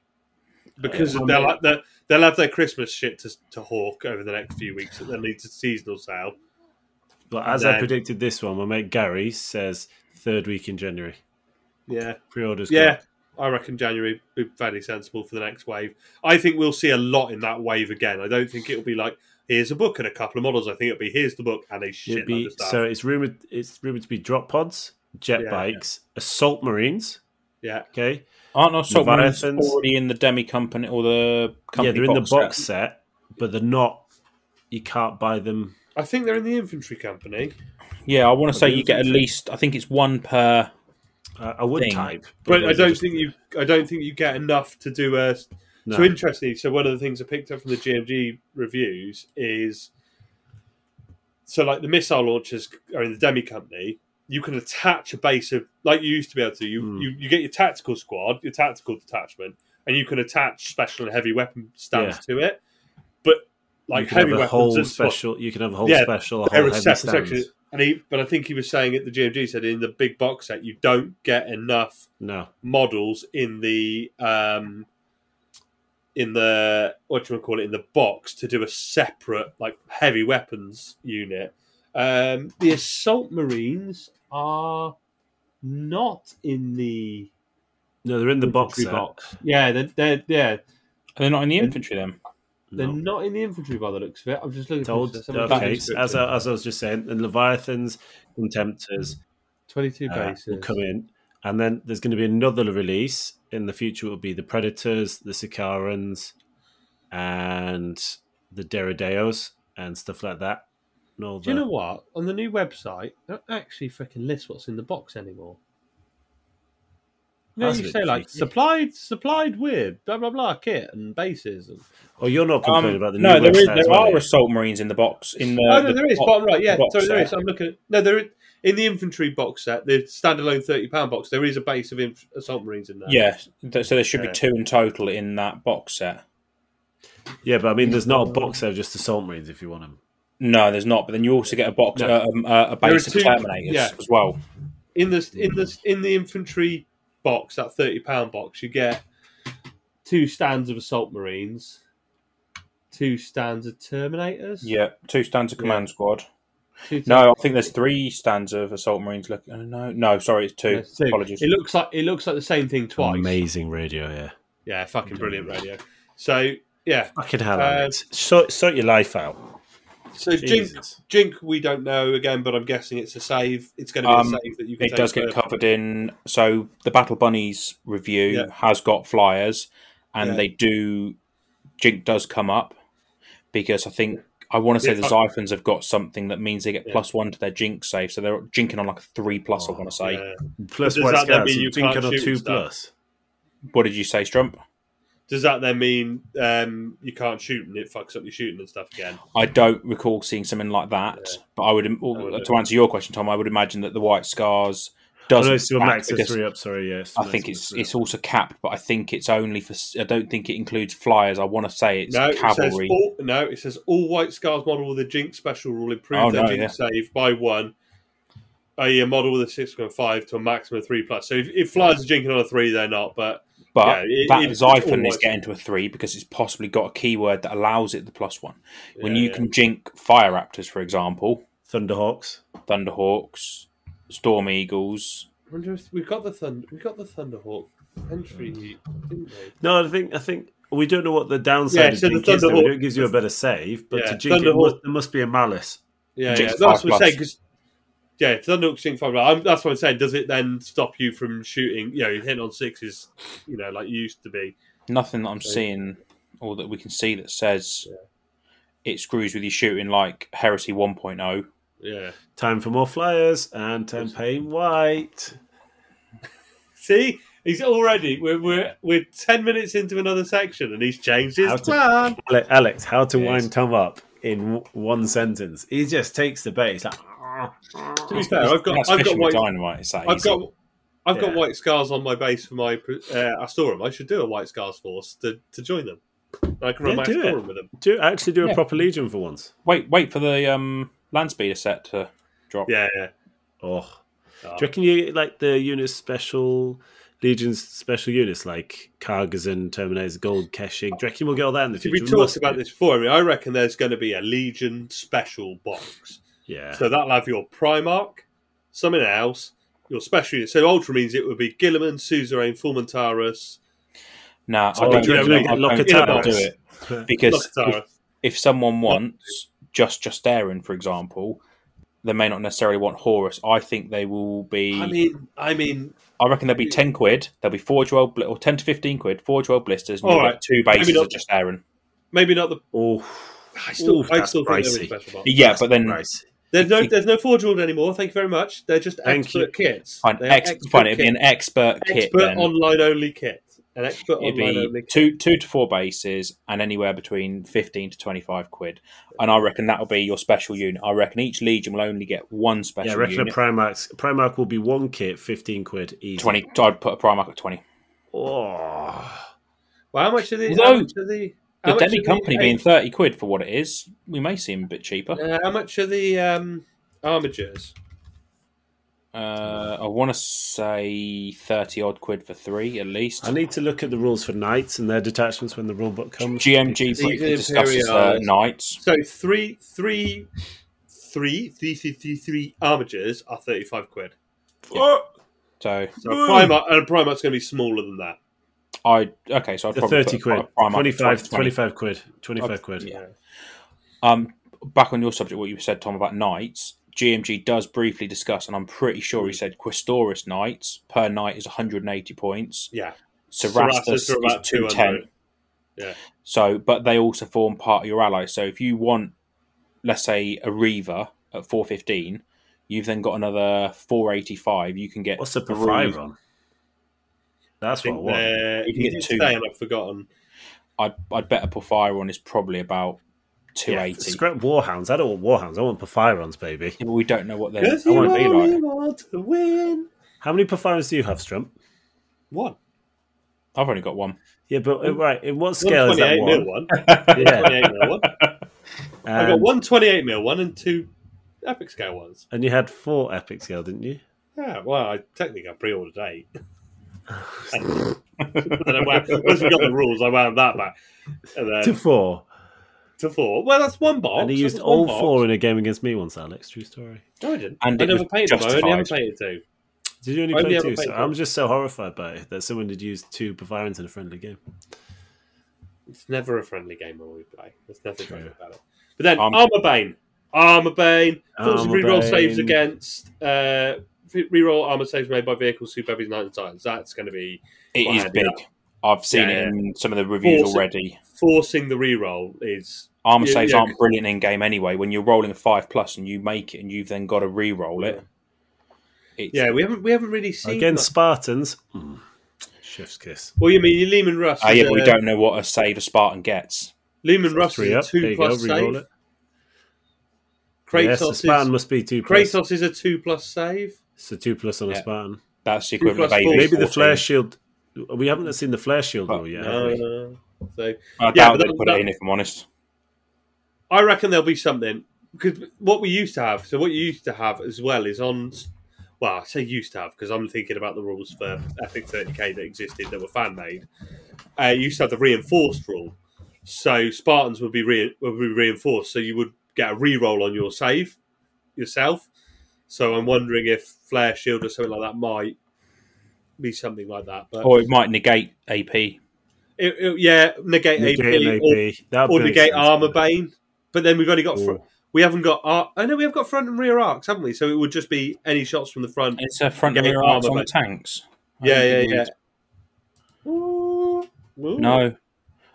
[SPEAKER 1] because
[SPEAKER 3] Yeah.
[SPEAKER 1] they'll, they'll they'll have their Christmas shit to, to hawk over the next few weeks that they'll need to seasonal sale.
[SPEAKER 3] But as I
[SPEAKER 1] then-
[SPEAKER 3] predicted this one, my mate Gary says third week in January.
[SPEAKER 1] Yeah,
[SPEAKER 3] Pre orders.
[SPEAKER 1] yeah. I reckon January would be fairly sensible for the next wave. I think we'll see a lot in that wave again. I don't think it'll be like here's a book and a couple of models. I think it'll be here's the book and a
[SPEAKER 3] It'd
[SPEAKER 1] shit
[SPEAKER 3] be,
[SPEAKER 1] of stuff.
[SPEAKER 3] so it's rumored it's rumored to be drop pods, jet
[SPEAKER 1] Yeah.
[SPEAKER 3] bikes, assault marines.
[SPEAKER 1] yeah,
[SPEAKER 3] Okay.
[SPEAKER 2] Aren't our salt marines
[SPEAKER 3] Leviathans.
[SPEAKER 2] already in the demi company or the company?
[SPEAKER 3] yeah, they're in the
[SPEAKER 2] set?
[SPEAKER 3] box set. but they're not you can't buy them.
[SPEAKER 1] I think they're in the infantry company.
[SPEAKER 2] Yeah, I want to say
[SPEAKER 3] the
[SPEAKER 2] you get at
[SPEAKER 3] infantry.
[SPEAKER 2] least. I think it's one per.
[SPEAKER 1] Uh,
[SPEAKER 3] I, I would
[SPEAKER 2] Thing.
[SPEAKER 3] type.
[SPEAKER 1] But I
[SPEAKER 3] those are
[SPEAKER 1] don't
[SPEAKER 3] just-
[SPEAKER 1] think you. I don't think you get enough to do a.
[SPEAKER 3] no.
[SPEAKER 1] So interestingly, so one of the things I picked up from the GMG reviews is, so like the missile launchers are in the demi company. You can attach a base of like you used to be able to. You
[SPEAKER 3] Hmm.
[SPEAKER 1] you, you get your tactical squad, your tactical detachment, and you can attach special and heavy weapon stands to it. But
[SPEAKER 3] you
[SPEAKER 1] like
[SPEAKER 3] can have
[SPEAKER 1] heavy
[SPEAKER 3] a
[SPEAKER 1] weapons
[SPEAKER 3] whole
[SPEAKER 1] and squad-
[SPEAKER 3] special you can have a whole
[SPEAKER 1] Yeah,
[SPEAKER 3] special, a
[SPEAKER 1] there
[SPEAKER 3] whole
[SPEAKER 1] is
[SPEAKER 3] heavy
[SPEAKER 1] separate
[SPEAKER 3] stands.
[SPEAKER 1] sections. And he, but I think he was saying at the GMG said in the big box set you don't get enough
[SPEAKER 3] No.
[SPEAKER 1] models in the um in the what do you call it in the box to do a separate like heavy weapons unit. Um the assault marines are not in the
[SPEAKER 3] No, they're in the box
[SPEAKER 1] infantry
[SPEAKER 3] set.
[SPEAKER 1] box. Yeah, they're, they're yeah,
[SPEAKER 2] Are they not in the infantry then?
[SPEAKER 1] they're
[SPEAKER 3] No.
[SPEAKER 1] not in the infantry by the looks of it. I'm just looking
[SPEAKER 3] Told,
[SPEAKER 1] for something-
[SPEAKER 3] okay, so as I, as I was just saying, the Leviathans, Contemptors,
[SPEAKER 1] 22
[SPEAKER 3] uh,
[SPEAKER 1] bases.
[SPEAKER 3] will come in. And then there's going to be another release in the future. Will be the Predators, the Sicarans, and the Derrideos and stuff like that. And all
[SPEAKER 1] Do you
[SPEAKER 3] the-
[SPEAKER 1] know what? On the new website, they don't actually freaking list what's in the box anymore. You know,
[SPEAKER 3] That's a
[SPEAKER 1] you
[SPEAKER 3] bit
[SPEAKER 1] say like
[SPEAKER 3] cheeky.
[SPEAKER 1] supplied, supplied with blah blah blah kit and bases. And...
[SPEAKER 2] Uh,
[SPEAKER 3] Oh, you're not complaining about the new
[SPEAKER 2] Um, no, there is.
[SPEAKER 3] website as
[SPEAKER 2] There
[SPEAKER 3] well,
[SPEAKER 2] are
[SPEAKER 3] yeah.
[SPEAKER 2] assault marines in the box. In the,
[SPEAKER 1] oh no,
[SPEAKER 2] the
[SPEAKER 1] there is
[SPEAKER 2] box-
[SPEAKER 1] bottom right. Yeah,
[SPEAKER 2] box
[SPEAKER 1] sorry, there
[SPEAKER 2] set.
[SPEAKER 1] is. I'm looking at no, there is, in the infantry box set, the standalone thirty pound box. There is a base of inf- assault marines in there.
[SPEAKER 2] Yeah, th- so there should
[SPEAKER 1] Yeah.
[SPEAKER 2] be two in total in that box set.
[SPEAKER 3] Yeah, but I mean, there's not a box set of just assault marines if you want them.
[SPEAKER 2] No, there's not. But then you also get a box,
[SPEAKER 1] No.
[SPEAKER 2] uh, um, uh, a
[SPEAKER 1] There
[SPEAKER 2] base
[SPEAKER 1] are
[SPEAKER 2] of
[SPEAKER 1] two-
[SPEAKER 2] terminators
[SPEAKER 1] yeah.
[SPEAKER 2] as well.
[SPEAKER 1] in the in the in the infantry box, that thirty pound box, you get two stands of assault marines, two stands of terminators.
[SPEAKER 2] Yeah, two stands of
[SPEAKER 1] Yeah.
[SPEAKER 2] command squad.
[SPEAKER 1] two
[SPEAKER 2] No, I think there's three stands of assault marines. Look, uh, no, no, sorry, it's two.
[SPEAKER 1] Yes, two.
[SPEAKER 2] Apologies.
[SPEAKER 1] It looks like it looks like the same thing twice.
[SPEAKER 3] Amazing radio, yeah.
[SPEAKER 1] Yeah, fucking brilliant radio. So yeah,
[SPEAKER 3] Fucking hell,
[SPEAKER 1] Uh,
[SPEAKER 3] Alex. Sort, sort your life out.
[SPEAKER 1] so Jink,
[SPEAKER 3] Jesus.
[SPEAKER 1] Jink, we don't know again, but I'm guessing it's a save. It's going to be
[SPEAKER 2] Um,
[SPEAKER 1] a save that you can.
[SPEAKER 2] It
[SPEAKER 1] take
[SPEAKER 2] does get
[SPEAKER 1] further.
[SPEAKER 2] covered in. So the Battle Bunnies review
[SPEAKER 1] Yeah.
[SPEAKER 2] has got flyers, and
[SPEAKER 1] Yeah.
[SPEAKER 2] they do. Jink does come up because I think I want to say
[SPEAKER 1] Yeah,
[SPEAKER 2] the
[SPEAKER 1] fuck.
[SPEAKER 2] Xiphons have got something that means they get
[SPEAKER 1] Yeah.
[SPEAKER 2] plus one to their Jink save, so they're jinking on like a three plus. I
[SPEAKER 3] Oh,
[SPEAKER 2] want to say.
[SPEAKER 1] Yeah.
[SPEAKER 3] Plus
[SPEAKER 1] Does
[SPEAKER 3] white
[SPEAKER 1] that then
[SPEAKER 3] scars,
[SPEAKER 1] mean
[SPEAKER 3] you
[SPEAKER 1] you
[SPEAKER 3] think
[SPEAKER 1] can't
[SPEAKER 3] on a
[SPEAKER 1] shoot
[SPEAKER 3] two
[SPEAKER 1] stuff?
[SPEAKER 3] plus.
[SPEAKER 2] What did you say, Strump?
[SPEAKER 1] Does that then mean um, you can't shoot and it fucks up your shooting and stuff again?
[SPEAKER 2] I don't recall seeing something like that,
[SPEAKER 1] Yeah.
[SPEAKER 2] but I would, oh,
[SPEAKER 1] would-
[SPEAKER 2] to answer your question, Tom, I would imagine that the white scars does
[SPEAKER 3] oh, no, it's still
[SPEAKER 2] stack
[SPEAKER 3] max of
[SPEAKER 2] because
[SPEAKER 3] three up. Sorry, yes.
[SPEAKER 2] I think it's it's also capped, but I think it's only for. s- I don't think it includes flyers. I want to say it's
[SPEAKER 1] no, it says
[SPEAKER 2] cavalry.
[SPEAKER 1] all, no, it says all white scars model with a Jink special will improve
[SPEAKER 2] Oh,
[SPEAKER 1] their
[SPEAKER 2] no,
[SPEAKER 1] Jink
[SPEAKER 2] yeah.
[SPEAKER 1] save by one. i.e. a model with a six point five to a maximum of three plus. So if, if flyers are jinking on a three, they're not. But
[SPEAKER 2] But
[SPEAKER 1] Yeah, it-
[SPEAKER 2] that
[SPEAKER 1] it's
[SPEAKER 2] Xiphon is
[SPEAKER 1] almost-
[SPEAKER 2] getting to a three because it's possibly got a keyword that allows it the plus one. When
[SPEAKER 1] Yeah,
[SPEAKER 2] you
[SPEAKER 1] yeah.
[SPEAKER 2] can jink Fire Raptors, for example,
[SPEAKER 3] Thunderhawks.
[SPEAKER 2] Thunderhawks, Storm Eagles,
[SPEAKER 1] I wonder if we got the thunder. We got the Thunderhawk entry, didn't we?
[SPEAKER 3] No, I think I think we don't know what the downside
[SPEAKER 1] Yeah,
[SPEAKER 3] of
[SPEAKER 1] so the
[SPEAKER 3] jink is. Though. We
[SPEAKER 1] Thunderhawk-
[SPEAKER 3] don't gives you a better save, but
[SPEAKER 1] Yeah,
[SPEAKER 3] to jink it,
[SPEAKER 1] Thunderhawk-
[SPEAKER 3] must, there must be a malice.
[SPEAKER 1] Yeah, yeah.
[SPEAKER 2] Jinx
[SPEAKER 1] that's
[SPEAKER 2] five
[SPEAKER 1] what I'm
[SPEAKER 2] plus.
[SPEAKER 1] saying. Because yeah, Thunderhawk Jinx five. plus. I'm, that's what I'm saying. Does it then stop you from shooting? You know, hitting on sixes. You know, like you used to be.
[SPEAKER 2] nothing that I'm
[SPEAKER 1] Right.
[SPEAKER 2] seeing or that we can see that says it screws with your shooting like Heresy oh. 1.0.
[SPEAKER 1] Yeah.
[SPEAKER 3] Time for more flyers and Tempane White.
[SPEAKER 1] See, he's already. We're we're we're ten minutes into another section, and he's changed his
[SPEAKER 3] How to-
[SPEAKER 1] plan.
[SPEAKER 3] Ale- Alex, how to
[SPEAKER 2] Yes.
[SPEAKER 3] wind Tom up in w- one sentence? He just takes the bait. He's like, "Ah, ah."
[SPEAKER 1] To be fair, I've got
[SPEAKER 2] That's
[SPEAKER 1] I've got
[SPEAKER 2] fishing with
[SPEAKER 1] white
[SPEAKER 2] dynamite. It's that
[SPEAKER 1] I've
[SPEAKER 2] easy.
[SPEAKER 1] got. I've got
[SPEAKER 3] Yeah.
[SPEAKER 1] white scars on my base for my uh, Astorum. I should do a white scars force to, to join them. I can run
[SPEAKER 3] Yeah,
[SPEAKER 1] my
[SPEAKER 3] do it.
[SPEAKER 1] Astorum with them.
[SPEAKER 3] do actually do a
[SPEAKER 2] Yeah.
[SPEAKER 3] proper legion for once.
[SPEAKER 2] Wait, wait for the um, land speeder set to drop.
[SPEAKER 1] Yeah, yeah.
[SPEAKER 3] Oh,
[SPEAKER 1] Oh,
[SPEAKER 3] do you reckon you get, like the units special legions special units like Kargazin, Terminator, Gold, Keshig? Do you reckon we'll get all that in the
[SPEAKER 1] Did
[SPEAKER 3] future?
[SPEAKER 1] we
[SPEAKER 3] must
[SPEAKER 1] talked about
[SPEAKER 3] do.
[SPEAKER 1] this before? I mean, I reckon there's going to be a Legion special box.
[SPEAKER 3] Yeah,
[SPEAKER 1] So that'll have your Primarch, something else, your special unit. So Ultra means it would be Gilliman, Suzerain, Fulmintarus,
[SPEAKER 2] Nah,
[SPEAKER 3] So
[SPEAKER 2] I don't,
[SPEAKER 1] do you
[SPEAKER 2] I
[SPEAKER 1] reckon we
[SPEAKER 2] don't,
[SPEAKER 1] get
[SPEAKER 2] I
[SPEAKER 3] Locataris?
[SPEAKER 2] don't do it because if,
[SPEAKER 1] Locataris.
[SPEAKER 2] if someone wants just Justarin, for example, they may not necessarily want Horus. I think they will be.
[SPEAKER 1] I mean, I mean,
[SPEAKER 2] I reckon they'll be ten quid. They'll be four dual bl- or ten to fifteen quid, four dual blisters, and
[SPEAKER 1] All
[SPEAKER 2] you'll
[SPEAKER 1] right.
[SPEAKER 2] get two bases
[SPEAKER 1] Maybe not-
[SPEAKER 2] of just Aaron.
[SPEAKER 1] maybe not the.
[SPEAKER 3] oh,
[SPEAKER 1] I still,
[SPEAKER 3] Ooh,
[SPEAKER 1] I
[SPEAKER 3] that's
[SPEAKER 1] still think there is a
[SPEAKER 3] pricey.
[SPEAKER 1] special box.
[SPEAKER 2] Yeah, but then
[SPEAKER 3] nice.
[SPEAKER 1] There's no, there's no four jeweled anymore. Thank you very much. They're just
[SPEAKER 3] Thank
[SPEAKER 1] expert
[SPEAKER 3] you.
[SPEAKER 1] kits.
[SPEAKER 2] fine,
[SPEAKER 1] They are
[SPEAKER 2] ex- fine, it'd be an
[SPEAKER 1] kits.
[SPEAKER 2] expert, kit.
[SPEAKER 1] expert
[SPEAKER 2] then.
[SPEAKER 1] online only kit. An expert
[SPEAKER 2] It'd
[SPEAKER 1] online only
[SPEAKER 2] be
[SPEAKER 1] kit.
[SPEAKER 2] two two to four bases and anywhere between fifteen to twenty five quid, and I reckon that'll be your special unit. I reckon each legion will only get one special
[SPEAKER 3] Yeah, I reckon
[SPEAKER 2] unit.
[SPEAKER 3] a Primark Primark will be one kit, fifteen quid easy.
[SPEAKER 2] twenty. I'd put a Primarch at twenty.
[SPEAKER 3] Oh,
[SPEAKER 1] Well, how much are the?
[SPEAKER 2] Although,
[SPEAKER 1] how much are the?
[SPEAKER 2] The
[SPEAKER 1] how much
[SPEAKER 2] Demi
[SPEAKER 1] are
[SPEAKER 2] Company
[SPEAKER 1] the-
[SPEAKER 2] being thirty quid for what it is, we may seem a bit cheaper.
[SPEAKER 1] Uh, how much are the um, armatures?
[SPEAKER 2] Uh, I want to say thirty odd quid for three at least.
[SPEAKER 3] I need to look at the rules for knights and their detachments when the rulebook comes.
[SPEAKER 2] GMG
[SPEAKER 1] These
[SPEAKER 2] briefly discusses uh,
[SPEAKER 1] Imperials.
[SPEAKER 2] knights.
[SPEAKER 1] So three, three, three, three, three, three, three armatures are thirty-five quid.
[SPEAKER 3] Oh,
[SPEAKER 2] So
[SPEAKER 1] So a
[SPEAKER 3] Woo!
[SPEAKER 1] Primark and a Primark's going to be smaller than that.
[SPEAKER 2] I okay. So I'd
[SPEAKER 3] the
[SPEAKER 2] probably
[SPEAKER 3] thirty
[SPEAKER 2] put
[SPEAKER 3] quid,
[SPEAKER 2] a Primarch at 20.
[SPEAKER 3] 25, 25 quid, twenty five quid.
[SPEAKER 2] Yeah. Um, back on your subject, what you said, Tom, about knights. GMG does briefly discuss, and I'm pretty sure
[SPEAKER 1] Hmm.
[SPEAKER 2] he said Questorus knights per knight is 180 points.
[SPEAKER 1] Yeah,
[SPEAKER 2] Serastus
[SPEAKER 1] Serastus
[SPEAKER 2] is
[SPEAKER 1] are about
[SPEAKER 2] 210.
[SPEAKER 1] 200. Yeah.
[SPEAKER 2] So, but they also form part of your allies. So, if you want, let's say, a Reaver at 415, you've then got another 485. You can get
[SPEAKER 3] What's the
[SPEAKER 2] three-
[SPEAKER 3] Prefyron?
[SPEAKER 1] I
[SPEAKER 3] That's what I
[SPEAKER 1] think
[SPEAKER 3] want.
[SPEAKER 1] they're.
[SPEAKER 2] You can
[SPEAKER 1] He
[SPEAKER 2] get
[SPEAKER 1] did
[SPEAKER 2] two.
[SPEAKER 1] say, and I've forgotten.
[SPEAKER 2] I'd, I'd bet a Porphyron is probably about
[SPEAKER 3] Yeah,
[SPEAKER 2] 280.
[SPEAKER 3] scrap warhounds. I don't want warhounds. I want Porphyrons, baby.
[SPEAKER 2] Yeah, but we don't know what they're.
[SPEAKER 1] Because
[SPEAKER 2] I
[SPEAKER 1] you
[SPEAKER 2] want to be
[SPEAKER 1] only
[SPEAKER 2] like.
[SPEAKER 1] want to win.
[SPEAKER 3] How many Porphyrons do you have, Strump?
[SPEAKER 1] One.
[SPEAKER 2] I've only got one.
[SPEAKER 3] Yeah, but uh, right, in what
[SPEAKER 1] One
[SPEAKER 3] scale is that
[SPEAKER 1] twenty-eight mil
[SPEAKER 3] one?
[SPEAKER 1] one.
[SPEAKER 3] Yeah,
[SPEAKER 1] Twenty-eight mil one. I've got
[SPEAKER 3] and-
[SPEAKER 1] one 28 mil one and two epic scale ones.
[SPEAKER 3] And you had four epic scale, didn't you?
[SPEAKER 1] Yeah, well, I technically I pre-ordered eight. then I wound, once we got the rules, I wound that back and
[SPEAKER 3] to
[SPEAKER 1] then
[SPEAKER 3] four.
[SPEAKER 1] to four. Well, that's one um, box.
[SPEAKER 3] and he
[SPEAKER 1] That
[SPEAKER 3] used
[SPEAKER 1] was
[SPEAKER 3] all
[SPEAKER 1] one box.
[SPEAKER 3] four in a game against me once, Alex. True story.
[SPEAKER 1] No, I didn't.
[SPEAKER 2] And
[SPEAKER 1] I
[SPEAKER 2] it
[SPEAKER 1] never
[SPEAKER 2] was
[SPEAKER 1] painted them. I only ever
[SPEAKER 2] justified.
[SPEAKER 1] painted two.
[SPEAKER 3] Did you only
[SPEAKER 1] I only
[SPEAKER 3] play
[SPEAKER 1] ever
[SPEAKER 3] two?
[SPEAKER 1] played
[SPEAKER 3] So
[SPEAKER 1] four.
[SPEAKER 3] I'm just so horrified by it that someone had used two Bavarians in a friendly game.
[SPEAKER 1] It's never a friendly game when we play. There's nothing
[SPEAKER 3] True.
[SPEAKER 1] friendly about it. But then
[SPEAKER 2] Um,
[SPEAKER 1] armor bane, armor bane, forces
[SPEAKER 3] Armor
[SPEAKER 1] reroll
[SPEAKER 3] Bane.
[SPEAKER 1] saves against uh, reroll armor saves made by vehicles, super heavies, nine times. That's going to be
[SPEAKER 2] It
[SPEAKER 1] Well,
[SPEAKER 2] is
[SPEAKER 1] yeah.
[SPEAKER 2] big. I've seen
[SPEAKER 1] Yeah,
[SPEAKER 2] it in some of the reviews
[SPEAKER 1] Force-
[SPEAKER 2] already.
[SPEAKER 1] forcing the reroll is
[SPEAKER 2] Armor
[SPEAKER 1] Yeah,
[SPEAKER 2] saves
[SPEAKER 1] yeah.
[SPEAKER 2] aren't brilliant in game anyway. When you're rolling a five plus and you make it, and you've then got to re-roll it. It's,
[SPEAKER 1] yeah. We haven't we haven't really seen
[SPEAKER 3] Against
[SPEAKER 1] much.
[SPEAKER 3] Spartans, mm, chef's kiss.
[SPEAKER 1] Well, you mean your Lehman Russ?
[SPEAKER 2] Ah, yeah,
[SPEAKER 1] is
[SPEAKER 2] but we
[SPEAKER 1] a-
[SPEAKER 2] don't know what a save a Spartan gets.
[SPEAKER 1] Lehman Russ is
[SPEAKER 3] Three
[SPEAKER 1] a
[SPEAKER 3] up. There
[SPEAKER 1] two
[SPEAKER 3] you go.
[SPEAKER 1] plus
[SPEAKER 3] Reroll
[SPEAKER 1] save.
[SPEAKER 3] it. yes, the
[SPEAKER 1] Kratos
[SPEAKER 3] Spartan
[SPEAKER 1] is
[SPEAKER 3] must be two plus.
[SPEAKER 1] Kratos is a two plus save.
[SPEAKER 3] So two plus on a
[SPEAKER 2] Yeah.
[SPEAKER 3] Spartan.
[SPEAKER 2] That's the equivalent
[SPEAKER 1] plus
[SPEAKER 2] of AV
[SPEAKER 1] four.
[SPEAKER 3] Maybe the
[SPEAKER 2] 14.
[SPEAKER 3] flare shield. We haven't seen the flare shield
[SPEAKER 2] But-
[SPEAKER 3] rule yet. have
[SPEAKER 1] No,
[SPEAKER 3] we?
[SPEAKER 1] no. So
[SPEAKER 2] I doubt
[SPEAKER 1] but
[SPEAKER 2] they
[SPEAKER 1] that-
[SPEAKER 2] put
[SPEAKER 1] that-
[SPEAKER 2] it in. If I'm honest,
[SPEAKER 1] I reckon there'll be something because what we used to have. So what you used to have as well is on Well, I say used to have because I'm thinking about the rules for Epic 30k that existed that were fan made. Uh, you used to have the reinforced rule, so Spartans would be re- would be reinforced, so you would get a reroll on your save yourself. So I'm wondering if Flare Shield or something like that might be something like that. But
[SPEAKER 2] Or it might negate AP.
[SPEAKER 1] it, it- yeah, negate,
[SPEAKER 3] Negate
[SPEAKER 1] AP,
[SPEAKER 3] an
[SPEAKER 1] or
[SPEAKER 3] AP. That
[SPEAKER 1] or
[SPEAKER 3] makes
[SPEAKER 1] negate
[SPEAKER 3] sense.
[SPEAKER 1] armor bane. But then we've only got fr-
[SPEAKER 3] Ooh.
[SPEAKER 1] we haven't got ar- I know we have got front and rear arcs, haven't we? So it would just be any shots from the front.
[SPEAKER 2] It's a front and
[SPEAKER 1] Negate
[SPEAKER 2] rear arms
[SPEAKER 1] armor,
[SPEAKER 2] on the
[SPEAKER 1] mate.
[SPEAKER 2] tanks. I
[SPEAKER 1] yeah, yeah,
[SPEAKER 2] don't
[SPEAKER 1] yeah.
[SPEAKER 2] think
[SPEAKER 1] Ooh, ooh.
[SPEAKER 2] we- No.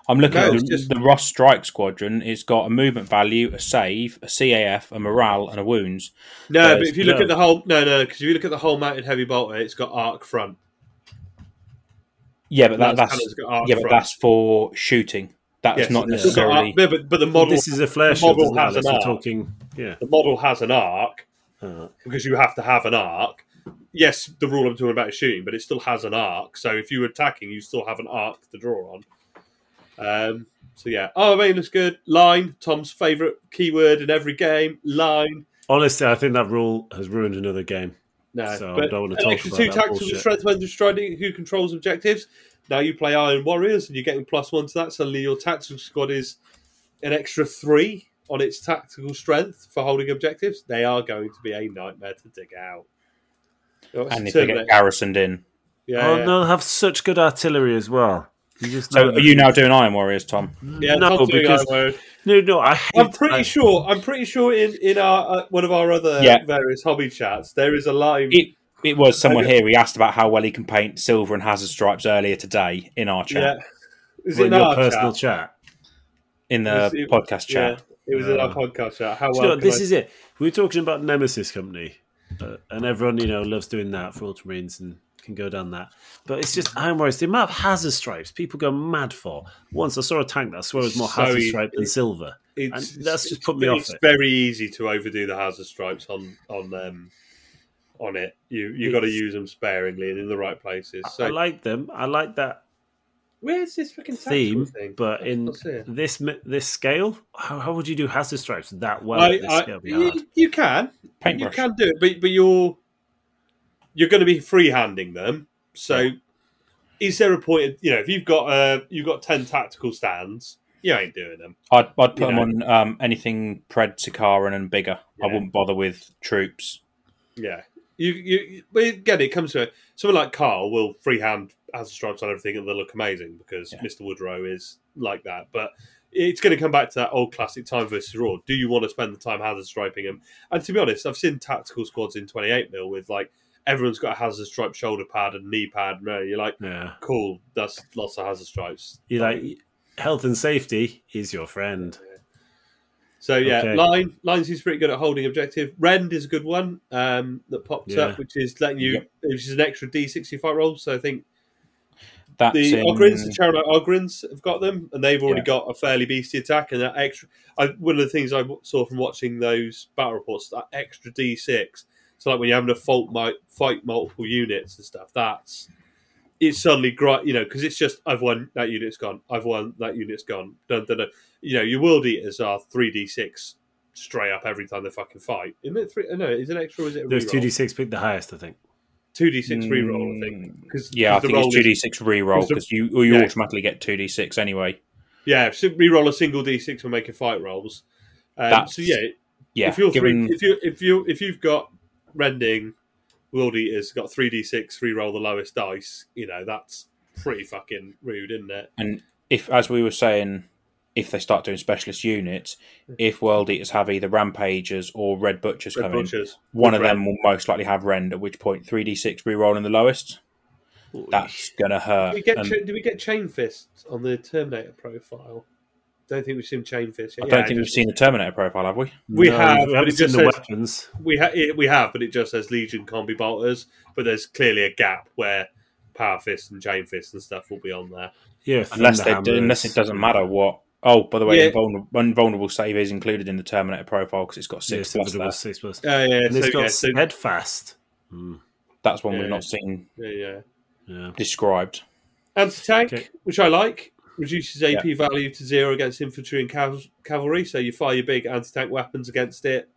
[SPEAKER 2] I'm looking
[SPEAKER 1] No,
[SPEAKER 2] at the,
[SPEAKER 1] it's just-
[SPEAKER 2] the Ross Strike Squadron. It's got a movement value, a save, a CAF, a morale, and a wounds.
[SPEAKER 1] no.
[SPEAKER 2] There's
[SPEAKER 1] But if you look
[SPEAKER 3] no.
[SPEAKER 1] at the whole no, no, because if you look at the whole mounted heavy bolter, it's got arc front.
[SPEAKER 2] Yeah, but that,
[SPEAKER 1] Lance
[SPEAKER 2] that's
[SPEAKER 1] Cannon's got arc
[SPEAKER 2] yeah, but
[SPEAKER 1] front.
[SPEAKER 2] that's for shooting. That's
[SPEAKER 1] Yes,
[SPEAKER 2] not
[SPEAKER 1] it's still got
[SPEAKER 2] necessarily.
[SPEAKER 1] arc- yeah, but, but the
[SPEAKER 3] Well,
[SPEAKER 1] model
[SPEAKER 3] this is a flare
[SPEAKER 1] the
[SPEAKER 3] shield.
[SPEAKER 1] model
[SPEAKER 3] isn't it,
[SPEAKER 1] has an
[SPEAKER 3] Alex? We're
[SPEAKER 1] arc.
[SPEAKER 3] talking. Yeah.
[SPEAKER 1] the model has an arc
[SPEAKER 3] Uh,
[SPEAKER 1] because you have to have an arc. Yes, the rule I'm talking about is shooting, but it still has an arc. So if you're attacking, you still have an arc to draw on. Um, so yeah, oh, I mean, looks good. Line, Tom's favorite keyword in every game. Line.
[SPEAKER 3] honestly, I think that rule has ruined another game.
[SPEAKER 1] No,
[SPEAKER 3] So I
[SPEAKER 1] but
[SPEAKER 3] don't wanna
[SPEAKER 1] an
[SPEAKER 3] talk
[SPEAKER 1] extra
[SPEAKER 3] about
[SPEAKER 1] two
[SPEAKER 3] that
[SPEAKER 1] tactics
[SPEAKER 3] bullshit.
[SPEAKER 1] with strength when striding who controls objectives. Now you play Iron Warriors and you're getting plus one to that. Suddenly your tactical squad is an extra three on its tactical strength for holding objectives. They are going to be a nightmare to dig out. Oh, it's
[SPEAKER 2] And if they
[SPEAKER 1] Terminator.
[SPEAKER 2] get garrisoned in,
[SPEAKER 1] yeah,
[SPEAKER 3] oh
[SPEAKER 1] yeah.
[SPEAKER 3] no, they have such good artillery as well. You just
[SPEAKER 2] so
[SPEAKER 3] know
[SPEAKER 2] are
[SPEAKER 3] that-
[SPEAKER 2] you now doing Iron Warriors, Tom?
[SPEAKER 1] Yeah,
[SPEAKER 3] no,
[SPEAKER 1] Tom's doing Iron
[SPEAKER 3] because
[SPEAKER 1] Warriors.
[SPEAKER 3] no, no, I hate.
[SPEAKER 1] I'm pretty
[SPEAKER 3] I-
[SPEAKER 1] sure. I'm pretty sure in in our uh, one of our other
[SPEAKER 2] Yeah.
[SPEAKER 1] various hobby chats there is a line.
[SPEAKER 2] It it was someone
[SPEAKER 1] Okay.
[SPEAKER 2] here. We asked about how well he can paint silver and hazard stripes earlier today in our
[SPEAKER 1] yeah,
[SPEAKER 2] chat
[SPEAKER 1] is
[SPEAKER 3] well,
[SPEAKER 1] it
[SPEAKER 3] in
[SPEAKER 1] in
[SPEAKER 3] your
[SPEAKER 1] our
[SPEAKER 3] personal uh,
[SPEAKER 1] chat?
[SPEAKER 3] chat.
[SPEAKER 2] in the
[SPEAKER 1] Yes, it-
[SPEAKER 2] podcast chat.
[SPEAKER 1] Yeah, it was in
[SPEAKER 3] Uh,
[SPEAKER 1] our podcast chat. How
[SPEAKER 3] Do
[SPEAKER 1] well?
[SPEAKER 3] you know,
[SPEAKER 1] can
[SPEAKER 3] this
[SPEAKER 1] I-
[SPEAKER 3] is it. We were talking about Nemesis Company, uh, and everyone you know loves doing that for Ultramarines and can go down that. But it's just Iron Warriors. The amount of hazard stripes people go mad for. Once I saw a tank that I swear was more
[SPEAKER 1] So
[SPEAKER 3] hazard
[SPEAKER 1] easy.
[SPEAKER 3] stripe than silver.
[SPEAKER 1] It's,
[SPEAKER 3] And that's
[SPEAKER 1] it's-
[SPEAKER 3] just put me off
[SPEAKER 1] It's
[SPEAKER 3] it.
[SPEAKER 1] very easy to overdo the hazard stripes on on um, on it. You you got to
[SPEAKER 3] It's-
[SPEAKER 1] use them sparingly and in the right places.
[SPEAKER 3] I-
[SPEAKER 1] So
[SPEAKER 3] I like them. I like that
[SPEAKER 1] where's this fucking tactical
[SPEAKER 3] theme,
[SPEAKER 1] thing?
[SPEAKER 3] but in
[SPEAKER 1] Let's see it.
[SPEAKER 3] this mi- this scale, how, how would you do hazard stripes that well?
[SPEAKER 1] I,
[SPEAKER 3] at this
[SPEAKER 1] I,
[SPEAKER 3] scale? Be hard.
[SPEAKER 1] you, you can you
[SPEAKER 2] Paintbrush.
[SPEAKER 1] can do it, but but you're you're going to be freehanding them. So is there a point? You know, if you've got uh you've got ten tactical stands, you ain't doing them.
[SPEAKER 2] I'd, I'd put
[SPEAKER 1] You
[SPEAKER 2] them on um, anything Pred, Sakaran, and bigger. I
[SPEAKER 1] Yeah.
[SPEAKER 2] wouldn't bother with troops.
[SPEAKER 1] Yeah. You, you, but again, it comes to it. Someone like Carl will freehand hazard stripes on everything and they'll look amazing because
[SPEAKER 2] Yeah.
[SPEAKER 1] Mr. Woodrow is like that. But it's going to come back to that old classic time versus raw. Do you want to spend the time hazard striping them? And to be honest, I've seen tactical squads in 28 mil with like everyone's got a hazard stripe shoulder pad and knee pad. And you're like,
[SPEAKER 3] Yeah,
[SPEAKER 1] cool, that's lots of hazard stripes.
[SPEAKER 3] you like health and safety is your friend.
[SPEAKER 1] So yeah,
[SPEAKER 3] Okay.
[SPEAKER 1] line line seems pretty good at holding objective. Rend is a good one um, that popped
[SPEAKER 3] Yeah.
[SPEAKER 1] up, which is letting you,
[SPEAKER 2] Yep.
[SPEAKER 1] which is an extra D60 fight roll. So I think
[SPEAKER 2] That's
[SPEAKER 1] the
[SPEAKER 2] in-
[SPEAKER 1] Ogrins, the Charolite Ogrins, have got them, and they've already
[SPEAKER 2] Yeah.
[SPEAKER 1] got a fairly beastly attack. And that extra, I, one of the things I w- saw from watching those battle reports, that extra D6. So like when you're having to fault mi- fight multiple units and stuff, that's it's suddenly great, you know, because it's just I've won that unit's gone, I've won that unit's gone. Dun, dun, dun. You know, your world eaters are three D6 straight up every time they fucking fight. Isn't it three? No, is it extra? Or is it a
[SPEAKER 3] Those two d
[SPEAKER 1] reroll?
[SPEAKER 3] six pick the highest, I think.
[SPEAKER 1] two D6 reroll? I think.
[SPEAKER 2] Mm,
[SPEAKER 1] 'Cause-
[SPEAKER 2] Yeah, I
[SPEAKER 1] 'cause the
[SPEAKER 2] think it's
[SPEAKER 1] roll
[SPEAKER 2] two
[SPEAKER 1] is-
[SPEAKER 2] d six reroll
[SPEAKER 1] is the-
[SPEAKER 2] because you you
[SPEAKER 1] Yeah.
[SPEAKER 2] automatically get two d six anyway.
[SPEAKER 1] Yeah, so re-roll a single d6 when making fight rolls. Um,
[SPEAKER 2] That's-
[SPEAKER 1] so yeah,
[SPEAKER 2] Yeah,
[SPEAKER 1] if you're
[SPEAKER 2] given
[SPEAKER 1] three, if you if you if you've got rending, world eaters got three d6, re-roll the lowest dice. You know that's pretty fucking rude, isn't it?
[SPEAKER 2] and if as we were saying, if they start doing specialist units, if World Eaters have either rampagers or red butchers
[SPEAKER 1] Red
[SPEAKER 2] coming,
[SPEAKER 1] Butchers.
[SPEAKER 2] one
[SPEAKER 1] Good
[SPEAKER 2] of them will most likely have rend. At which point, three d six reroll in the lowest. That's gonna
[SPEAKER 1] Did
[SPEAKER 2] hurt.
[SPEAKER 1] we get
[SPEAKER 2] And
[SPEAKER 1] Cha- did we get chain fist on the Terminator profile? Don't think we've seen chain fist. Yet.
[SPEAKER 2] I don't
[SPEAKER 1] Yeah,
[SPEAKER 2] think we've
[SPEAKER 1] just-
[SPEAKER 2] seen the Terminator profile, have we?
[SPEAKER 1] we have,
[SPEAKER 3] We
[SPEAKER 1] but
[SPEAKER 3] haven't
[SPEAKER 1] it
[SPEAKER 3] seen
[SPEAKER 1] just
[SPEAKER 3] the
[SPEAKER 1] says-
[SPEAKER 3] weapons.
[SPEAKER 1] we ha- it, we have, but it just says Legion can't be bolters. But there's clearly a gap where power fist and chain fist and stuff will be on there.
[SPEAKER 3] Yeah,
[SPEAKER 2] Unless they
[SPEAKER 3] Thunderhammers.
[SPEAKER 2] do, unless it doesn't matter what. Oh, by the way,
[SPEAKER 1] Yeah.
[SPEAKER 2] invulnerable, invulnerable save is included in the Terminator profile because it's got
[SPEAKER 3] Yeah,
[SPEAKER 2] six plus
[SPEAKER 3] Silver
[SPEAKER 2] there.
[SPEAKER 3] Double six plus.
[SPEAKER 1] Uh, yeah,
[SPEAKER 3] And it's
[SPEAKER 1] so,
[SPEAKER 3] got
[SPEAKER 1] yeah, so,
[SPEAKER 3] steadfast. Mm,
[SPEAKER 2] That's one
[SPEAKER 1] Yeah.
[SPEAKER 2] we've not seen
[SPEAKER 1] yeah, yeah.
[SPEAKER 3] yeah.
[SPEAKER 2] described.
[SPEAKER 1] Anti tank,
[SPEAKER 3] Okay.
[SPEAKER 1] which I like, reduces AP value to zero against infantry and cav- cavalry. So you fire your big anti tank weapons against it.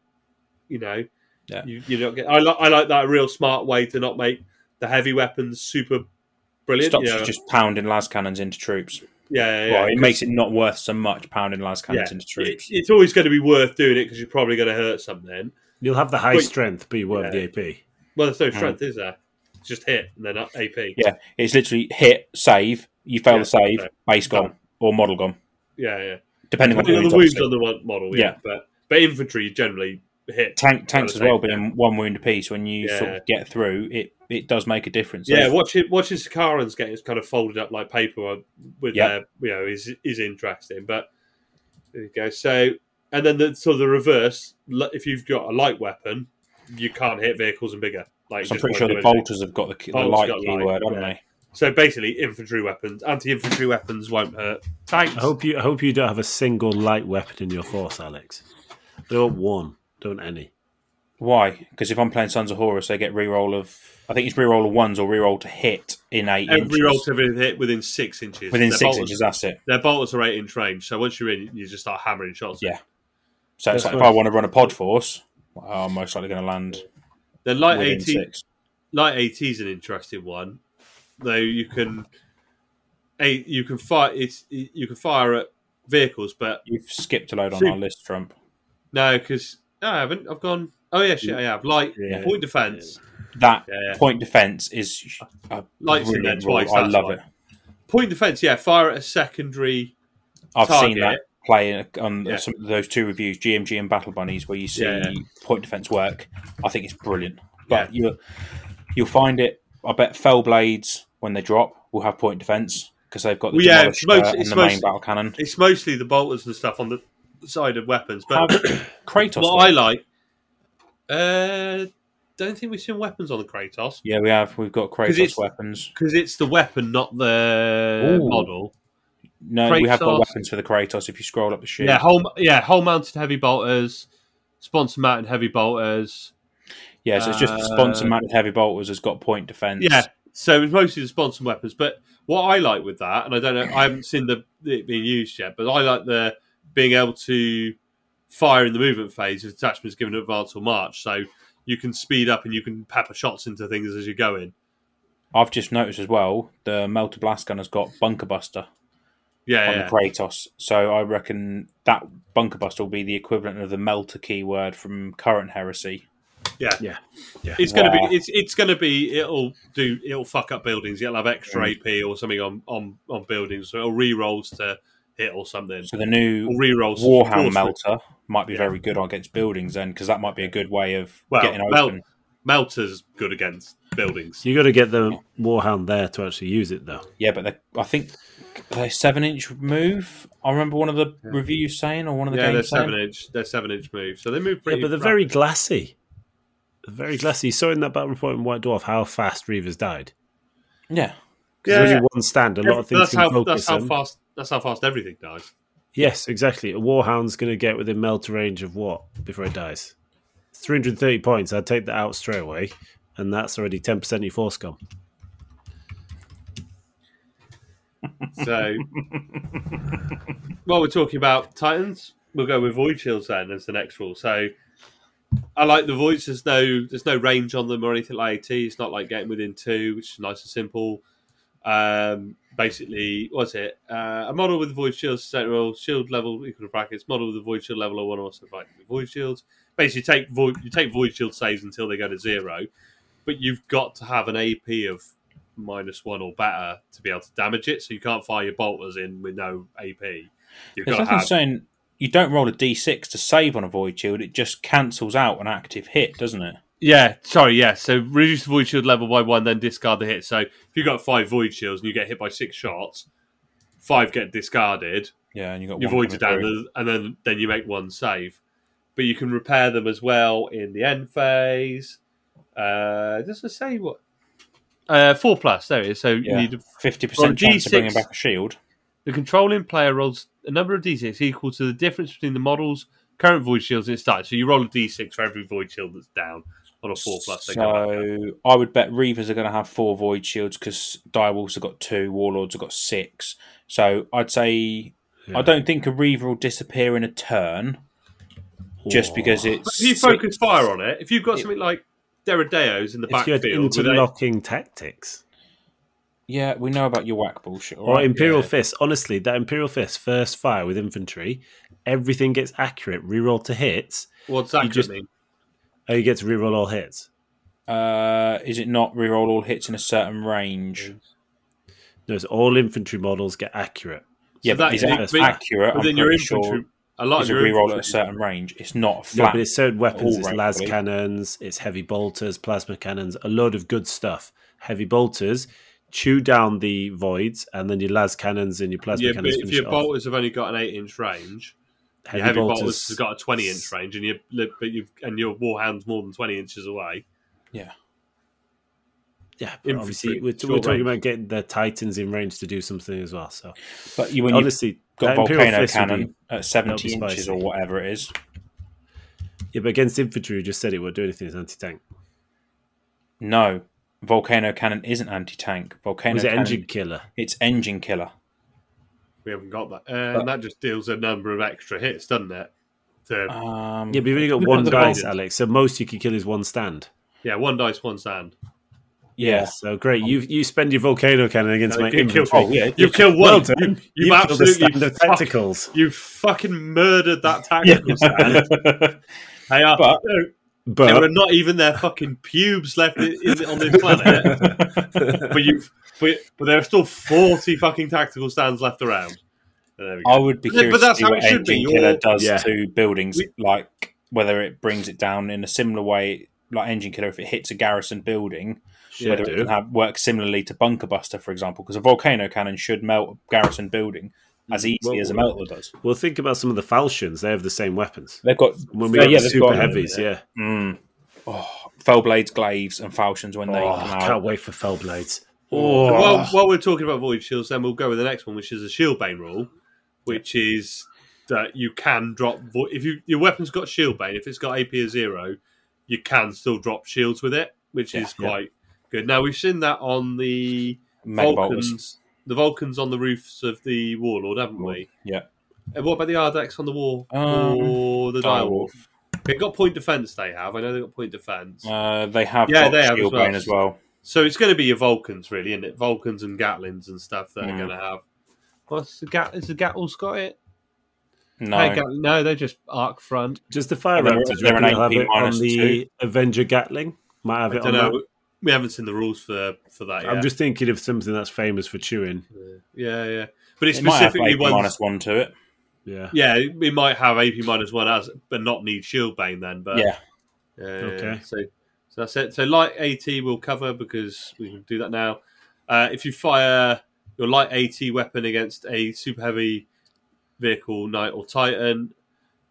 [SPEAKER 1] You know,
[SPEAKER 2] Yeah.
[SPEAKER 1] You, you don't get. I like I like that real smart way to not make the heavy weapons super brilliant.
[SPEAKER 2] Stops
[SPEAKER 1] you know.
[SPEAKER 2] you just pounding las cannons into troops.
[SPEAKER 1] yeah, yeah, yeah.
[SPEAKER 2] well, it makes it not worth so much pounding las cannons
[SPEAKER 1] Yeah.
[SPEAKER 2] into
[SPEAKER 1] It-
[SPEAKER 2] troops.
[SPEAKER 1] it's always going to be worth doing it because you're probably going to hurt something.
[SPEAKER 3] You'll have the high
[SPEAKER 1] Wait.
[SPEAKER 3] strength, but you won't have
[SPEAKER 1] Yeah.
[SPEAKER 3] the AP.
[SPEAKER 1] Well, there's no strength, is there? It's just hit and then up AP.
[SPEAKER 2] Hmm. Yeah. It's literally hit, save, you fail
[SPEAKER 1] Yeah,
[SPEAKER 2] the save,
[SPEAKER 1] no.
[SPEAKER 2] base gone
[SPEAKER 1] Done.
[SPEAKER 2] or model gone,
[SPEAKER 1] yeah, yeah.
[SPEAKER 2] depending on
[SPEAKER 1] Depending on the
[SPEAKER 2] the
[SPEAKER 1] wounds
[SPEAKER 2] wounds.
[SPEAKER 1] on
[SPEAKER 2] obviously.
[SPEAKER 1] the one model, yeah.
[SPEAKER 2] Yeah.
[SPEAKER 1] But but infantry generally hit.
[SPEAKER 2] Tank, tanks as
[SPEAKER 1] Well,
[SPEAKER 2] well,
[SPEAKER 1] they-
[SPEAKER 2] being one wound apiece. When you sort
[SPEAKER 1] Yeah.
[SPEAKER 2] of get through, it it does make a difference.
[SPEAKER 1] yeah,
[SPEAKER 2] So-
[SPEAKER 1] watching watching Sakaran's getting kind of folded up like paper on- with
[SPEAKER 2] Yeah.
[SPEAKER 1] their you know is is interesting. But there you go. So and then the sort of the reverse. li- If you've got a light weapon, you can't hit vehicles and bigger. Like
[SPEAKER 2] So I'm
[SPEAKER 1] just
[SPEAKER 2] pretty
[SPEAKER 1] won't
[SPEAKER 2] sure
[SPEAKER 1] do
[SPEAKER 2] the
[SPEAKER 1] anything.
[SPEAKER 2] bolters have got the, the
[SPEAKER 1] Bolters
[SPEAKER 2] light
[SPEAKER 1] got light,
[SPEAKER 2] keyword, haven't
[SPEAKER 1] yeah.
[SPEAKER 2] they?
[SPEAKER 1] So basically, infantry weapons, anti-infantry weapons won't hurt. Tanks.
[SPEAKER 2] Oh,
[SPEAKER 3] I hope you. I hope you don't have a single light weapon in your force, Alex. Don't one. Don't any.
[SPEAKER 2] Why? Because if I'm playing Sons of Horus, they get reroll of. I think it's reroll of ones or reroll to hit in eight
[SPEAKER 1] Every
[SPEAKER 2] inches.
[SPEAKER 1] roll to be hit within six inches.
[SPEAKER 2] within
[SPEAKER 1] Their
[SPEAKER 2] six
[SPEAKER 1] bolters-
[SPEAKER 2] inches. That's it.
[SPEAKER 1] Their bolters are eight inch range, so once you're in, you just start hammering shots.
[SPEAKER 2] Yeah. So it's
[SPEAKER 3] That's
[SPEAKER 2] like if
[SPEAKER 3] nice.
[SPEAKER 2] I want to run a pod force, I'm most likely going to land
[SPEAKER 1] The light
[SPEAKER 2] within
[SPEAKER 1] eighteen,
[SPEAKER 2] six.
[SPEAKER 1] light eighty is an interesting one, though you can, eight you can fire it's you can fire at vehicles, but
[SPEAKER 2] You've skipped a load on
[SPEAKER 1] Shoot.
[SPEAKER 2] our list, Trump.
[SPEAKER 1] no, because no, I haven't. I've gone. Oh yeah, shit, I have light
[SPEAKER 3] Yeah.
[SPEAKER 1] point defense.
[SPEAKER 2] That
[SPEAKER 1] Yeah.
[SPEAKER 2] point defense is a
[SPEAKER 1] Light's in there
[SPEAKER 2] brilliant
[SPEAKER 1] twice.
[SPEAKER 2] rule. I
[SPEAKER 1] that's
[SPEAKER 2] love
[SPEAKER 1] why.
[SPEAKER 2] it.
[SPEAKER 1] Point defense, yeah, fire at a secondary.
[SPEAKER 2] I've
[SPEAKER 1] Target.
[SPEAKER 2] seen that play on
[SPEAKER 1] Yeah.
[SPEAKER 2] some of those two reviews, GMG and Battle Bunnies, where you see
[SPEAKER 1] Yeah, yeah.
[SPEAKER 2] point defense work. I think it's brilliant. But you you'll find it. I bet Fell Blades when they drop will have point defense because they've got the
[SPEAKER 1] Well, yeah, it's
[SPEAKER 2] demolisher
[SPEAKER 1] most-
[SPEAKER 2] and
[SPEAKER 1] it's
[SPEAKER 2] the
[SPEAKER 1] most-
[SPEAKER 2] main battle cannon.
[SPEAKER 1] It's mostly the bolters and stuff on the side of weapons, but
[SPEAKER 2] Kratos.
[SPEAKER 1] what
[SPEAKER 2] though.
[SPEAKER 1] I like, uh, don't think we've seen weapons on the Kratos
[SPEAKER 2] Yeah, we have. We've got Kratos
[SPEAKER 1] it's-
[SPEAKER 2] weapons.
[SPEAKER 1] because it's the weapon, not the
[SPEAKER 2] Ooh.
[SPEAKER 1] model.
[SPEAKER 2] No, we have
[SPEAKER 1] Kratos-
[SPEAKER 2] got weapons for the Kratos. If you scroll up the sheet,
[SPEAKER 1] Yeah, whole yeah whole mounted heavy bolters, sponsor mounted heavy bolters.
[SPEAKER 2] Yeah, so it's just the
[SPEAKER 1] Uh,
[SPEAKER 2] sponsor mounted heavy bolters has got point defense.
[SPEAKER 1] Yeah, so it's mostly the sponsor weapons. But what I like with that, and I don't know, I haven't seen the it being used yet, but I like the being able to fire in the movement phase if detachment's given an advance or march, so you can speed up and you can pepper shots into things as you're going.
[SPEAKER 2] I've just noticed as well the Melter Blast Gun has got Bunker Buster
[SPEAKER 1] Yeah,
[SPEAKER 2] on
[SPEAKER 1] yeah.
[SPEAKER 2] the Kratos. So I reckon that Bunker Buster will be the equivalent of the Melter keyword from current heresy.
[SPEAKER 1] It's gonna
[SPEAKER 2] Wow.
[SPEAKER 1] be. It's it's gonna be. It'll do. It'll fuck up buildings. It'll have extra
[SPEAKER 2] Mm.
[SPEAKER 1] AP or something on on on buildings. So it'll re rolls to hit or something.
[SPEAKER 2] So the new
[SPEAKER 1] Or re rolls.
[SPEAKER 2] Warhound Melter might be
[SPEAKER 1] Yeah.
[SPEAKER 2] very good against buildings then, because that might be a good way of
[SPEAKER 1] Well,
[SPEAKER 2] getting
[SPEAKER 1] Mel-
[SPEAKER 2] open.
[SPEAKER 1] Melter's good against buildings.
[SPEAKER 3] You got to get the warhound there to actually use it, though.
[SPEAKER 2] yeah, but they- I think their seven inch move. I remember one of the reviews saying, or one of the
[SPEAKER 1] yeah, they're
[SPEAKER 2] games saying.
[SPEAKER 1] seven inch. They're seven inch move. So they move
[SPEAKER 3] Yeah,
[SPEAKER 1] pretty.
[SPEAKER 3] but they're very glassy. They're very glassy. You saw in that battle report in White Dwarf how fast Reavers died.
[SPEAKER 2] Yeah,
[SPEAKER 3] Because
[SPEAKER 1] Yeah,
[SPEAKER 3] there's
[SPEAKER 1] yeah.
[SPEAKER 3] only one stand. A lot of things
[SPEAKER 1] that's
[SPEAKER 3] can
[SPEAKER 1] how
[SPEAKER 3] focus
[SPEAKER 1] that's how
[SPEAKER 3] on.
[SPEAKER 1] fast that's how fast everything dies.
[SPEAKER 3] Yes, exactly. A warhound's going to get within melter range of what before it dies? 330 points. I'd take that out straight away. And that's already 10% of your force gone.
[SPEAKER 1] So while we're talking about Titans, we'll go with Void Shields then as the next rule. So I like the Voids. There's no there's no range on them or anything like AT. It's not like getting within two, which is nice and simple. Um, basically, what's it? Uh, a model with Void Shields set roll shield level equal to brackets. Model with a Void Shield level or one also fight with Void Shields. Basically, take void, you take Void Shield saves until they go to zero, but you've got to have an AP of minus one or better to be able to damage it. So you can't fire your bolters in with no AP. You've
[SPEAKER 2] There's
[SPEAKER 1] got to
[SPEAKER 2] nothing
[SPEAKER 1] have
[SPEAKER 2] saying you don't roll a d6 to save on a void shield. It just cancels out an active hit, doesn't it?
[SPEAKER 1] Yeah, sorry, yeah. So reduce the void shield level by one, then discard the hit. So if you've got five void shields and you get hit by six shots, five get discarded,
[SPEAKER 2] Yeah, and you got
[SPEAKER 1] you
[SPEAKER 2] one
[SPEAKER 1] void it
[SPEAKER 2] coming
[SPEAKER 1] down,
[SPEAKER 2] through.
[SPEAKER 1] and and then, then you make one save. But you can repair them as well in the end phase. Uh, does it say what? Uh, four plus, there it is. So you
[SPEAKER 2] Yeah.
[SPEAKER 1] need
[SPEAKER 2] Fifty
[SPEAKER 1] Well,
[SPEAKER 2] percent chance of bringing
[SPEAKER 1] G6
[SPEAKER 2] back a shield.
[SPEAKER 1] the controlling player rolls a number of d6 equal to the difference between the model's current void shields and its die. So you roll a d6 for every void shield that's down on a four plus. they go back up.
[SPEAKER 2] So I would bet Reavers are going to have four void shields because Direwolves have got two, Warlords have got six. So I'd say I don't think a Reaver will disappear in a turn. just because
[SPEAKER 1] Oh. But
[SPEAKER 2] it's
[SPEAKER 1] if you focus fire on it, if you've got something like Derrideo's in the
[SPEAKER 3] It's your
[SPEAKER 1] backfield, where they-
[SPEAKER 3] interlocking tactics.
[SPEAKER 2] yeah, we know about your whack bullshit. all
[SPEAKER 3] Or
[SPEAKER 2] right?
[SPEAKER 3] Imperial
[SPEAKER 1] yeah.
[SPEAKER 3] Fist. Honestly, that Imperial Fist, first fire with infantry, everything gets accurate, reroll to hits,
[SPEAKER 1] what's that
[SPEAKER 3] you just-
[SPEAKER 1] mean?
[SPEAKER 3] Oh, you get to reroll all hits.
[SPEAKER 2] Uh, is it not reroll all hits in a certain range?
[SPEAKER 3] No, it's all infantry models get accurate.
[SPEAKER 2] yeah, but
[SPEAKER 1] that
[SPEAKER 2] is
[SPEAKER 1] is
[SPEAKER 2] it
[SPEAKER 1] big-
[SPEAKER 2] accurate? I'm
[SPEAKER 1] Within your
[SPEAKER 2] pretty
[SPEAKER 1] infantry,
[SPEAKER 2] sure
[SPEAKER 1] a lot
[SPEAKER 2] is
[SPEAKER 1] of
[SPEAKER 2] a
[SPEAKER 1] your
[SPEAKER 2] reroll at a
[SPEAKER 1] infantry-
[SPEAKER 2] certain range. It's not
[SPEAKER 3] No,
[SPEAKER 2] flat.
[SPEAKER 3] but it's certain weapons.
[SPEAKER 2] All
[SPEAKER 3] It's
[SPEAKER 2] right,
[SPEAKER 3] las
[SPEAKER 2] buddy.
[SPEAKER 3] cannons, it's heavy bolters, plasma cannons, a load of good stuff. Heavy bolters chew down the voids, and then your las cannons and your plasma
[SPEAKER 1] Yeah, but
[SPEAKER 3] cannons
[SPEAKER 1] if
[SPEAKER 3] finish it
[SPEAKER 1] your
[SPEAKER 3] off.
[SPEAKER 1] bolters have only got an eight-inch range,
[SPEAKER 3] heavy,
[SPEAKER 1] your heavy
[SPEAKER 3] bolters,
[SPEAKER 1] bolters, has got a twenty-inch range, and your but you and your warhound's more than twenty inches away.
[SPEAKER 2] Yeah,
[SPEAKER 3] yeah, but
[SPEAKER 1] infantry,
[SPEAKER 3] obviously we're,
[SPEAKER 1] short
[SPEAKER 3] we're talking
[SPEAKER 1] range.
[SPEAKER 3] about getting the titans in range to do something as well. So
[SPEAKER 2] but you when you've
[SPEAKER 3] honestly,
[SPEAKER 2] got
[SPEAKER 3] that Imperial
[SPEAKER 2] volcano
[SPEAKER 3] Fist would be-
[SPEAKER 2] cannon at seventy
[SPEAKER 3] that'll be
[SPEAKER 2] inches
[SPEAKER 3] spicy.
[SPEAKER 2] or whatever it is,
[SPEAKER 3] yeah, but against infantry, who just said it won't do anything. It's anti-tank.
[SPEAKER 2] no, volcano cannon isn't anti-tank. Volcano
[SPEAKER 3] Was it
[SPEAKER 2] cannon,
[SPEAKER 3] engine killer?
[SPEAKER 2] It's engine killer.
[SPEAKER 1] We haven't got that, uh, and that just deals a number of extra hits, doesn't it? So,
[SPEAKER 2] Um,
[SPEAKER 3] Yeah, but you've only got
[SPEAKER 1] Look
[SPEAKER 3] one
[SPEAKER 1] at the bolters.
[SPEAKER 3] dice, Alex. So most you can kill is one stand.
[SPEAKER 1] yeah, one dice, one stand.
[SPEAKER 2] yeah.
[SPEAKER 3] So great. You you spend your volcano cannon against
[SPEAKER 1] No,
[SPEAKER 3] my
[SPEAKER 1] you
[SPEAKER 3] infantry.
[SPEAKER 1] killed-
[SPEAKER 2] Oh yeah,
[SPEAKER 1] You've killed one.
[SPEAKER 3] Well done.
[SPEAKER 1] You, you've
[SPEAKER 3] You killed the
[SPEAKER 1] absolutely
[SPEAKER 3] standard
[SPEAKER 1] fuck-
[SPEAKER 3] tacticals.
[SPEAKER 1] You've fucking murdered that tactical stand. They are,
[SPEAKER 2] But-
[SPEAKER 1] no,
[SPEAKER 3] But
[SPEAKER 1] there are not even their fucking pubes left in, in, on this planet. but you've, but, but there are still forty fucking tactical stands left around. So there we go.
[SPEAKER 2] I would be
[SPEAKER 1] But
[SPEAKER 2] curious
[SPEAKER 1] that's
[SPEAKER 2] to see
[SPEAKER 1] how
[SPEAKER 2] what
[SPEAKER 1] it should be.
[SPEAKER 2] engine killer
[SPEAKER 1] You're-
[SPEAKER 2] does
[SPEAKER 3] Yeah.
[SPEAKER 2] to buildings,
[SPEAKER 1] We-
[SPEAKER 2] like whether it brings it down in a similar way, like engine killer, if it hits a garrison building,
[SPEAKER 3] Should
[SPEAKER 2] whether
[SPEAKER 3] do.
[SPEAKER 2] it can have, work similarly to bunker buster, for example, because a volcano cannon should melt a garrison building as
[SPEAKER 1] Mm,
[SPEAKER 2] easily
[SPEAKER 3] Well-
[SPEAKER 2] as a melter does.
[SPEAKER 3] well, think about some of the falchions. They have the same weapons.
[SPEAKER 2] They've got
[SPEAKER 3] When we
[SPEAKER 2] yeah,
[SPEAKER 3] got
[SPEAKER 2] yeah,
[SPEAKER 3] the
[SPEAKER 2] they've
[SPEAKER 3] super
[SPEAKER 2] got-
[SPEAKER 3] heavies, yeah.
[SPEAKER 2] Mm, oh, fell blades, glaives, and falchions when they
[SPEAKER 3] Oh,
[SPEAKER 2] come
[SPEAKER 3] I
[SPEAKER 2] out.
[SPEAKER 3] can't wait for fell blades.
[SPEAKER 1] And
[SPEAKER 3] Oh,
[SPEAKER 1] while, while we're talking about void shields, then we'll go with the next one, which is the shield bane rule, which is that you can drop vo- if you your weapon's got shield bane. If it's got AP of zero, you can still drop shields with it, which is
[SPEAKER 3] Yeah.
[SPEAKER 1] quite good. Now we've seen that on the
[SPEAKER 2] Mega bolters.
[SPEAKER 1] Vulcans, the Vulcans on the roofs of the Warlord, haven't we?
[SPEAKER 2] Yeah.
[SPEAKER 1] And what about the Ardex on the wall
[SPEAKER 2] Um,
[SPEAKER 1] or the Direwolf?
[SPEAKER 2] Direwolf.
[SPEAKER 1] They've got point defense. They have. I know they've got point defense.
[SPEAKER 2] Uh, they have
[SPEAKER 1] Yeah,
[SPEAKER 2] got
[SPEAKER 1] they have as
[SPEAKER 2] shield
[SPEAKER 1] well.
[SPEAKER 2] brain as well.
[SPEAKER 1] So it's going to be your Vulcans, really, isn't it? Vulcans and Gatlins and stuff that are
[SPEAKER 2] Mm.
[SPEAKER 1] going to have. What's the Gat? Is the Gatles got it?
[SPEAKER 2] No,
[SPEAKER 1] Hey, Gat- no, they're just arc front.
[SPEAKER 3] just the fire
[SPEAKER 2] They're-
[SPEAKER 3] raptors.
[SPEAKER 2] they're an
[SPEAKER 3] They'll have
[SPEAKER 2] AP
[SPEAKER 3] it on
[SPEAKER 2] minus
[SPEAKER 3] the
[SPEAKER 2] two.
[SPEAKER 3] Avenger Gatling. Might have
[SPEAKER 1] I
[SPEAKER 3] it
[SPEAKER 1] don't
[SPEAKER 3] on.
[SPEAKER 1] know.
[SPEAKER 3] That.
[SPEAKER 1] We haven't seen the rules for for that yet.
[SPEAKER 3] I'm just thinking of something that's famous for chewing.
[SPEAKER 1] yeah, yeah. But it's
[SPEAKER 2] it might have
[SPEAKER 1] specifically
[SPEAKER 2] AP
[SPEAKER 1] one.
[SPEAKER 2] minus one to it.
[SPEAKER 3] Yeah.
[SPEAKER 1] Yeah, we might have AP minus one as, but not need shield bane then. But
[SPEAKER 2] yeah,
[SPEAKER 1] Yeah,
[SPEAKER 3] Okay.
[SPEAKER 1] Uh, So, so that's it. So light AT will cover because we can do that now. Uh, if you fire your light AT weapon against a super heavy vehicle, knight or titan,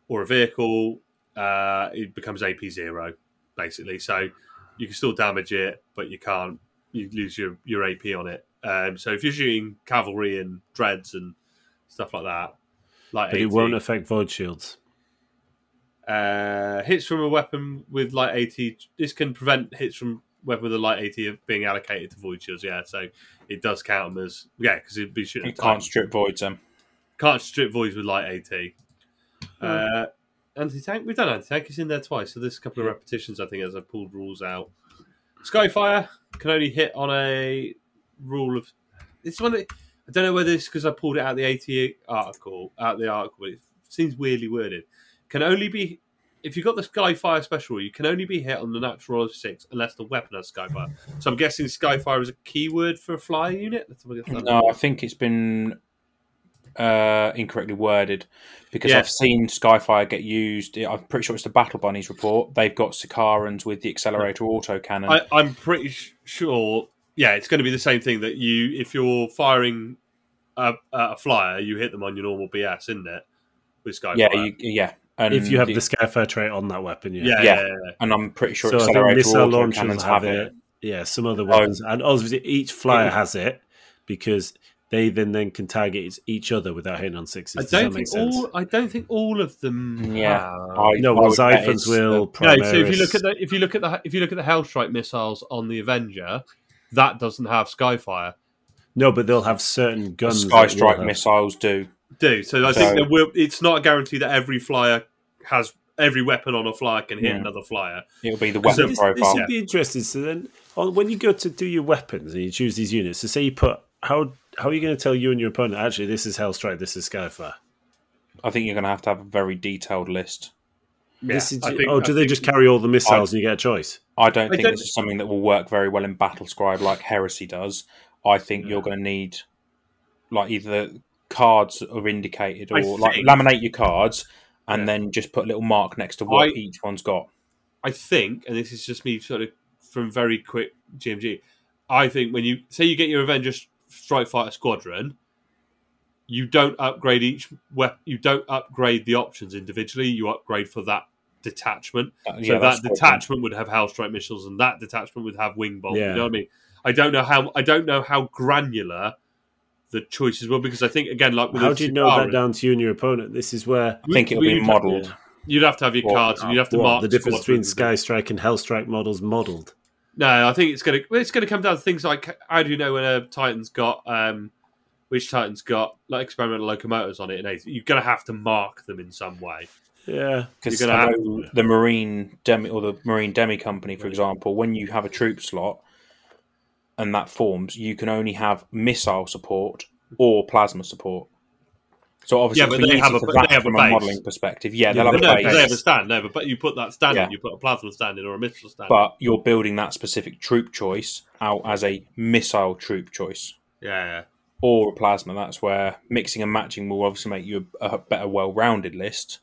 [SPEAKER 1] or a vehicle, uh, it becomes AP zero, basically. So you can still damage it, but you can't. You lose your your AP on it. Um, so if you're shooting cavalry and dreads and stuff like that, like
[SPEAKER 3] But it won't affect void shields.
[SPEAKER 1] uh, hits from a weapon with light AT. This can prevent hits from weapon with a light AT of being allocated to void shields. Yeah, so it does count them as yeah because it'd be shooting.
[SPEAKER 2] it can't strip voids them.
[SPEAKER 1] can't strip voids with light AT. Uh, anti tank. We've done anti tank. It's in there twice. So there's a couple of repetitions I think as I pulled rules out. Skyfire can only hit on a rule of. It's one. That, I don't know whether it's because I pulled it out of the AT article, out of the article. It seems weirdly worded. Can only be if you've got the Skyfire special rule, you can only be hit on the natural roll of six unless the weapon has Skyfire. So I'm guessing Skyfire is a keyword for a flyer unit. That's what I guess that-
[SPEAKER 2] No, I think it's been uh, incorrectly worded because
[SPEAKER 1] Yeah.
[SPEAKER 2] I've seen Skyfire get used. I'm pretty sure it's the Battle Bunnies report. They've got Sicarans with the accelerator autocannon.
[SPEAKER 1] I, I'm pretty sh- sure. Yeah, it's going to be the same thing that you, if you're firing a, a flyer, you hit them on your normal BS, isn't it? With Skyfire.
[SPEAKER 2] yeah, you, yeah. And
[SPEAKER 3] If you have
[SPEAKER 2] the-
[SPEAKER 3] the Skyfire trait on that weapon, yeah.
[SPEAKER 1] yeah,
[SPEAKER 2] yeah.
[SPEAKER 1] yeah, yeah, yeah.
[SPEAKER 2] and I'm pretty sure
[SPEAKER 3] so I think
[SPEAKER 2] accelerator
[SPEAKER 3] missile launchers
[SPEAKER 2] autocannons
[SPEAKER 3] have
[SPEAKER 2] have
[SPEAKER 3] it.
[SPEAKER 2] it.
[SPEAKER 3] Yeah, some other weapons, and obviously each flyer has it because they then then can target each- each other without hitting on
[SPEAKER 1] I
[SPEAKER 3] sixes. Does that
[SPEAKER 1] don't
[SPEAKER 3] make
[SPEAKER 1] think
[SPEAKER 3] sense?
[SPEAKER 1] all. I don't think all of them.
[SPEAKER 2] Yeah.
[SPEAKER 1] have.
[SPEAKER 2] I- I
[SPEAKER 3] No, well,
[SPEAKER 2] would bet it's
[SPEAKER 3] Xiphons will.
[SPEAKER 2] the-
[SPEAKER 1] No,
[SPEAKER 3] Primaris,
[SPEAKER 1] so if you look at the if you look at the if you look at the Hellstrike missiles on the Avenger, that doesn't have Skyfire.
[SPEAKER 3] no, but they'll have certain
[SPEAKER 2] the
[SPEAKER 3] guns.
[SPEAKER 2] Sky
[SPEAKER 3] that will
[SPEAKER 2] Strike
[SPEAKER 3] have-
[SPEAKER 2] missiles do.
[SPEAKER 1] Do so. I
[SPEAKER 2] So-
[SPEAKER 1] think there will. It's not a guarantee that every flyer has every weapon on a flyer can hit
[SPEAKER 2] Yeah.
[SPEAKER 1] another flyer.
[SPEAKER 2] It'll be the
[SPEAKER 3] So
[SPEAKER 2] weapon
[SPEAKER 3] this, this
[SPEAKER 2] profile.
[SPEAKER 3] would be interesting. So then, on, when you go to do your weapons and you choose these units, so say you put how how are you going to tell you and your opponent actually this is Hellstrike, this is Skyfire.
[SPEAKER 2] I think you're going to have to have a very detailed list.
[SPEAKER 3] this is,
[SPEAKER 1] I think-
[SPEAKER 3] oh,
[SPEAKER 1] I
[SPEAKER 3] do they
[SPEAKER 1] think-
[SPEAKER 3] just carry all the missiles and you get a choice?
[SPEAKER 2] I don't
[SPEAKER 1] I
[SPEAKER 2] think
[SPEAKER 1] don't-
[SPEAKER 2] this is something that will work very well in Battlescribe like Heresy does. I think you're going to need like either cards that are indicated or
[SPEAKER 1] I
[SPEAKER 2] like
[SPEAKER 1] think-
[SPEAKER 2] laminate your cards and
[SPEAKER 1] Yeah.
[SPEAKER 2] then just put a little mark next to what
[SPEAKER 1] I-
[SPEAKER 2] each one's got.
[SPEAKER 1] I think, and this is just me sort of from very quick GMG. I think when you say you get your Avengers Strike Fighter Squadron, you don't upgrade each weapon. You don't upgrade the options individually. You upgrade for that detachment.
[SPEAKER 2] Uh,
[SPEAKER 1] So
[SPEAKER 2] yeah,
[SPEAKER 1] that
[SPEAKER 2] that's what I think.
[SPEAKER 1] detachment would have Hell Strike missiles, and that detachment would have Wing Bolt.
[SPEAKER 3] Yeah.
[SPEAKER 1] You know what I mean? I don't know how. I don't know how granular the choices will because I think again, like with
[SPEAKER 3] How
[SPEAKER 1] the
[SPEAKER 3] do you know that
[SPEAKER 1] Chitauri,
[SPEAKER 3] down to you and your opponent? This is where
[SPEAKER 2] I think it'll be
[SPEAKER 1] You'd-
[SPEAKER 2] modelled.
[SPEAKER 1] You'd have to have your
[SPEAKER 2] Well,
[SPEAKER 1] cards, and you'd have to
[SPEAKER 3] what,
[SPEAKER 1] mark
[SPEAKER 3] the difference between
[SPEAKER 1] squadrons.
[SPEAKER 3] Sky Strike and Hellstrike models modeled.
[SPEAKER 1] No, I think it's gonna well, it's gonna come down to things like how do you know when a Titan's got um, which Titan's got like experimental locomotives on it, and eight- you're gonna have to mark them in some way.
[SPEAKER 3] Yeah,
[SPEAKER 2] Because
[SPEAKER 1] You're gonna have-
[SPEAKER 2] the Marine Demi or the Marine Demi Company, for example, when you have a troop slot and that forms, you can only have missile support or plasma support. So obviously,
[SPEAKER 1] Yeah, but
[SPEAKER 2] it's been
[SPEAKER 1] they have
[SPEAKER 2] easy
[SPEAKER 1] a-
[SPEAKER 2] for
[SPEAKER 1] they
[SPEAKER 2] that
[SPEAKER 1] have a
[SPEAKER 2] from
[SPEAKER 1] base.
[SPEAKER 2] modelling perspective. Yeah,
[SPEAKER 3] Yeah,
[SPEAKER 2] they'll
[SPEAKER 1] But
[SPEAKER 2] have
[SPEAKER 1] no,
[SPEAKER 2] a
[SPEAKER 1] but
[SPEAKER 2] base,
[SPEAKER 1] they have a stand, no, but, but you put that stand
[SPEAKER 2] Yeah.
[SPEAKER 1] in, you put a plasma stand in or a missile stand. in.
[SPEAKER 2] but you're building that specific troop choice out as a missile troop choice
[SPEAKER 1] yeah, yeah.
[SPEAKER 2] or a plasma. That's where mixing and matching will obviously make you a, a better, well-rounded list.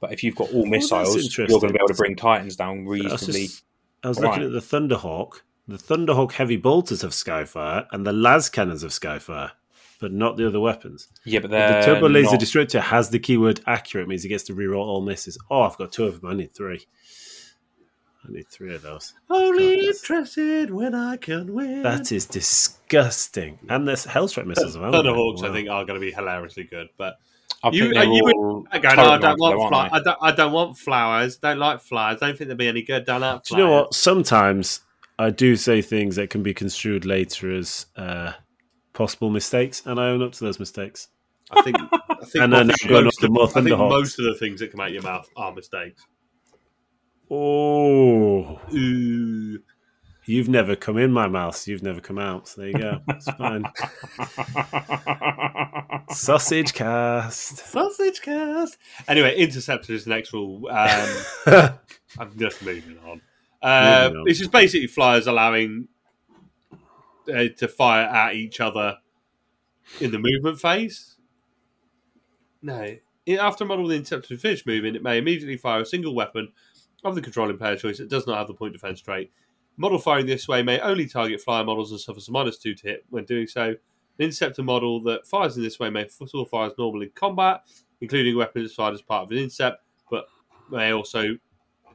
[SPEAKER 2] But if you've got all
[SPEAKER 3] that's
[SPEAKER 2] missiles, you're
[SPEAKER 3] interesting.
[SPEAKER 2] going to be able to bring Titans down
[SPEAKER 3] I was,
[SPEAKER 2] reasonably.
[SPEAKER 3] just- I was
[SPEAKER 2] Right.
[SPEAKER 3] looking at the Thunderhawk. The Thunderhawk heavy bolters of Skyfire and the las cannons of Skyfire, but not the other weapons.
[SPEAKER 2] Yeah, but
[SPEAKER 3] The
[SPEAKER 2] they're
[SPEAKER 3] Turbo Laser
[SPEAKER 2] not-
[SPEAKER 3] Destructor has the keyword accurate, means he gets to reroll all misses. Oh, I've got two of them. I need three. I need three of those.
[SPEAKER 1] Only
[SPEAKER 3] God, that's-
[SPEAKER 1] interested when I can win.
[SPEAKER 3] That is disgusting. And there's Hellstrike missiles as well.
[SPEAKER 1] Thunderhawks, I
[SPEAKER 3] Wow.
[SPEAKER 1] think, are going to be hilariously good. But
[SPEAKER 2] I
[SPEAKER 1] You-
[SPEAKER 2] think they're
[SPEAKER 1] uh, you would-
[SPEAKER 2] all
[SPEAKER 1] I, go, no, I
[SPEAKER 2] totally
[SPEAKER 1] don't want
[SPEAKER 2] modular,
[SPEAKER 1] fly-
[SPEAKER 2] aren't
[SPEAKER 1] I, don't, I don't want flowers. Don't like flowers. Don't think they'll be any good. Don't like flowers.
[SPEAKER 3] Do you know what? Sometimes I do say things that can be construed later as uh, possible mistakes, and I own up to those mistakes.
[SPEAKER 1] I think, I think,
[SPEAKER 3] And then
[SPEAKER 1] I think
[SPEAKER 3] going
[SPEAKER 1] most
[SPEAKER 3] off the
[SPEAKER 1] of-
[SPEAKER 3] more
[SPEAKER 1] I think
[SPEAKER 3] Thunderhawks.
[SPEAKER 1] most of the things that come out of your mouth are mistakes.
[SPEAKER 3] Oh,
[SPEAKER 1] Ooh.
[SPEAKER 3] you've never come in my mouth, so you've never come out. So there you go. It's fine.
[SPEAKER 2] they?
[SPEAKER 3] Sausage cast.
[SPEAKER 1] Sausage cast. Anyway, Interceptor is the next rule. Um, I'm just moving on. Uh,
[SPEAKER 3] Moving on.
[SPEAKER 1] It's just basically flyers allowing uh, to fire at each other in the movement phase. No. In- After a model with the Interceptor finish moving, it may immediately fire a single weapon of the controlling pair choice that does not have the point defense trait. Model firing this way may only target flyer models and suffers a minus two to hit when doing so. An interceptor model that fires in this way may football fires normal in combat, including weapons fired as part of an intercept, but may also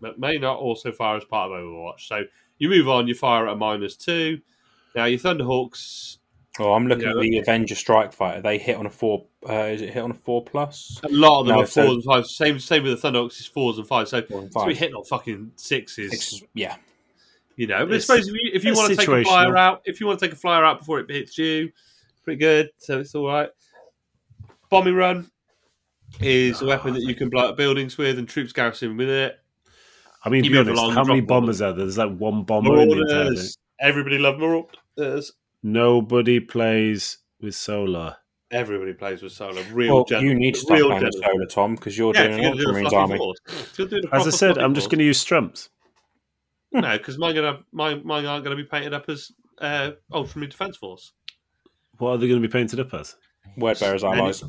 [SPEAKER 1] but may not also fire as part of Overwatch. So you move on, you fire at a minus two. Now your Thunderhawks
[SPEAKER 2] oh, I'm looking
[SPEAKER 1] Yeah,
[SPEAKER 2] at the Avenger Strike Fighter. They hit on a four. Uh, is it hit on a four plus?
[SPEAKER 1] a lot of them
[SPEAKER 2] No,
[SPEAKER 1] are fours
[SPEAKER 2] so-
[SPEAKER 1] and fives. Same same with the Thunderhawks is fours and fives. So,
[SPEAKER 2] Four and
[SPEAKER 1] so we
[SPEAKER 2] five.
[SPEAKER 1] hit on fucking sixes.
[SPEAKER 2] Six is- yeah,
[SPEAKER 1] You know, but I
[SPEAKER 3] It's-
[SPEAKER 1] suppose if you, if you
[SPEAKER 3] it's
[SPEAKER 1] want to take a flyer
[SPEAKER 3] situational.
[SPEAKER 1] out, if you want to take a flyer out before it hits you, pretty good. So it's all right. Bombing run is
[SPEAKER 2] Ah,
[SPEAKER 1] a weapon that you can blow up buildings with and troops garrison with it.
[SPEAKER 3] I mean,
[SPEAKER 1] You
[SPEAKER 3] to be
[SPEAKER 1] move
[SPEAKER 3] honest,
[SPEAKER 1] along,
[SPEAKER 3] how many
[SPEAKER 1] drop one.
[SPEAKER 3] bombers are there? There's like one bomber in the entire thing.
[SPEAKER 1] Marauders. Everybody love marauders.
[SPEAKER 3] Nobody plays with solar.
[SPEAKER 1] Everybody plays with solar. Real
[SPEAKER 2] well,
[SPEAKER 1] gen-
[SPEAKER 2] you need to start
[SPEAKER 1] real
[SPEAKER 2] playing with
[SPEAKER 1] gen-
[SPEAKER 2] solar, Tom, because you're
[SPEAKER 1] Yeah, if
[SPEAKER 2] doing
[SPEAKER 1] you're
[SPEAKER 2] an
[SPEAKER 1] gonna do a
[SPEAKER 2] Ultramarines
[SPEAKER 1] fluffy
[SPEAKER 2] army.
[SPEAKER 1] force. If you're doing a
[SPEAKER 3] As I
[SPEAKER 1] proper
[SPEAKER 3] said,
[SPEAKER 1] fluffy
[SPEAKER 3] I'm just
[SPEAKER 1] force-
[SPEAKER 3] going to use strumps.
[SPEAKER 1] no, because mine gonna mine mine aren't gonna be painted up as uh, Ultramarine Defense Force.
[SPEAKER 3] What are they going to be painted up as?
[SPEAKER 2] Word bearers allies.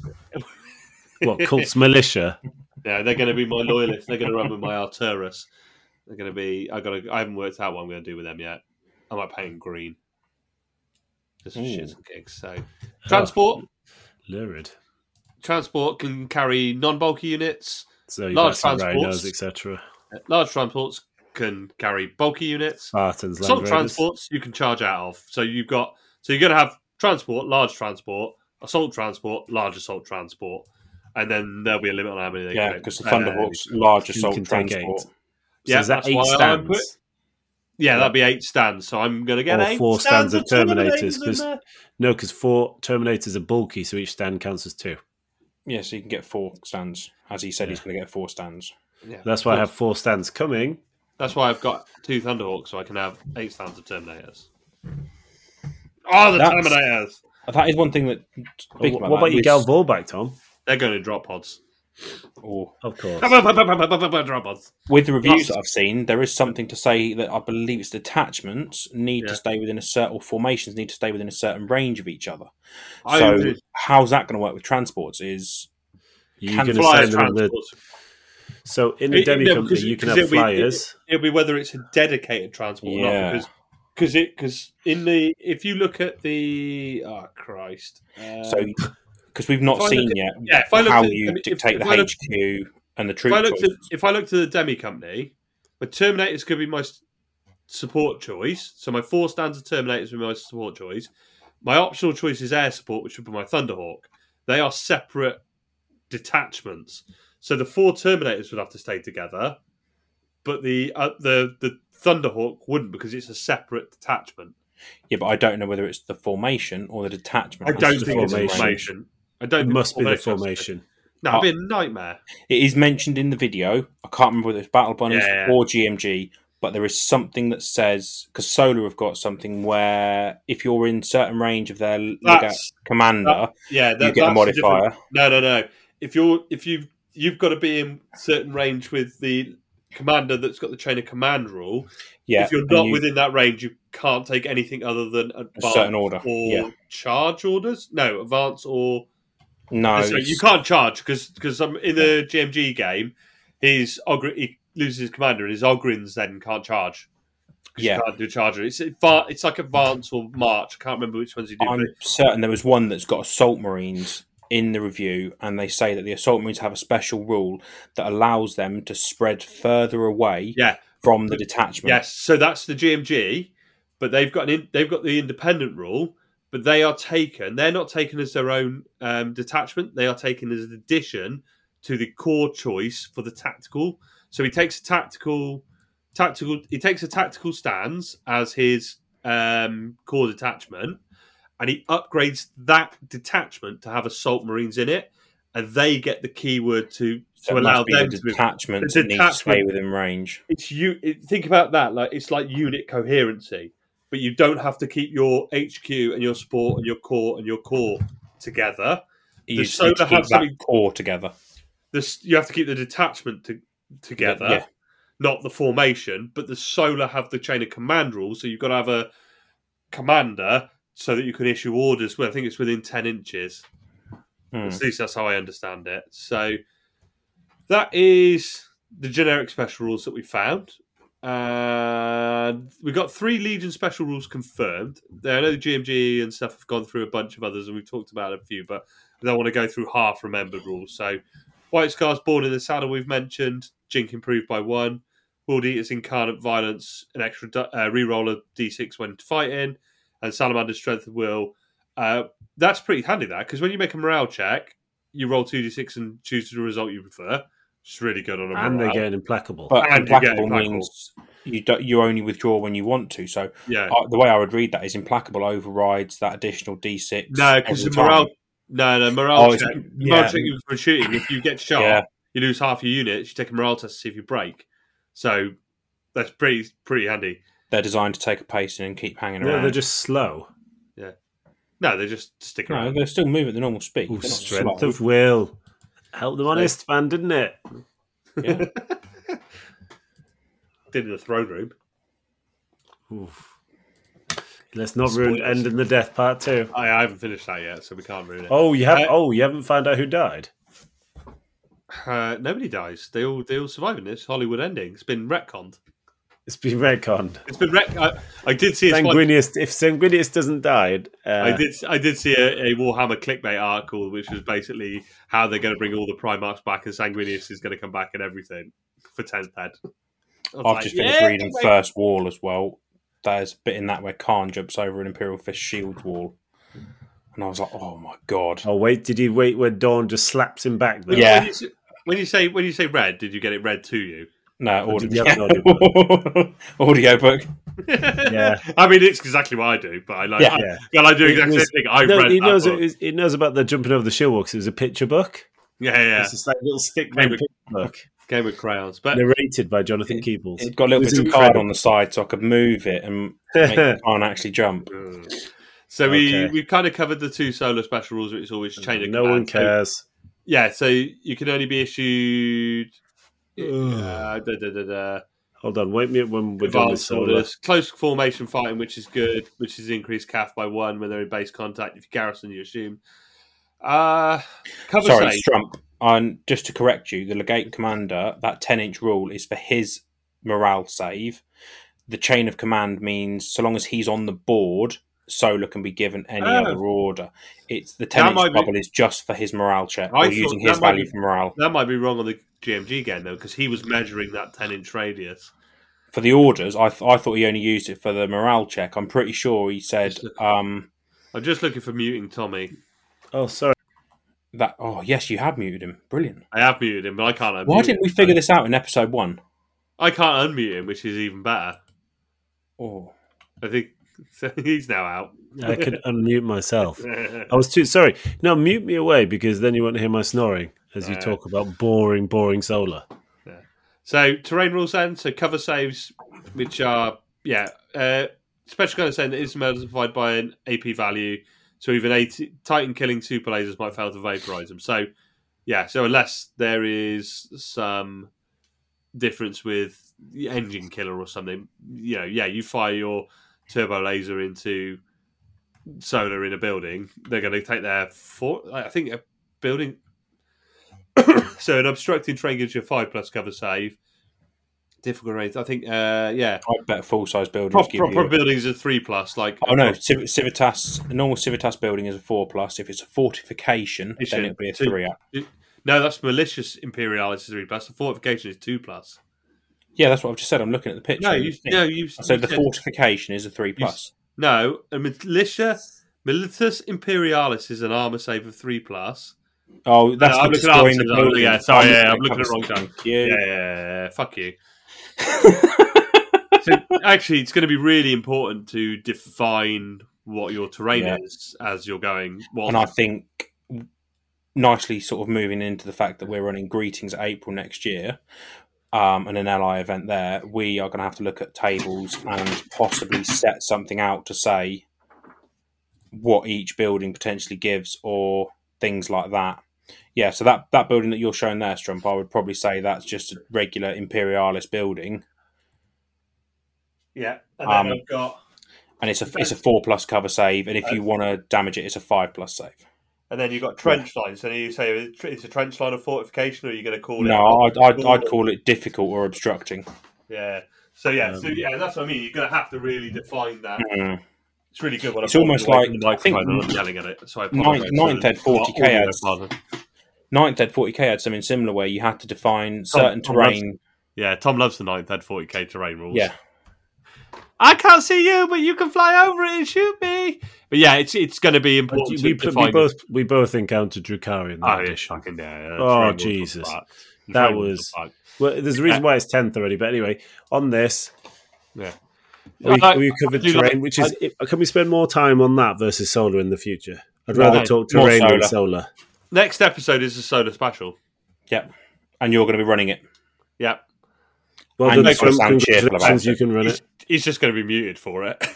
[SPEAKER 3] What cults militia?
[SPEAKER 1] Yeah, they're gonna be my loyalists. They're gonna run with my Arturus. They're gonna be. I gotta. I haven't worked out what I'm gonna do with them yet. I might paint them green. Just for
[SPEAKER 2] Ooh.
[SPEAKER 1] shits and gigs. So transport.
[SPEAKER 3] Lurid.
[SPEAKER 1] Transport can carry non-bulky units.
[SPEAKER 3] So you've
[SPEAKER 1] Large
[SPEAKER 3] got some
[SPEAKER 1] transports.
[SPEAKER 3] rhinos, etc.
[SPEAKER 1] Large transports can carry bulky units.
[SPEAKER 3] Spartans,
[SPEAKER 1] Some
[SPEAKER 3] Land Raiders.
[SPEAKER 1] transports you can charge out of. So you've got so you're going to have transport, large transport, assault transport, large assault transport, and then there'll be a limit on how many. They
[SPEAKER 2] Yeah,
[SPEAKER 1] can-
[SPEAKER 2] because the
[SPEAKER 1] uh,
[SPEAKER 2] Thunderhawks large
[SPEAKER 3] You
[SPEAKER 2] assault
[SPEAKER 3] can take
[SPEAKER 2] transport.
[SPEAKER 3] eight.
[SPEAKER 1] Yeah,
[SPEAKER 3] so is that
[SPEAKER 1] that's
[SPEAKER 3] eight
[SPEAKER 1] why I put-
[SPEAKER 3] stands?
[SPEAKER 1] yeah, that'd be eight stands. So I'm going to get
[SPEAKER 3] Or
[SPEAKER 1] eight
[SPEAKER 3] four stands of Terminators,
[SPEAKER 1] in
[SPEAKER 3] 'cause-
[SPEAKER 1] there.
[SPEAKER 3] No, because four Terminators are bulky, so each stand counts as two.
[SPEAKER 2] Yeah, so you can get four stands. As he said, he's going to get four stands.
[SPEAKER 1] Yeah,
[SPEAKER 3] That's why I have four stands coming.
[SPEAKER 1] That's why I've got two Thunderhawks, so I can have eight stands of Terminators. Oh, the
[SPEAKER 2] That's-
[SPEAKER 1] Terminators!
[SPEAKER 2] That is one thing that.
[SPEAKER 3] What about, your Gal Ballback, Tom?
[SPEAKER 1] They're going to drop pods.
[SPEAKER 2] Or
[SPEAKER 3] Of course.
[SPEAKER 1] Drop pods.
[SPEAKER 2] with the reviews
[SPEAKER 1] Yes.
[SPEAKER 2] that I've seen, there is something to say that I believe it's detachments need
[SPEAKER 1] Yeah.
[SPEAKER 2] to stay within a certain or formations need to stay within a certain range of each other.
[SPEAKER 1] I
[SPEAKER 2] so
[SPEAKER 1] agree.
[SPEAKER 2] how's that going to work with transports? Is
[SPEAKER 3] You
[SPEAKER 2] Can
[SPEAKER 3] can
[SPEAKER 2] fly
[SPEAKER 1] Flyers,
[SPEAKER 3] assign them in the,
[SPEAKER 1] transports.
[SPEAKER 3] so in
[SPEAKER 1] It-
[SPEAKER 3] the
[SPEAKER 1] it-
[SPEAKER 3] demi
[SPEAKER 1] no,
[SPEAKER 3] company,
[SPEAKER 1] because-
[SPEAKER 3] you can
[SPEAKER 1] because
[SPEAKER 3] have
[SPEAKER 1] it'll be-
[SPEAKER 3] flyers.
[SPEAKER 1] It'll be whether it's a dedicated transport or not,
[SPEAKER 2] Yeah.
[SPEAKER 1] because because it because in the if you look at the oh Christ, uh,
[SPEAKER 2] so because we've not
[SPEAKER 1] if I
[SPEAKER 2] seen
[SPEAKER 1] look
[SPEAKER 2] yet
[SPEAKER 1] yeah, if I look
[SPEAKER 2] how
[SPEAKER 1] at,
[SPEAKER 2] you
[SPEAKER 1] I mean, if-
[SPEAKER 2] dictate
[SPEAKER 1] if
[SPEAKER 2] the
[SPEAKER 1] I look-
[SPEAKER 2] HQ and the
[SPEAKER 1] if
[SPEAKER 2] troop.
[SPEAKER 1] I looked at
[SPEAKER 2] choice.
[SPEAKER 1] if I looked at the demi company, my Terminators could be my s- support choice. So my four stands of Terminators would be my support choice. My optional choice is air support, which would be my Thunderhawk. They are separate detachments. So the four Terminators would have to stay together, but the uh, the the Thunderhawk wouldn't because it's a separate detachment.
[SPEAKER 2] yeah, but I don't know whether it's the formation or the detachment.
[SPEAKER 1] I
[SPEAKER 2] That's
[SPEAKER 1] don't
[SPEAKER 2] the
[SPEAKER 1] think it's a
[SPEAKER 3] formation.
[SPEAKER 1] formation. I don't.
[SPEAKER 3] It
[SPEAKER 1] think
[SPEAKER 3] must be the
[SPEAKER 1] has to
[SPEAKER 3] formation.
[SPEAKER 1] No, it'd be a nightmare.
[SPEAKER 2] It is mentioned in the video. I can't remember whether it's Battle Bunnies
[SPEAKER 1] Yeah.
[SPEAKER 2] or GMG, but there is something that says because Solar have got something where if you're in certain range of their Legat
[SPEAKER 1] That's
[SPEAKER 2] commander,
[SPEAKER 1] yeah. That,
[SPEAKER 2] you get a
[SPEAKER 1] that's different-
[SPEAKER 2] modifier.
[SPEAKER 1] No, no, no. If you're if you've you've got to be in certain range with the commander that's got the chain of command rule.
[SPEAKER 2] yeah,
[SPEAKER 1] if you're
[SPEAKER 2] and
[SPEAKER 1] not
[SPEAKER 2] you-
[SPEAKER 1] within that range, you can't take anything other than advance
[SPEAKER 2] certain order,
[SPEAKER 1] or
[SPEAKER 2] yeah.
[SPEAKER 1] charge orders. No, advance or
[SPEAKER 2] no,
[SPEAKER 1] so you
[SPEAKER 2] it's-
[SPEAKER 1] can't charge because because I'm in the GMG game. His Ogre he loses his commander and his Ogrins then can't charge. 'Cause
[SPEAKER 2] Yeah.
[SPEAKER 1] you can't do a charger. It's adva- it's like advance or march. I can't remember which ones you do.
[SPEAKER 2] I'm
[SPEAKER 1] but-
[SPEAKER 2] certain there was one that's got assault marines in the review, and they say that the assault marines have a special rule that allows them to spread further away
[SPEAKER 1] Yeah.
[SPEAKER 2] from the detachment.
[SPEAKER 1] Yes, so that's the GMG, but they've got an in, they've got the independent rule, but they are taken. They're not taken as their own um, detachment. They are taken as an addition to the core choice for the tactical. So he takes a tactical, tactical. He takes a tactical stance as his um, core detachment, and he upgrades that detachment to have assault marines in it, and they get the keyword to
[SPEAKER 2] So
[SPEAKER 1] to
[SPEAKER 2] it
[SPEAKER 1] allow
[SPEAKER 2] must be
[SPEAKER 1] them
[SPEAKER 2] the
[SPEAKER 1] to move
[SPEAKER 2] detachment
[SPEAKER 1] the
[SPEAKER 2] that needs to stay
[SPEAKER 1] detachment-
[SPEAKER 2] within range.
[SPEAKER 1] it's you it, think about that like it's like unit coherency but you don't have to keep your hq and your support and your core and your core together
[SPEAKER 2] You
[SPEAKER 1] The
[SPEAKER 2] just need to
[SPEAKER 1] solar
[SPEAKER 2] keep
[SPEAKER 1] has to be-
[SPEAKER 2] that core together.
[SPEAKER 1] this you have to keep the detachment to, together
[SPEAKER 2] Yeah.
[SPEAKER 1] not the formation but the solar have the chain of command rule so you've got to have a commander so that you can issue orders well i think it's within 10 inches
[SPEAKER 2] Hmm.
[SPEAKER 1] at least that's how i understand it so that is the generic special rules that we found. And we got three Legion special rules confirmed. I know GMG and stuff have gone through a bunch of others, and we've talked about a few, but I don't want to go through half remembered rules. So, White Scar's Born in the Saddle, we've mentioned. Jink improved by one. World Eater's Incarnate Violence, an extra d- uh, reroll of D6 when fighting. And Salamander's Strength of Will. Uh, that's pretty handy, that, because when you make a morale check, you roll 2d6 and choose the result you prefer. It's really good on a
[SPEAKER 3] And
[SPEAKER 1] morale.
[SPEAKER 3] they're getting implacable.
[SPEAKER 2] But
[SPEAKER 1] And you get
[SPEAKER 2] implacable
[SPEAKER 1] implacable.
[SPEAKER 2] means you don't, you only withdraw when you want to. So
[SPEAKER 1] Yeah.
[SPEAKER 2] uh, the way I would read that is implacable overrides that additional D6.
[SPEAKER 1] No, because the
[SPEAKER 2] every time.
[SPEAKER 1] morale. No, no, morale
[SPEAKER 2] Oh, it's-
[SPEAKER 1] check.
[SPEAKER 2] yeah.
[SPEAKER 1] Morale check you for shooting. If you get shot,
[SPEAKER 2] Yeah.
[SPEAKER 1] you lose half your units. You take a morale test to see if you break. So that's pretty pretty handy.
[SPEAKER 2] They're designed to take a pacing and keep hanging
[SPEAKER 3] no,
[SPEAKER 2] around.
[SPEAKER 3] they're just slow.
[SPEAKER 1] No, they just stick
[SPEAKER 2] No,
[SPEAKER 1] around.
[SPEAKER 2] they're still moving at the normal speed.
[SPEAKER 3] Ooh,
[SPEAKER 2] They're not
[SPEAKER 3] strength
[SPEAKER 2] slow.
[SPEAKER 3] of will. Help them honest, man, didn't it?
[SPEAKER 1] Did in the throne room.
[SPEAKER 3] Oof. Let's not ruin
[SPEAKER 1] Spoilers.
[SPEAKER 3] End in the Death Part 2.
[SPEAKER 1] I, I haven't finished that yet, so we can't ruin it.
[SPEAKER 3] Oh, you have
[SPEAKER 1] Uh,
[SPEAKER 3] oh, you haven't found out who died.
[SPEAKER 1] Uh, nobody dies. They all they all survive in this Hollywood ending. It's been retconned.
[SPEAKER 3] It's been retconned.
[SPEAKER 1] It's been rec. I, I did see a spoiler-
[SPEAKER 3] Sanguinius if Sanguinius doesn't die, uh,
[SPEAKER 1] I did. I did see a, a Warhammer clickbait article, which was basically how they're going to bring all the Primarchs back, and Sanguinius is going to come back and everything for tenth head. I was
[SPEAKER 2] I've
[SPEAKER 1] like,
[SPEAKER 2] just finished
[SPEAKER 1] "Yeah,
[SPEAKER 2] reading
[SPEAKER 1] wait."
[SPEAKER 2] First Wall as well. There's a bit in that where Khan jumps over an Imperial Fist shield wall. And I was like, oh my god.
[SPEAKER 3] Oh wait, did he wait when Dawn just slaps him back though?
[SPEAKER 2] Yeah.
[SPEAKER 1] When you, say, when you say when you say red, did you get it read to you?
[SPEAKER 2] No,
[SPEAKER 3] Did
[SPEAKER 2] audio,
[SPEAKER 3] you have an
[SPEAKER 2] audiobook.
[SPEAKER 1] yeah. I mean, it's exactly what I do, but I like.
[SPEAKER 2] Yeah.
[SPEAKER 1] I,
[SPEAKER 3] Yeah.
[SPEAKER 1] well, I do
[SPEAKER 3] It
[SPEAKER 1] exactly the
[SPEAKER 3] was-
[SPEAKER 1] same thing. I
[SPEAKER 3] No,
[SPEAKER 1] read
[SPEAKER 3] he
[SPEAKER 1] that
[SPEAKER 3] knows
[SPEAKER 1] book.
[SPEAKER 3] it was, he knows about the jumping over the shield walks. It was a picture book.
[SPEAKER 1] yeah, Uh, yeah, yeah.
[SPEAKER 3] It's just like a little stick
[SPEAKER 1] Maybe-
[SPEAKER 3] picture book.
[SPEAKER 1] Game of Crayons. But
[SPEAKER 3] narrated by Jonathan Keebles.
[SPEAKER 2] It's got a little
[SPEAKER 3] It was
[SPEAKER 2] bit of card
[SPEAKER 3] incredible.
[SPEAKER 2] on the side, so I could move it and make it can't actually jump.
[SPEAKER 3] Mm.
[SPEAKER 1] so we
[SPEAKER 3] Okay.
[SPEAKER 1] we've kind of covered the two solo special rules, which is always chain of
[SPEAKER 3] no
[SPEAKER 1] command.
[SPEAKER 3] one
[SPEAKER 1] So,
[SPEAKER 3] cares.
[SPEAKER 1] yeah, so you can only be issued. Uh, da, da, da, da.
[SPEAKER 3] Hold on, wait me up when we're done with
[SPEAKER 1] advanced
[SPEAKER 3] solar.
[SPEAKER 1] orders, close formation fighting, which is good, which is increased CAF by one when they're in base contact. If you garrison, you assume. Uh, cover
[SPEAKER 2] Sorry,
[SPEAKER 1] save.
[SPEAKER 2] Strump. And just to correct you, the legate commander that ten inch rule is for his morale save. The chain of command means so long as he's on the board, Solar can be given any
[SPEAKER 1] Oh.
[SPEAKER 2] other order. It's the ten
[SPEAKER 1] might
[SPEAKER 2] inch
[SPEAKER 1] be-
[SPEAKER 2] bubble is just for his morale check
[SPEAKER 1] I
[SPEAKER 2] or
[SPEAKER 1] thought
[SPEAKER 2] using
[SPEAKER 1] that
[SPEAKER 2] his
[SPEAKER 1] might
[SPEAKER 2] value
[SPEAKER 1] be-
[SPEAKER 2] for morale.
[SPEAKER 1] That might be wrong on the GMG game though, because he was measuring that ten inch radius.
[SPEAKER 2] for the orders, I, th- I thought he only used it for the morale check. I'm pretty sure he said um,
[SPEAKER 1] I'm just looking for muting Tommy.
[SPEAKER 3] Oh, sorry.
[SPEAKER 2] that. Oh, yes, you have muted him. Brilliant.
[SPEAKER 1] I have muted him, but I can't. Unmute
[SPEAKER 2] Why didn't we
[SPEAKER 1] him.
[SPEAKER 2] figure this out in episode one?
[SPEAKER 1] I can't unmute him, which is even better.
[SPEAKER 2] Oh,
[SPEAKER 1] I think so he's now out.
[SPEAKER 3] I could unmute myself. I was too sorry. No, mute me away because then you won't hear my snoring as you
[SPEAKER 1] Uh.
[SPEAKER 3] talk about boring, boring solar.
[SPEAKER 1] so terrain rules then. So cover saves, which are yeah, uh, special kind of saying that is multiplied by an AP value. So even 80, Titan killing super lasers might fail to vaporize them. So yeah, so unless there is some difference with the engine killer or something, you know, yeah, you fire your turbo laser into solar in a building, they're going to take their four. I think a building. so an obstructing train gives you a five plus cover save. Difficult range. I think. Uh, yeah,
[SPEAKER 2] I bet full size buildings
[SPEAKER 1] proper,
[SPEAKER 2] give you.
[SPEAKER 1] proper buildings are three plus. Like
[SPEAKER 2] oh no, Civ- Civitas. A normal Civitas building is a four plus. If it's a fortification,
[SPEAKER 1] It should-
[SPEAKER 2] then it'd be a
[SPEAKER 1] two.
[SPEAKER 2] three up.
[SPEAKER 1] no, that's malicious imperialis is three plus. The fortification is two plus.
[SPEAKER 2] Yeah, that's what I've just said. I'm looking at the picture.
[SPEAKER 1] No,
[SPEAKER 2] and
[SPEAKER 1] you
[SPEAKER 2] think.
[SPEAKER 1] no you.
[SPEAKER 2] so
[SPEAKER 1] you
[SPEAKER 2] the
[SPEAKER 1] said-
[SPEAKER 2] fortification is a three plus.
[SPEAKER 1] No, a militia. Militus Imperialis is an armor save of three plus.
[SPEAKER 2] Oh, that's
[SPEAKER 1] No, I'm
[SPEAKER 2] for
[SPEAKER 1] looking at
[SPEAKER 2] destroying
[SPEAKER 1] answers,
[SPEAKER 2] the
[SPEAKER 1] I'm looking-
[SPEAKER 2] building.
[SPEAKER 1] yeah, sorry,
[SPEAKER 2] I'm
[SPEAKER 1] yeah, I'm looking at wrong
[SPEAKER 2] covers.
[SPEAKER 1] time.
[SPEAKER 2] Thank you.
[SPEAKER 1] Yeah, yeah, yeah, yeah, fuck you. so actually, it's going to be really important to define what your terrain
[SPEAKER 2] Yeah.
[SPEAKER 1] is as you're going. What
[SPEAKER 2] and I think nicely sort of moving into the fact that we're running greetings April next year um, and an ally event there, we are going to have to look at tables and possibly set something out to say what each building potentially gives or things like that. Yeah, so that, that building that you're showing there, Strump, I would probably say that's just a regular Imperialist building,
[SPEAKER 1] yeah, and
[SPEAKER 2] then Um,
[SPEAKER 1] I've got
[SPEAKER 2] and it's a it's a four plus cover save, and if you want to damage it, it's a five plus save.
[SPEAKER 1] and then you've got
[SPEAKER 2] trench
[SPEAKER 1] lines. So you say it's a trench line of fortification, or are you going to call
[SPEAKER 2] No, I'd, I'd, I'd call it difficult or obstructing.
[SPEAKER 1] Yeah. So yeah, so
[SPEAKER 3] Um,
[SPEAKER 1] yeah, that's what I mean. You're going to have to really define that.
[SPEAKER 2] Mm.
[SPEAKER 1] It's really good. When
[SPEAKER 2] It's
[SPEAKER 1] I'm
[SPEAKER 2] almost
[SPEAKER 1] away from the
[SPEAKER 2] like- I think
[SPEAKER 1] microphone and I'm yelling at it. So I
[SPEAKER 2] Ninth-
[SPEAKER 1] apologise.
[SPEAKER 2] ninth had 40K
[SPEAKER 1] Audio,
[SPEAKER 2] ads.
[SPEAKER 1] pardon.
[SPEAKER 2] Ninth Ed 40k had something similar where you had to
[SPEAKER 1] Oh,
[SPEAKER 2] define certain
[SPEAKER 1] Tom
[SPEAKER 2] terrain.
[SPEAKER 1] Yeah, Tom loves the ninth had 40k terrain rules.
[SPEAKER 2] Yeah,
[SPEAKER 1] I can't see you, but you can fly over it and shoot me. But yeah, it's it's going to be important.
[SPEAKER 3] We,
[SPEAKER 1] to
[SPEAKER 3] we
[SPEAKER 1] define-
[SPEAKER 3] both we both encountered Drukari in
[SPEAKER 1] Oh,
[SPEAKER 3] that
[SPEAKER 1] yeah,
[SPEAKER 3] edition.
[SPEAKER 1] fucking yeah. yeah,
[SPEAKER 3] Oh,
[SPEAKER 1] terrain rules
[SPEAKER 3] Jesus.
[SPEAKER 1] were fucked.
[SPEAKER 3] That
[SPEAKER 1] Terrain rules
[SPEAKER 3] was-
[SPEAKER 1] were fucked.
[SPEAKER 3] Well, there's a reason why it's ten thirty, but anyway, on this,
[SPEAKER 1] Uh, Yeah.
[SPEAKER 3] we,
[SPEAKER 1] I like-
[SPEAKER 3] we covered
[SPEAKER 1] I do
[SPEAKER 3] terrain,
[SPEAKER 1] like-
[SPEAKER 3] which is. can we spend more time on that versus solar in the future? I'd
[SPEAKER 2] No,
[SPEAKER 3] rather
[SPEAKER 1] no,
[SPEAKER 3] talk
[SPEAKER 2] more
[SPEAKER 3] terrain than solar.
[SPEAKER 1] Next episode is a solar special.
[SPEAKER 2] yeah. And you're going to be running it.
[SPEAKER 1] Yep.
[SPEAKER 3] Well
[SPEAKER 2] And
[SPEAKER 3] done,
[SPEAKER 2] make us
[SPEAKER 3] Trump.
[SPEAKER 2] sound cheerful about
[SPEAKER 3] Congratulations,
[SPEAKER 2] it.
[SPEAKER 3] you can run it.
[SPEAKER 1] He's, he's just going to be muted for it.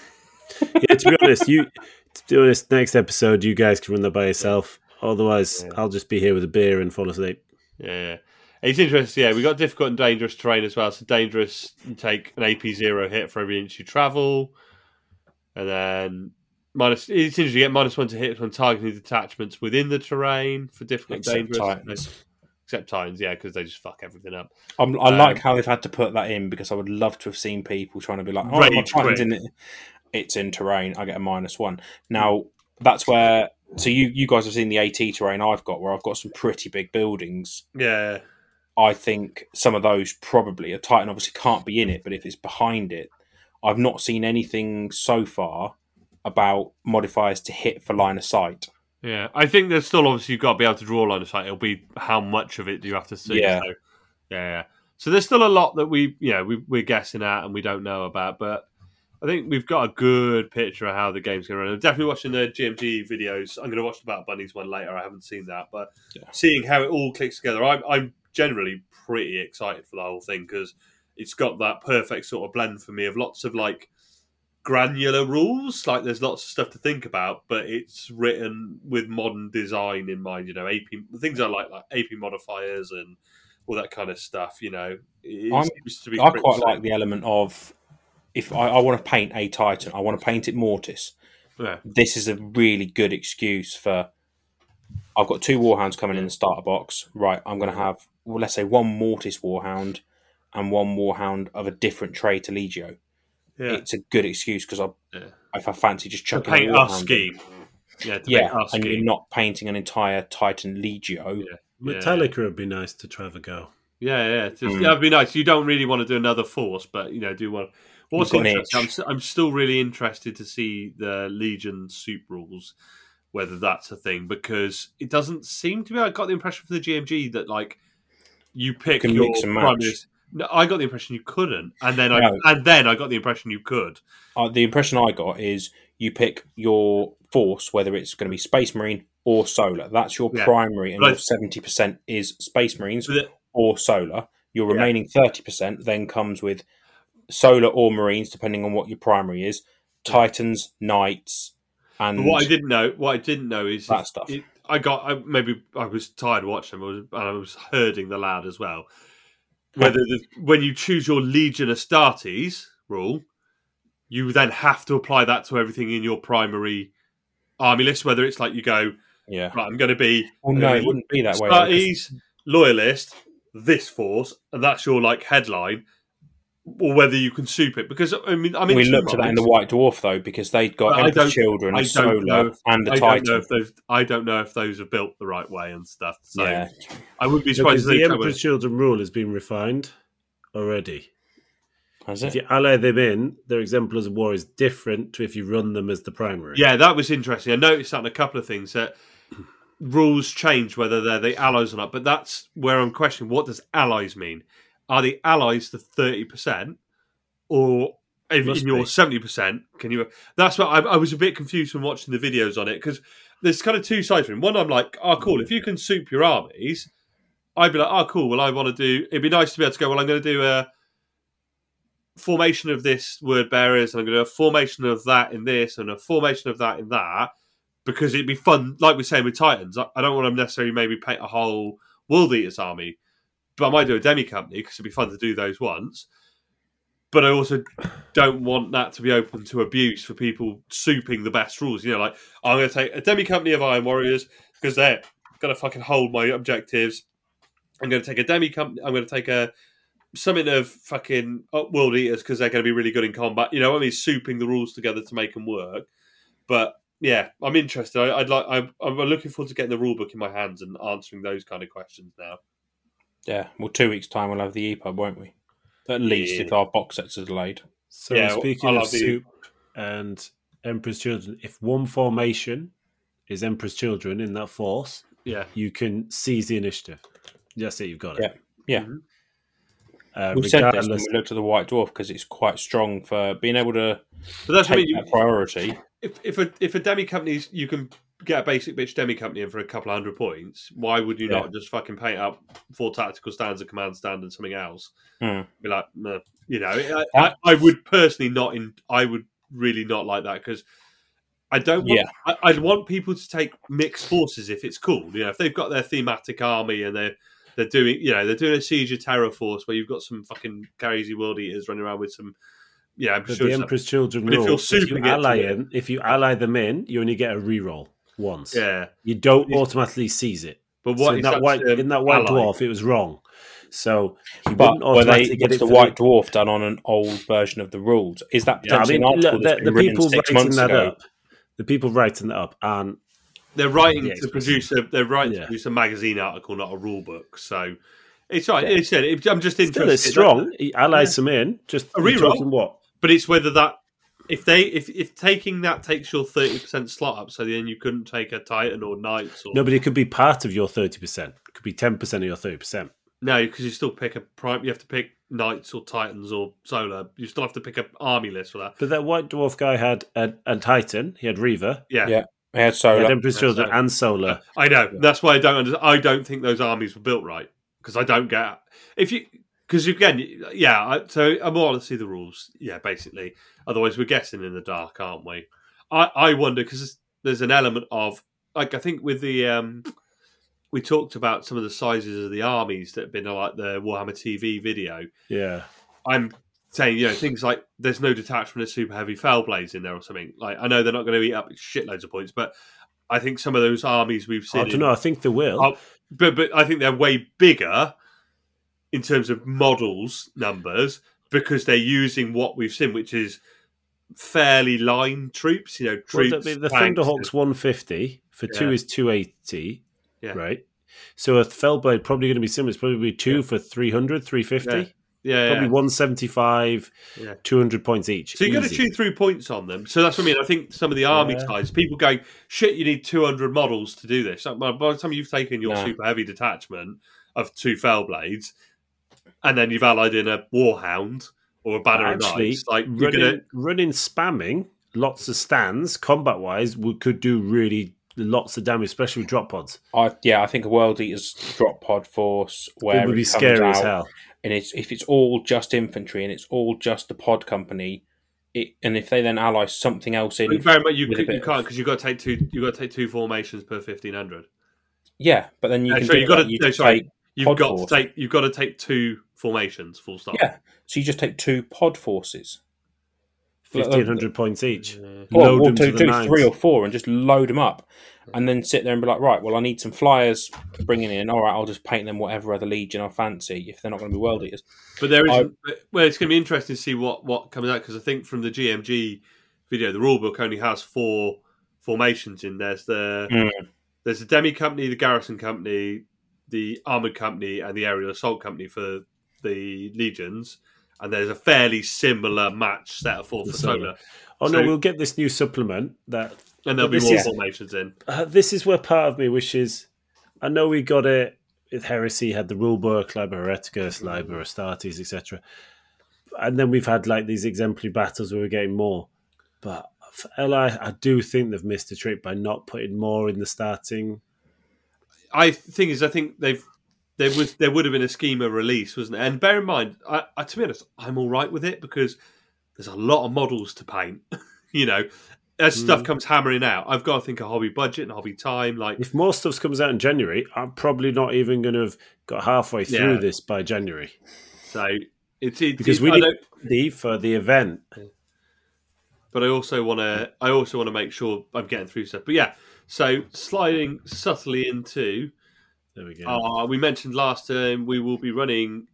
[SPEAKER 3] Yeah, to be honest, you to be honest, next episode you guys can run that by yourself. Otherwise, I'll just be here with a beer and fall asleep.
[SPEAKER 1] yeah. It's interesting. Yeah, we got difficult and dangerous terrain as well. So dangerous, you take an AP zero hit for every inch you travel, and then minus. It's interesting. You get minus one to hits when targeting detachments within the terrain for difficult
[SPEAKER 2] Except
[SPEAKER 1] and dangerous.
[SPEAKER 2] Titans.
[SPEAKER 1] Except Titans, yeah, because they just fuck everything up.
[SPEAKER 2] I'm, I
[SPEAKER 1] Um,
[SPEAKER 2] like how they've had to put that in because I would love to have seen people trying to be like, oh, my
[SPEAKER 1] Rage
[SPEAKER 2] Titan's
[SPEAKER 1] quit.
[SPEAKER 2] in it. It's in terrain. I get a minus one. Now, that's where. So you, you guys have seen the AT terrain I've got where I've got some pretty big buildings.
[SPEAKER 1] Yeah,
[SPEAKER 2] I think some of those probably a Titan obviously can't be in it, but if it's behind it, I've not seen anything so far about modifiers to hit for line of sight.
[SPEAKER 1] yeah. I think there's still obviously you've got to be able to draw a line of sight. It'll be how much of it do you have to see?
[SPEAKER 2] Yeah.
[SPEAKER 1] So, yeah, yeah. So there's still a lot that we, you know, we, we're guessing at and we don't know about, but I think we've got a good picture of how the game's going to run. I'm definitely watching the GMG videos. I'm going to watch the Battle Bunnies one later. I haven't seen that, but seeing how it all clicks together, I'm, I'm generally pretty excited for the whole thing because it's got that perfect sort of blend for me of lots of like granular rules. Like there's lots of stuff to think about, but it's written with modern design in mind. You know, AP things I like like AP modifiers and all that kind of stuff. You know, It's
[SPEAKER 2] I'm-
[SPEAKER 1] supposed to be
[SPEAKER 2] I
[SPEAKER 1] pretty
[SPEAKER 2] quite
[SPEAKER 1] exciting.
[SPEAKER 2] like the element of if I, I want to paint a Titan, I want to paint it Mortis.
[SPEAKER 1] Yeah.
[SPEAKER 2] This is a really good excuse for. I've got two Warhounds coming in the starter box. Right, I'm going to have, well, let's say, one Mortis Warhound and one Warhound of a different trait to Legio.
[SPEAKER 1] Yeah.
[SPEAKER 2] It's a good excuse because I,
[SPEAKER 1] Yeah.
[SPEAKER 2] if I fancy just
[SPEAKER 1] to
[SPEAKER 2] chucking a
[SPEAKER 1] paint our
[SPEAKER 2] Warhound in.
[SPEAKER 1] scheme. Yeah, to
[SPEAKER 2] yeah,
[SPEAKER 1] paint our
[SPEAKER 2] and you're
[SPEAKER 1] scheme.
[SPEAKER 2] not painting an entire Titan Legio.
[SPEAKER 1] Yeah.
[SPEAKER 3] Metallica would be nice to try have a go.
[SPEAKER 1] Yeah, yeah, it's just,
[SPEAKER 2] Hmm.
[SPEAKER 1] that'd be nice. You don't really want to do another force, but you know, do one. What's
[SPEAKER 2] You've got an
[SPEAKER 1] interesting, I'm,
[SPEAKER 2] itch.
[SPEAKER 1] s- I'm still really interested to see the Legion soup rules, whether that's a thing because it doesn't seem to be. I got the impression for the GMG that like you pick
[SPEAKER 2] can
[SPEAKER 1] your
[SPEAKER 2] mix and match.
[SPEAKER 1] primaries. No, I got the impression you couldn't, and then I
[SPEAKER 2] No.
[SPEAKER 1] and then I got the impression you could.
[SPEAKER 2] uh, the impression I got is you pick your force, whether it's going to be Space Marine or Solar. That's your
[SPEAKER 1] Yeah.
[SPEAKER 2] primary, and
[SPEAKER 1] Right.
[SPEAKER 2] your seventy percent is Space Marines
[SPEAKER 1] But it-
[SPEAKER 2] or Solar. Your
[SPEAKER 1] Yeah.
[SPEAKER 2] remaining thirty percent then comes with Solar or Marines, depending on what your primary is. Titans, Knights,
[SPEAKER 1] But
[SPEAKER 2] and
[SPEAKER 1] what I didn't know, what I didn't know is
[SPEAKER 2] that stuff.
[SPEAKER 1] it, I got I, maybe I was tired watching them, I was- and I was herding the lad as well. Whether the, when you choose your Legion Astartes rule, you then have to apply that to everything in your primary army list. Whether it's like you go,
[SPEAKER 2] yeah.
[SPEAKER 1] right, I'm going to be
[SPEAKER 2] Well, no,
[SPEAKER 1] Uh,
[SPEAKER 2] it wouldn't be that way. though, 'cause-
[SPEAKER 1] Astartes loyalist, this force, and that's your like headline, or whether you can soup it. Because I mean, I mean,
[SPEAKER 2] we looked at that in the White Dwarf though, because they
[SPEAKER 1] But I
[SPEAKER 2] got
[SPEAKER 1] don't-
[SPEAKER 2] Emperor's Children,
[SPEAKER 1] I
[SPEAKER 2] a
[SPEAKER 1] don't know
[SPEAKER 2] Solar,
[SPEAKER 1] if-
[SPEAKER 2] and a
[SPEAKER 1] I don't know
[SPEAKER 2] Titan.
[SPEAKER 1] if those. I don't know if those are built the right way and stuff. So
[SPEAKER 2] Yeah,
[SPEAKER 1] I wouldn't be surprised
[SPEAKER 3] Because
[SPEAKER 1] if they
[SPEAKER 3] the
[SPEAKER 1] come
[SPEAKER 3] Emperor's Children rule has been refined already.
[SPEAKER 2] has
[SPEAKER 3] If
[SPEAKER 2] it?
[SPEAKER 3] you ally them in, their exemplars of war is different to if you run them as the primary.
[SPEAKER 1] Yeah, that was interesting. I noticed that in a couple of things that rules change whether they're the allies or not. But that's where I'm questioning what does allies mean? Are the allies the thirty percent, or if
[SPEAKER 3] Must
[SPEAKER 1] in your
[SPEAKER 3] be.
[SPEAKER 1] seventy percent? Can you? That's what I, I was a bit confused when watching the videos on it because there's kind of two sides to it. One, I'm like, oh, cool. If you can soup your armies, I'd be like, oh, cool. Well, I want to do. It'd be nice to be able to go. Well, I'm going to do a formation of this word bearers, and I'm going to do a formation of that in this, and a formation of that in that, because it'd be fun. Like we're saying with Titans, I, I don't want to necessarily maybe paint a whole World Eaters army, but I might do a demi company because it'd be fun to do those once. But I also don't want that to be open to abuse for people souping the best rules. You know, like I'm going to take a demi company of Iron Warriors because they're going to fucking hold my objectives. I'm going to take a demi company. I'm going to take a something of fucking up world eaters because they're going to be really good in combat. You know, what I mean, souping the rules together to make them work. But yeah, I'm interested. I, I'd like. I'm, I'm looking forward to getting the rule book in my hands and answering those kind of questions now.
[SPEAKER 2] Yeah, well, two weeks' time we'll have the EPUB, won't we? At least
[SPEAKER 1] Yeah.
[SPEAKER 2] if our box sets are delayed.
[SPEAKER 3] So
[SPEAKER 1] Yeah,
[SPEAKER 3] speaking
[SPEAKER 1] I'll
[SPEAKER 3] of
[SPEAKER 1] have the-
[SPEAKER 3] soup and Emperor's Children, if one formation is Emperor's Children in that force,
[SPEAKER 1] Yeah,
[SPEAKER 3] you can seize the initiative. That's it. You've got it.
[SPEAKER 2] Yeah.
[SPEAKER 3] Uh,
[SPEAKER 2] We said this when
[SPEAKER 3] regardless,
[SPEAKER 2] we looked at the White Dwarf because it's quite strong for being able to
[SPEAKER 1] but that's what I
[SPEAKER 2] take
[SPEAKER 1] mean. You,
[SPEAKER 2] that priority.
[SPEAKER 1] if if a if a demi company you can get a basic bitch demi company in for a couple hundred points, why would you
[SPEAKER 2] Yeah.
[SPEAKER 1] not just fucking paint up four tactical stands, a command stand, and something else?
[SPEAKER 2] Hmm.
[SPEAKER 1] Be like, meh. you know, I, I, I would personally not in. I would really not like that because I don't. Want,
[SPEAKER 2] Yeah.
[SPEAKER 1] I, I'd want people to take mixed forces if it's cool. You know, if they've got their thematic army and they're they're doing, you know, they're doing a siege of terror force where you've got some fucking crazy world eaters running around with some. Yeah, I'm
[SPEAKER 3] but
[SPEAKER 1] sure
[SPEAKER 3] the
[SPEAKER 1] some-
[SPEAKER 3] Emperor's Children
[SPEAKER 1] But if
[SPEAKER 3] rule,
[SPEAKER 1] you're
[SPEAKER 3] if you
[SPEAKER 1] souping it to
[SPEAKER 3] ally
[SPEAKER 1] it-
[SPEAKER 3] in, if you ally them in, you only get a reroll once.
[SPEAKER 1] yeah.
[SPEAKER 3] You don't
[SPEAKER 1] It's-
[SPEAKER 3] automatically seize it.
[SPEAKER 1] But
[SPEAKER 3] So
[SPEAKER 1] what
[SPEAKER 3] in
[SPEAKER 1] is
[SPEAKER 3] that, white
[SPEAKER 1] term
[SPEAKER 3] in that white
[SPEAKER 1] ally?
[SPEAKER 3] dwarf, it was wrong. So you
[SPEAKER 2] But
[SPEAKER 3] wouldn't
[SPEAKER 2] were they,
[SPEAKER 3] automatically get
[SPEAKER 2] was
[SPEAKER 3] it
[SPEAKER 2] the
[SPEAKER 3] for
[SPEAKER 2] White Dwarf done on an old version of the rules? Is that
[SPEAKER 3] Yeah, I
[SPEAKER 2] potentially
[SPEAKER 3] mean,
[SPEAKER 2] an article
[SPEAKER 3] look,
[SPEAKER 2] that's
[SPEAKER 3] the, the
[SPEAKER 2] been written
[SPEAKER 3] people
[SPEAKER 2] six
[SPEAKER 3] writing
[SPEAKER 2] months
[SPEAKER 3] that
[SPEAKER 2] ago?
[SPEAKER 3] up, the people writing that up, and
[SPEAKER 1] They're writing
[SPEAKER 3] Yeah,
[SPEAKER 1] to
[SPEAKER 3] it's-
[SPEAKER 1] produce a they're writing to
[SPEAKER 3] yeah.
[SPEAKER 1] produce a magazine article, not a rule book. So it's all right. It's, said- it- I'm just interested.
[SPEAKER 3] still it's strong. He allies them in. Just
[SPEAKER 1] A
[SPEAKER 3] you're
[SPEAKER 1] reroll.
[SPEAKER 3] talking what?
[SPEAKER 1] but it's whether that if they if if taking that takes your thirty percent slot up, so then you couldn't take a Titan or Knights or
[SPEAKER 3] No, but it could be part of your thirty percent. Could be ten percent of your thirty percent.
[SPEAKER 1] no, because you still pick a prime. You have to pick Knights or Titans or Solar. You still have to pick an army list for that.
[SPEAKER 3] But that white dwarf guy had a, a titan. He had Reaver.
[SPEAKER 1] Yeah,
[SPEAKER 2] Yeah. They had
[SPEAKER 3] He had
[SPEAKER 2] Solar.
[SPEAKER 3] Emperor's
[SPEAKER 1] Yeah,
[SPEAKER 3] Children
[SPEAKER 1] so-
[SPEAKER 3] and Solar.
[SPEAKER 1] I know. That's why I don't. Under- I don't think those armies were built right. because I don't get if you because again yeah I, so I'm all to see the rules yeah basically otherwise we're guessing in the dark aren't we I I wonder because there's an element of like I think with the um we talked about some of the sizes of the armies that have been on, like the Warhammer TV video
[SPEAKER 3] Yeah.
[SPEAKER 1] I'm saying, you know, things like there's no detachment of super heavy fell blades in there or something. Like I know they're not going to eat up shitloads of points, but I think some of those armies we've seen,
[SPEAKER 3] I don't know. I think there will.
[SPEAKER 1] Oh, but but I think they're way bigger in terms of models numbers because they're using what we've seen, which is fairly line troops. You know,
[SPEAKER 3] Well,
[SPEAKER 1] troops.
[SPEAKER 3] that'd be the
[SPEAKER 1] tanks,
[SPEAKER 3] Thunderhawk's 150 for two
[SPEAKER 1] Yeah.
[SPEAKER 3] is 280,
[SPEAKER 1] Yeah.
[SPEAKER 3] right? So a Fellblade probably going to be similar. It's probably two for 300, 350,
[SPEAKER 1] Yeah, yeah.
[SPEAKER 3] probably 175,
[SPEAKER 1] Yeah.
[SPEAKER 3] 200 points each.
[SPEAKER 1] So you've got to
[SPEAKER 3] Easy.
[SPEAKER 1] chew through points on them. So that's what I mean. I think some of the army
[SPEAKER 3] Yeah.
[SPEAKER 1] sides, people going, shit, you need 200 models to do this. Like, By by the time you've taken your
[SPEAKER 2] No.
[SPEAKER 1] super heavy detachment of two fell blades and then you've allied in a warhound or a banner of
[SPEAKER 3] Actually,
[SPEAKER 1] knights, like you're
[SPEAKER 3] running,
[SPEAKER 1] going to.
[SPEAKER 3] running spamming lots of stands combat wise would could do really lots of damage, especially with drop pods.
[SPEAKER 2] I, yeah, I think a World Eater's drop pod force where
[SPEAKER 3] it would be
[SPEAKER 2] it comes
[SPEAKER 3] scary as
[SPEAKER 2] out
[SPEAKER 3] hell.
[SPEAKER 2] and it's if it's all just infantry and it's all just the pod company, it, and if they then ally something else in,
[SPEAKER 1] Very much you,
[SPEAKER 2] with a
[SPEAKER 1] could, you
[SPEAKER 2] bit of-
[SPEAKER 1] can't because you've got to take two. You've got to take two formations per fifteen hundred.
[SPEAKER 2] yeah, but then you
[SPEAKER 1] Yeah,
[SPEAKER 2] can
[SPEAKER 1] sorry,
[SPEAKER 2] do
[SPEAKER 1] you've got
[SPEAKER 2] that.
[SPEAKER 1] to-
[SPEAKER 2] you
[SPEAKER 1] no,
[SPEAKER 2] just
[SPEAKER 1] sorry.
[SPEAKER 2] take,
[SPEAKER 1] You've
[SPEAKER 2] Pod
[SPEAKER 1] got
[SPEAKER 2] force.
[SPEAKER 1] to take. You've got to take two formations. Full stop.
[SPEAKER 2] yeah, so you just take two pod forces,
[SPEAKER 3] Fifteen hundred points each.
[SPEAKER 2] or,
[SPEAKER 3] Mm-hmm. Load
[SPEAKER 2] or
[SPEAKER 3] them to
[SPEAKER 2] uh, two,
[SPEAKER 3] the
[SPEAKER 2] do
[SPEAKER 3] nines.
[SPEAKER 2] three or four, and just load them up, and then sit there and be like, right, well, I need some flyers bringing in. All right, I'll just paint them whatever other legion I fancy if they're not going to be
[SPEAKER 3] Mm-hmm.
[SPEAKER 2] world eaters.
[SPEAKER 1] But there is
[SPEAKER 2] I-
[SPEAKER 1] but- well, it's going to be interesting to see what what comes out because I think from the GMG video, the rulebook only has four formations in. There's the
[SPEAKER 2] Hmm.
[SPEAKER 1] there's the demi company, the garrison company, the armored company, and the aerial assault company for the legions. And there's a fairly similar match set of four
[SPEAKER 3] The
[SPEAKER 1] for
[SPEAKER 3] solar.
[SPEAKER 1] solar,
[SPEAKER 3] Oh
[SPEAKER 1] So-
[SPEAKER 3] no, we'll get this new supplement that
[SPEAKER 1] and there'll
[SPEAKER 3] But
[SPEAKER 1] be
[SPEAKER 3] this
[SPEAKER 1] more
[SPEAKER 3] is-
[SPEAKER 1] formations in.
[SPEAKER 3] uh, this is where part of me wishes. I know we got it with Heresy, had the rule book, Liber Hereticus, Liber Astartes, etc. And then we've had like these exemplary battles where we're getting more. But for LI, I do think they've missed a trick by not putting more in the starting.
[SPEAKER 1] I thing is, I think they've there was there would have been a schema release, wasn't there? And bear in mind, I, I to be honest, I'm all right with it because there's a lot of models to paint. you know, as
[SPEAKER 3] Hmm.
[SPEAKER 1] stuff comes hammering out, I've got to think of hobby budget and hobby time. Like,
[SPEAKER 3] If more stuff comes out in January, I'm probably not even going to have got halfway through
[SPEAKER 1] Yeah.
[SPEAKER 3] this by January
[SPEAKER 1] so it's it,
[SPEAKER 3] because we
[SPEAKER 1] I
[SPEAKER 3] need
[SPEAKER 1] don't-
[SPEAKER 3] the for the event.
[SPEAKER 1] but I also want to. I also want to make sure I'm getting through stuff. But yeah, so sliding subtly into.
[SPEAKER 3] There we go.
[SPEAKER 1] Uh, we mentioned last time we will be running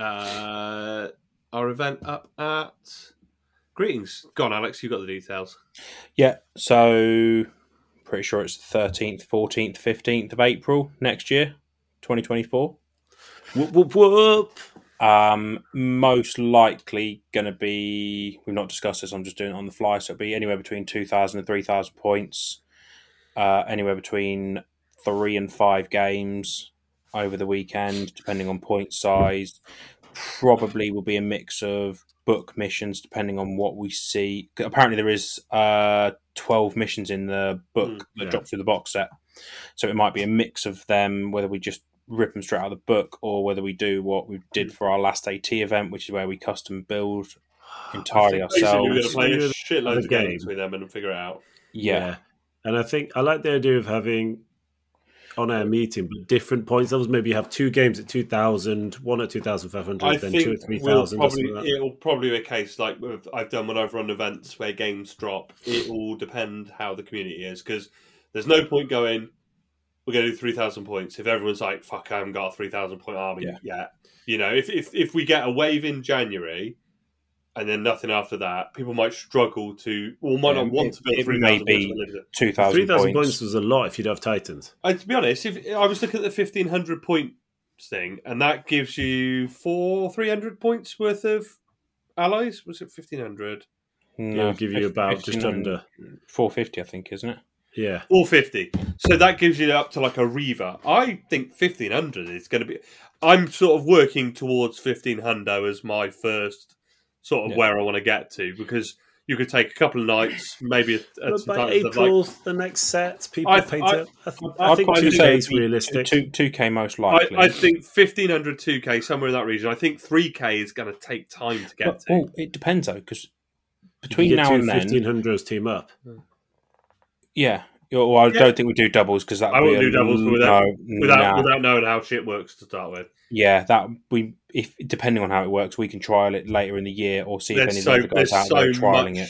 [SPEAKER 1] uh, our event up at. Greetings, gone, Alex. You got the details.
[SPEAKER 2] Yeah, so pretty sure it's the 13th, 14th, 15th of April next year, 2024.
[SPEAKER 3] Whoop, whoop, whoop.
[SPEAKER 2] Um, most likely going to be, we've not discussed this, I'm just doing it on the fly, so it'll be anywhere between 2,000 and 3,000 points, uh, anywhere between three and five games over the weekend, depending on point size. Probably will be a mix of book missions, depending on what we see. Apparently, there is uh, 12 missions in the book
[SPEAKER 1] Mm,
[SPEAKER 2] that
[SPEAKER 3] yeah.
[SPEAKER 2] drops through the box set. So it might be a mix of them, whether we just rip them straight out of the book or whether we do what
[SPEAKER 1] Hmm.
[SPEAKER 2] we did for our last AT event, which is where we custom build entirely
[SPEAKER 1] Basically, we're
[SPEAKER 2] ourselves.
[SPEAKER 1] going to play a
[SPEAKER 3] Other
[SPEAKER 1] shitload of
[SPEAKER 3] game.
[SPEAKER 1] games with them and figure it out.
[SPEAKER 2] Yeah.
[SPEAKER 3] And I think I like the idea of having on air meeting, but different points levels. Maybe you have two games at 2,000, one at 2,500,
[SPEAKER 1] I
[SPEAKER 3] then
[SPEAKER 1] think
[SPEAKER 3] two at 3,000.
[SPEAKER 1] we'll
[SPEAKER 3] or
[SPEAKER 1] probably,
[SPEAKER 3] something like that.
[SPEAKER 1] it'll probably be a case like with- I've done when I've run events where games drop. It will depend how the community is because there's no point going. We're going to do three thousand points if everyone's like, "Fuck, I haven't got a three thousand point army
[SPEAKER 2] Yeah.
[SPEAKER 1] yet." You know, if, if if we get a wave in January and then nothing after that, people might struggle to or might
[SPEAKER 2] Yeah,
[SPEAKER 1] not want
[SPEAKER 2] it-
[SPEAKER 1] to build
[SPEAKER 2] it
[SPEAKER 1] three
[SPEAKER 2] may
[SPEAKER 1] thousand
[SPEAKER 2] be-
[SPEAKER 1] points.
[SPEAKER 2] Two thousand
[SPEAKER 3] 3,000
[SPEAKER 2] points.
[SPEAKER 3] points. was a lot if you'd have Titans.
[SPEAKER 1] I, Uh, to be honest, if I was looking at the fifteen hundred points thing, and that gives you four three hundred points worth of allies. Was it fifteen hundred
[SPEAKER 3] It would give you about just under.
[SPEAKER 2] four fifty, I think, isn't it?
[SPEAKER 3] Yeah.
[SPEAKER 1] or fifty? So that gives you up to like a Reaver. I think fifteen hundred is going to be. I'm sort of working towards fifteen hundred as my first sort of
[SPEAKER 2] Yeah.
[SPEAKER 1] where I want to get to because you could take a couple of nights, maybe a, a,
[SPEAKER 3] But by
[SPEAKER 1] sometimes
[SPEAKER 3] April, the next set, people
[SPEAKER 1] I-
[SPEAKER 3] paint
[SPEAKER 1] I-
[SPEAKER 3] it. I, th- I think
[SPEAKER 2] probably
[SPEAKER 3] two
[SPEAKER 2] say
[SPEAKER 3] days
[SPEAKER 2] it'd be
[SPEAKER 3] realistic.
[SPEAKER 2] Two two k most
[SPEAKER 1] like,
[SPEAKER 2] likely.
[SPEAKER 1] I, I think 1500 2k somewhere in that region. I think 3k is going to take time to get
[SPEAKER 2] But-
[SPEAKER 1] to.
[SPEAKER 2] oh, it depends though, because between
[SPEAKER 3] You get
[SPEAKER 2] now
[SPEAKER 3] two
[SPEAKER 2] and then,
[SPEAKER 3] 1500s team up.
[SPEAKER 2] yeah. Well, I
[SPEAKER 1] Yeah.
[SPEAKER 2] don't think we do doubles because that
[SPEAKER 1] I
[SPEAKER 2] would
[SPEAKER 1] won't do doubles without- Without, without knowing how shit works to start with,
[SPEAKER 2] Yeah, that we if depending on how it works, we can trial it later in the year or see if any
[SPEAKER 1] there's so
[SPEAKER 2] of the guys
[SPEAKER 1] there's
[SPEAKER 2] out
[SPEAKER 1] so
[SPEAKER 2] there
[SPEAKER 1] much.
[SPEAKER 2] trialing it.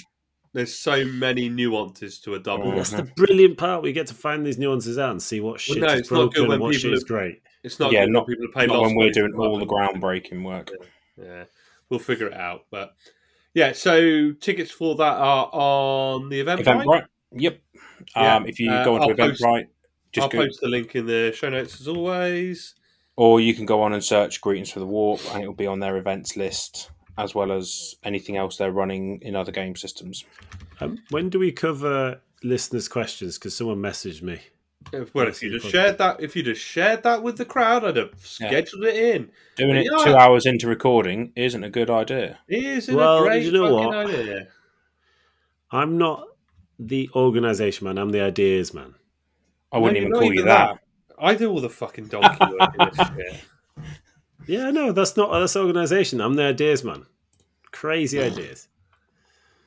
[SPEAKER 1] There's so many nuances to a double.
[SPEAKER 2] Mm.
[SPEAKER 3] That's the brilliant part. We get to find these nuances out and see what shit
[SPEAKER 1] no,
[SPEAKER 3] is
[SPEAKER 1] it's not good
[SPEAKER 3] broken
[SPEAKER 1] when
[SPEAKER 3] and what
[SPEAKER 1] people
[SPEAKER 3] shit is
[SPEAKER 1] have-
[SPEAKER 3] great.
[SPEAKER 1] It's not
[SPEAKER 2] Yeah,
[SPEAKER 1] good
[SPEAKER 2] not-
[SPEAKER 1] for people to pay
[SPEAKER 2] Not
[SPEAKER 1] lots
[SPEAKER 2] when we're
[SPEAKER 1] money
[SPEAKER 2] doing
[SPEAKER 1] for
[SPEAKER 2] all the
[SPEAKER 1] nothing.
[SPEAKER 2] groundbreaking work.
[SPEAKER 1] Yeah, we'll figure it out. But yeah, so tickets for that are on the event.
[SPEAKER 2] Eventbrite. Yep.
[SPEAKER 1] Yeah,
[SPEAKER 2] Um, if you
[SPEAKER 1] uh,
[SPEAKER 2] go onto
[SPEAKER 1] I'll post-
[SPEAKER 2] Eventbrite,
[SPEAKER 1] I'll
[SPEAKER 2] just go,
[SPEAKER 1] post the link in the show notes as always.
[SPEAKER 2] or you can go on and search "Greetings for the Warp" and it will be on their events list as well as anything else they're running in other game systems.
[SPEAKER 3] Um, when do we cover listeners' questions? Because someone messaged me.
[SPEAKER 1] If- Well, if
[SPEAKER 3] Yes,
[SPEAKER 1] you
[SPEAKER 3] you
[SPEAKER 1] just
[SPEAKER 3] could.
[SPEAKER 1] shared that, if you just shared that with the crowd, I'd have scheduled it in.
[SPEAKER 2] Doing it
[SPEAKER 1] Yeah.
[SPEAKER 2] two hours into recording isn't a good idea.
[SPEAKER 1] Isn't
[SPEAKER 3] Well,
[SPEAKER 1] it great?
[SPEAKER 3] you know
[SPEAKER 1] fucking
[SPEAKER 3] what?
[SPEAKER 1] idea?
[SPEAKER 3] I'm not the organisation man. I'm the ideas man.
[SPEAKER 2] I wouldn't
[SPEAKER 1] No,
[SPEAKER 2] even
[SPEAKER 1] not
[SPEAKER 2] call you that.
[SPEAKER 1] I do all the fucking donkey work in this shit.
[SPEAKER 3] Yeah, no, that's not that's organisation. I'm the ideas man. Crazy ideas.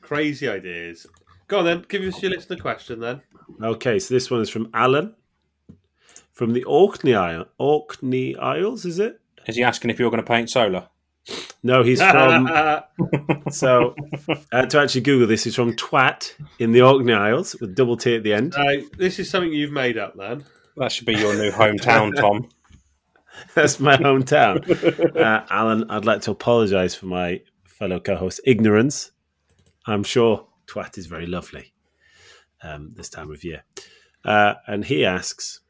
[SPEAKER 1] Crazy ideas. Go on then, give us your listener question then.
[SPEAKER 3] Okay, so this one is from Alan from the Orkney Isle. Orkney Isles, is it?
[SPEAKER 2] Is he asking if you're going to paint solar?
[SPEAKER 3] No, he's from. so I had to actually Google this. He's from Twat in the Orkney Isles with double T at the end.
[SPEAKER 1] So, this is something you've made up then.
[SPEAKER 2] That should be your new hometown, Tom.
[SPEAKER 3] That's my hometown. Uh, Alan, I'd like to apologise for my fellow co-host ignorance. I'm sure twat is very lovely um, this time of year. Uh, and he asks,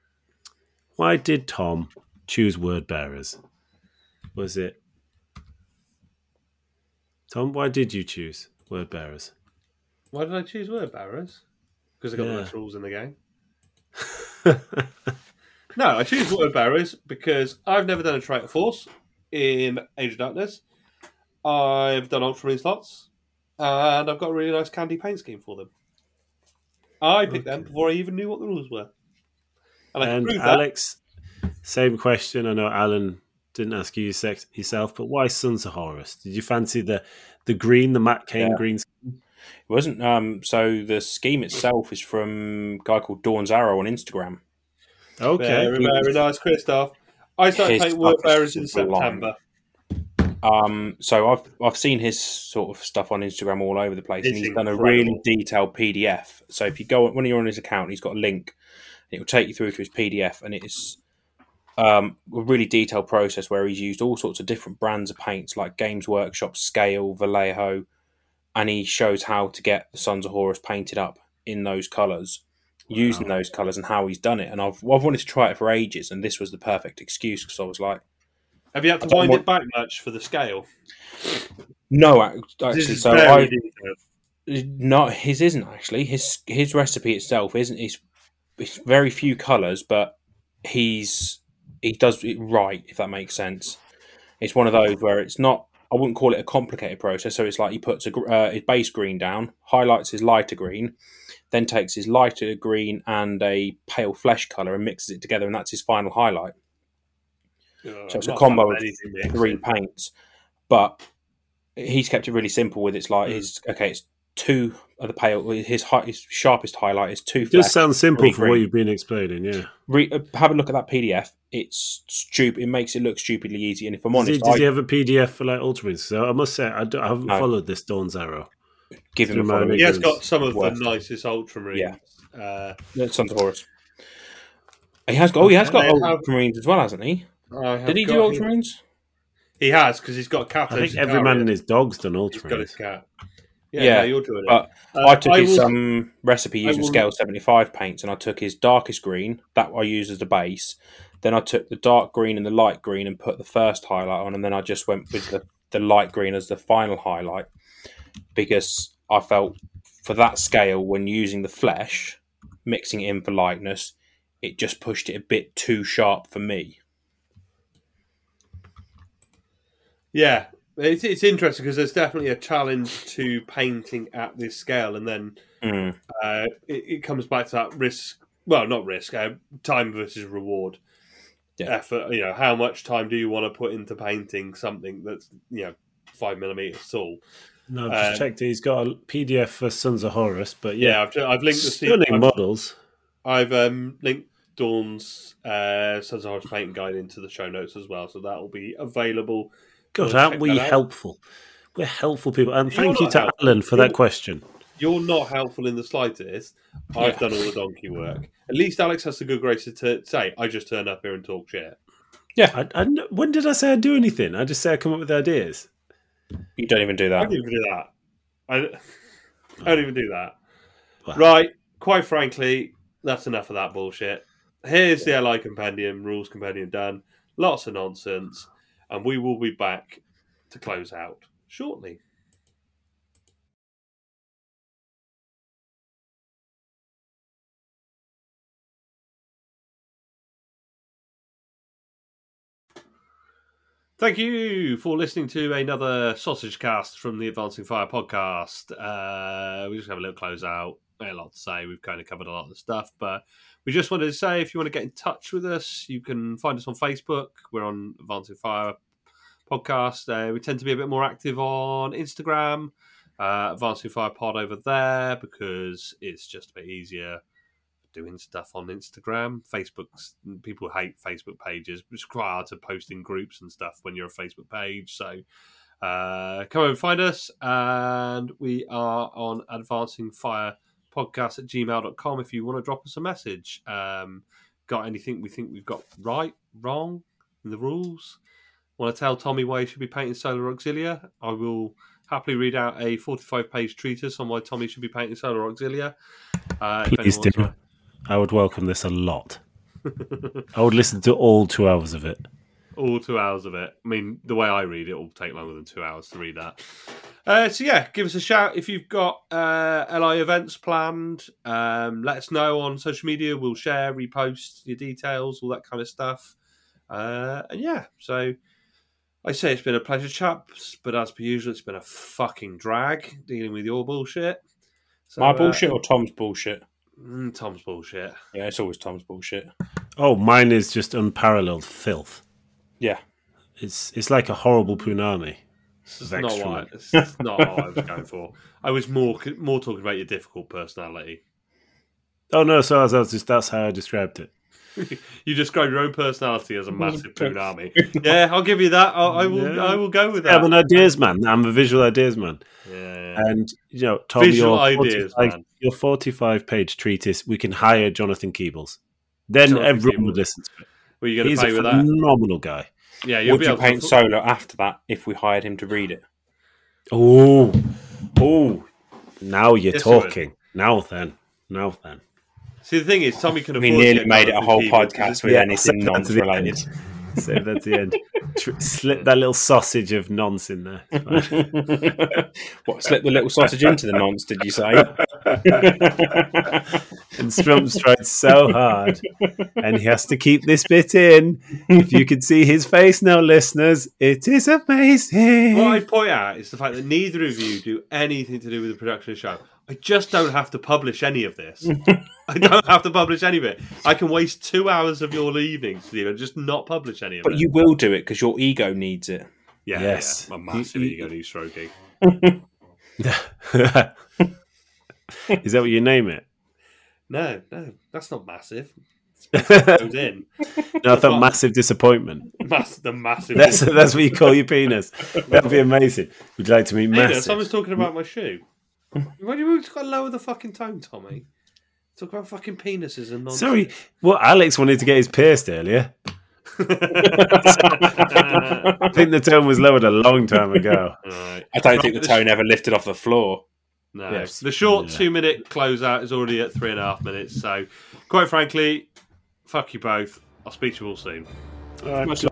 [SPEAKER 3] why did Tom choose word bearers? Was it Tom? Why did you choose word bearers?
[SPEAKER 1] Why did I choose word barrows? Because I got
[SPEAKER 3] Yeah.
[SPEAKER 1] the most rules in the game. No, I choose word barrows because I've never done a traitor force in Age of Darkness. I've done ultramarine slots, and I've got a really nice candy paint scheme for them. I picked them
[SPEAKER 3] Okay.
[SPEAKER 1] before I even knew what the rules were, and I can
[SPEAKER 3] and
[SPEAKER 1] prove
[SPEAKER 3] Alex, same question. I know Alan didn't ask you sex, yourself, but why Sons of Horus? Did you fancy the the green, the Matt Cain
[SPEAKER 2] Yeah.
[SPEAKER 3] green?
[SPEAKER 2] It wasn't. Um, so the scheme itself is from a guy called Dawn's Arrow on Instagram.
[SPEAKER 1] that.
[SPEAKER 3] Okay,
[SPEAKER 1] Very, very nice, Christoph. I started
[SPEAKER 2] His
[SPEAKER 1] painting word
[SPEAKER 2] stuff is
[SPEAKER 1] barrows in
[SPEAKER 2] sublime.
[SPEAKER 1] September.
[SPEAKER 2] Um, so I've I've seen his sort of stuff on Instagram all over the place, and
[SPEAKER 1] It's
[SPEAKER 2] he's done a
[SPEAKER 1] incredible.
[SPEAKER 2] really detailed PDF. So if you go when you're on his account, he's got a link. It will take you through to his PDF, and it's um, a really detailed process where he's used all sorts of different brands of paints, like Games Workshop, Scale, Vallejo, and he shows how to get the Sons of Horus painted up in those colours, using
[SPEAKER 3] Wow.
[SPEAKER 2] those colours, and how he's done it. And I've I've wanted to try it for ages, and this was the perfect excuse because I was like.
[SPEAKER 1] Have you had to
[SPEAKER 2] I don't
[SPEAKER 1] wind
[SPEAKER 2] want-
[SPEAKER 1] it back much for the scale?
[SPEAKER 2] No, ac- actually.
[SPEAKER 1] This is
[SPEAKER 2] so
[SPEAKER 1] very
[SPEAKER 2] I,
[SPEAKER 1] detailed.
[SPEAKER 2] No, his isn't actually. His his recipe itself isn't. It's it's very few colours, but he's he does it right. If that makes sense, it's one of those where it's not. I wouldn't call it a complicated process. So it's like he puts a gr- uh, his base green down, highlights his lighter green, then takes his lighter green and a pale flesh colour and mixes it together, and that's his final highlight
[SPEAKER 1] Ugh,
[SPEAKER 2] So it's a
[SPEAKER 1] not
[SPEAKER 2] combo
[SPEAKER 1] done
[SPEAKER 2] of
[SPEAKER 1] anything mixed.
[SPEAKER 2] three paints, but he's kept it really simple with it's like
[SPEAKER 1] Hmm.
[SPEAKER 3] Mm.
[SPEAKER 2] his okay, it's two of the pale. His high, his sharpest highlight is two.
[SPEAKER 3] It does
[SPEAKER 2] Flesh.
[SPEAKER 3] sound simple
[SPEAKER 2] green,
[SPEAKER 3] for what
[SPEAKER 2] green.
[SPEAKER 3] you've been explaining, yeah.
[SPEAKER 2] Re, uh, have a look at that PDF. It's stupid. It makes it look stupidly easy. And if I'm
[SPEAKER 3] Does
[SPEAKER 2] honest,
[SPEAKER 3] he, does
[SPEAKER 2] I
[SPEAKER 3] he have a PDF for like Ultramarines? So I must say, I, don't- I haven't
[SPEAKER 2] No.
[SPEAKER 3] followed this Dawn's Arrow.
[SPEAKER 2] give him a
[SPEAKER 3] Remind
[SPEAKER 2] follow.
[SPEAKER 3] me.
[SPEAKER 1] He has
[SPEAKER 3] Because-
[SPEAKER 1] got some of
[SPEAKER 2] Worth.
[SPEAKER 1] the nicest ultramarines. Uh,
[SPEAKER 2] That's Sons of Horus. He has got. Oh, he has got
[SPEAKER 1] Okay.
[SPEAKER 2] Ultramarines as well, hasn't he?
[SPEAKER 1] I have
[SPEAKER 2] Did he do
[SPEAKER 1] got him-
[SPEAKER 2] Ultramarines?
[SPEAKER 1] He has because he's got a cat.
[SPEAKER 3] I think every man and his dog's done
[SPEAKER 1] he's got his
[SPEAKER 3] Ultramarines.
[SPEAKER 1] cat. Yeah,
[SPEAKER 2] Yeah,
[SPEAKER 1] no, you're doing it.
[SPEAKER 2] but
[SPEAKER 1] Uh,
[SPEAKER 2] I took his
[SPEAKER 1] will-
[SPEAKER 2] um, recipe
[SPEAKER 1] I
[SPEAKER 2] using
[SPEAKER 1] will-
[SPEAKER 2] scale 75 paints and I took his darkest green, that I used as the base. Then I took the dark green and the light green and put the first highlight on, and then I just went with the, the light green as the final highlight because I felt for that scale, when using the flesh, mixing it in for lightness, it just pushed it a bit too sharp for me.
[SPEAKER 1] yeah, It's, it's interesting because there's definitely a challenge to painting at this scale, and then
[SPEAKER 2] Mm.
[SPEAKER 1] uh, it, it comes back to that risk. Well, not risk. Uh, time versus reward.
[SPEAKER 2] Yeah.
[SPEAKER 1] Effort. You know, how much time do you want to put into painting something that's you know five millimeters tall?
[SPEAKER 3] No, I've just
[SPEAKER 1] Uh,
[SPEAKER 3] checked. He's got a PDF for Sons of Horus, but
[SPEAKER 1] Yeah,
[SPEAKER 3] yeah,
[SPEAKER 1] I've, ju- I've linked the
[SPEAKER 3] stunning
[SPEAKER 1] I've,
[SPEAKER 3] models.
[SPEAKER 1] I've um, linked Dawn's uh, Sons of Horus painting guide into the show notes as well, so that will be available.
[SPEAKER 3] God,
[SPEAKER 1] Go
[SPEAKER 3] aren't
[SPEAKER 1] check
[SPEAKER 3] we
[SPEAKER 1] that out.
[SPEAKER 3] helpful? We're helpful people, and
[SPEAKER 1] You're
[SPEAKER 3] thank you
[SPEAKER 1] not
[SPEAKER 3] to
[SPEAKER 1] helpful.
[SPEAKER 3] Alan for that question.
[SPEAKER 1] You're not helpful in the slightest. I've done all the donkey work. At least Alex has the good graces to say, "I just turn up here and talk shit."
[SPEAKER 3] I, I n- when did I say I do anything? I just say I come up with ideas.
[SPEAKER 2] You don't even do
[SPEAKER 1] I
[SPEAKER 2] that.
[SPEAKER 1] don't even do that. I, I don't even do that.
[SPEAKER 3] Wow.
[SPEAKER 1] Right. Quite frankly, that's enough of that bullshit. Here's the LI Compendium, Rules Compendium done. Lots of nonsense. And we will be back to close out shortly. Thank you for listening to another sausage cast from the Advancing Fire podcast. Uh, we just have a little close out. We had a lot to say. We've kind of covered a lot of the stuff, but we just wanted to say if you want to get in touch with us, you can find us on Facebook. We're on Advancing Fire podcast. Uh, we tend to be a bit more active on Instagram, uh, Advancing Fire Pod over there because it's just a bit easier doing stuff on Instagram. Facebook's people hate Facebook pages. It's quite hard to post in groups and stuff when you're a Facebook page. So uh, come and find us. And we are on advancing fire podcast at gmail.com if you want to drop us a message. Um, got anything we think we've got right, wrong in the rules? Want to tell Tommy why he should be painting Solar Auxilia? I will happily read out a 45 page treatise on why Tommy should be painting Solar Auxilia. Uh, if
[SPEAKER 3] Please
[SPEAKER 1] anyone wants
[SPEAKER 3] do.
[SPEAKER 1] to-
[SPEAKER 3] I would welcome this a lot. I would listen to all two hours of it.
[SPEAKER 1] all two hours of it. I mean, the way I read it, will take longer than two hours to read that. Uh, so yeah, give us a shout if you've got uh, LI events planned. Um, let us know on social media. We'll share, repost your details, all that kind of stuff. Uh, and yeah, so I say it's been a pleasure, chaps. But as per usual, it's been a fucking drag dealing with your bullshit. So,
[SPEAKER 2] My
[SPEAKER 1] uh,
[SPEAKER 2] bullshit or Tom's bullshit?
[SPEAKER 1] mm, Tom's bullshit.
[SPEAKER 2] Yeah, it's always Tom's bullshit.
[SPEAKER 3] Oh, mine is just unparalleled filth.
[SPEAKER 2] Yeah.
[SPEAKER 3] It's it's like a horrible punami.
[SPEAKER 1] This is
[SPEAKER 3] Vex
[SPEAKER 1] not
[SPEAKER 3] from
[SPEAKER 1] what,
[SPEAKER 3] it.
[SPEAKER 1] this is not what I was going for. I was more more talking about your difficult personality.
[SPEAKER 3] Oh no, so as I was just that's how I described it.
[SPEAKER 1] You describe your own personality as a massive punami. yeah, I'll give you that. I, I will.
[SPEAKER 3] Yeah.
[SPEAKER 1] I will go with that.
[SPEAKER 3] I'm an ideas man. I'm a visual ideas man.
[SPEAKER 1] Yeah.
[SPEAKER 2] Uh,
[SPEAKER 3] And you know, Tom,
[SPEAKER 1] Visual
[SPEAKER 3] your,
[SPEAKER 1] ideas,
[SPEAKER 3] 45,
[SPEAKER 1] man.
[SPEAKER 3] your 45 page treatise, we can hire Jonathan Keebles. Then
[SPEAKER 1] Jonathan
[SPEAKER 3] everyone
[SPEAKER 1] Keebles.
[SPEAKER 3] would listen to it.
[SPEAKER 1] Were you going
[SPEAKER 3] He's
[SPEAKER 1] to pay
[SPEAKER 3] a
[SPEAKER 1] with that?
[SPEAKER 3] phenomenal guy.
[SPEAKER 1] Yeah, you'll
[SPEAKER 2] Would
[SPEAKER 1] be
[SPEAKER 2] you
[SPEAKER 1] able
[SPEAKER 2] paint
[SPEAKER 1] to.
[SPEAKER 2] solo after that if we hired him to read it?
[SPEAKER 3] Oh, oh, now you're
[SPEAKER 1] Yes, he would.
[SPEAKER 3] talking. Now then, now then.
[SPEAKER 1] See, the thing is, Tommy can afford.
[SPEAKER 2] We
[SPEAKER 1] to
[SPEAKER 2] nearly
[SPEAKER 1] get
[SPEAKER 2] made it a
[SPEAKER 1] Jonathan
[SPEAKER 2] whole
[SPEAKER 1] Keeble, 'cause
[SPEAKER 2] podcast
[SPEAKER 1] it's-
[SPEAKER 2] with
[SPEAKER 3] Yeah,
[SPEAKER 2] anything
[SPEAKER 3] save that
[SPEAKER 2] nonce
[SPEAKER 3] to the
[SPEAKER 2] related.
[SPEAKER 3] Save that to the end. Tr- slip that little sausage of nonce in there. It's fine.
[SPEAKER 2] what, slip the little sausage into the nonce, did you say?
[SPEAKER 3] and Strump's tried so hard, and he has to keep this bit in. If you can see his face now, listeners, it is amazing.
[SPEAKER 1] What I point out is the fact that neither of you do anything to do with the production of the show. I just don't have to publish any of this. I don't have to publish any of it. I can waste two hours of your evening, Steve, and just not publish any of
[SPEAKER 2] But
[SPEAKER 1] it.
[SPEAKER 2] you will do it because your ego needs it.
[SPEAKER 1] yeah,
[SPEAKER 3] Yes.
[SPEAKER 1] yeah, I'm massive
[SPEAKER 3] You-
[SPEAKER 1] ego knee stroking.
[SPEAKER 3] is that what you name it?
[SPEAKER 1] No, no, that's not massive.
[SPEAKER 3] no,
[SPEAKER 1] Goes in.
[SPEAKER 3] I thought massive disappointment.
[SPEAKER 1] Mass- the massive.
[SPEAKER 3] That's that's what you call your penis. That'd be amazing. Would you like to meet
[SPEAKER 1] Hey, there,
[SPEAKER 3] massive?
[SPEAKER 1] someone's talking about my shoe. Why do you just got to lower the fucking tone, Tommy? Talk about fucking penises and nonsense.
[SPEAKER 3] Sorry, well, Alex wanted to get his pierced earlier. I think the tone was lowered a long time ago.
[SPEAKER 1] Alright.
[SPEAKER 2] I don't think the tone ever lifted off the floor.
[SPEAKER 1] No.
[SPEAKER 3] Yes.
[SPEAKER 1] The short
[SPEAKER 3] Yeah.
[SPEAKER 1] two minute closeout is already at three and a half minutes. So, quite frankly, fuck you both. I'll speak to you all soon.
[SPEAKER 3] All right,
[SPEAKER 2] Much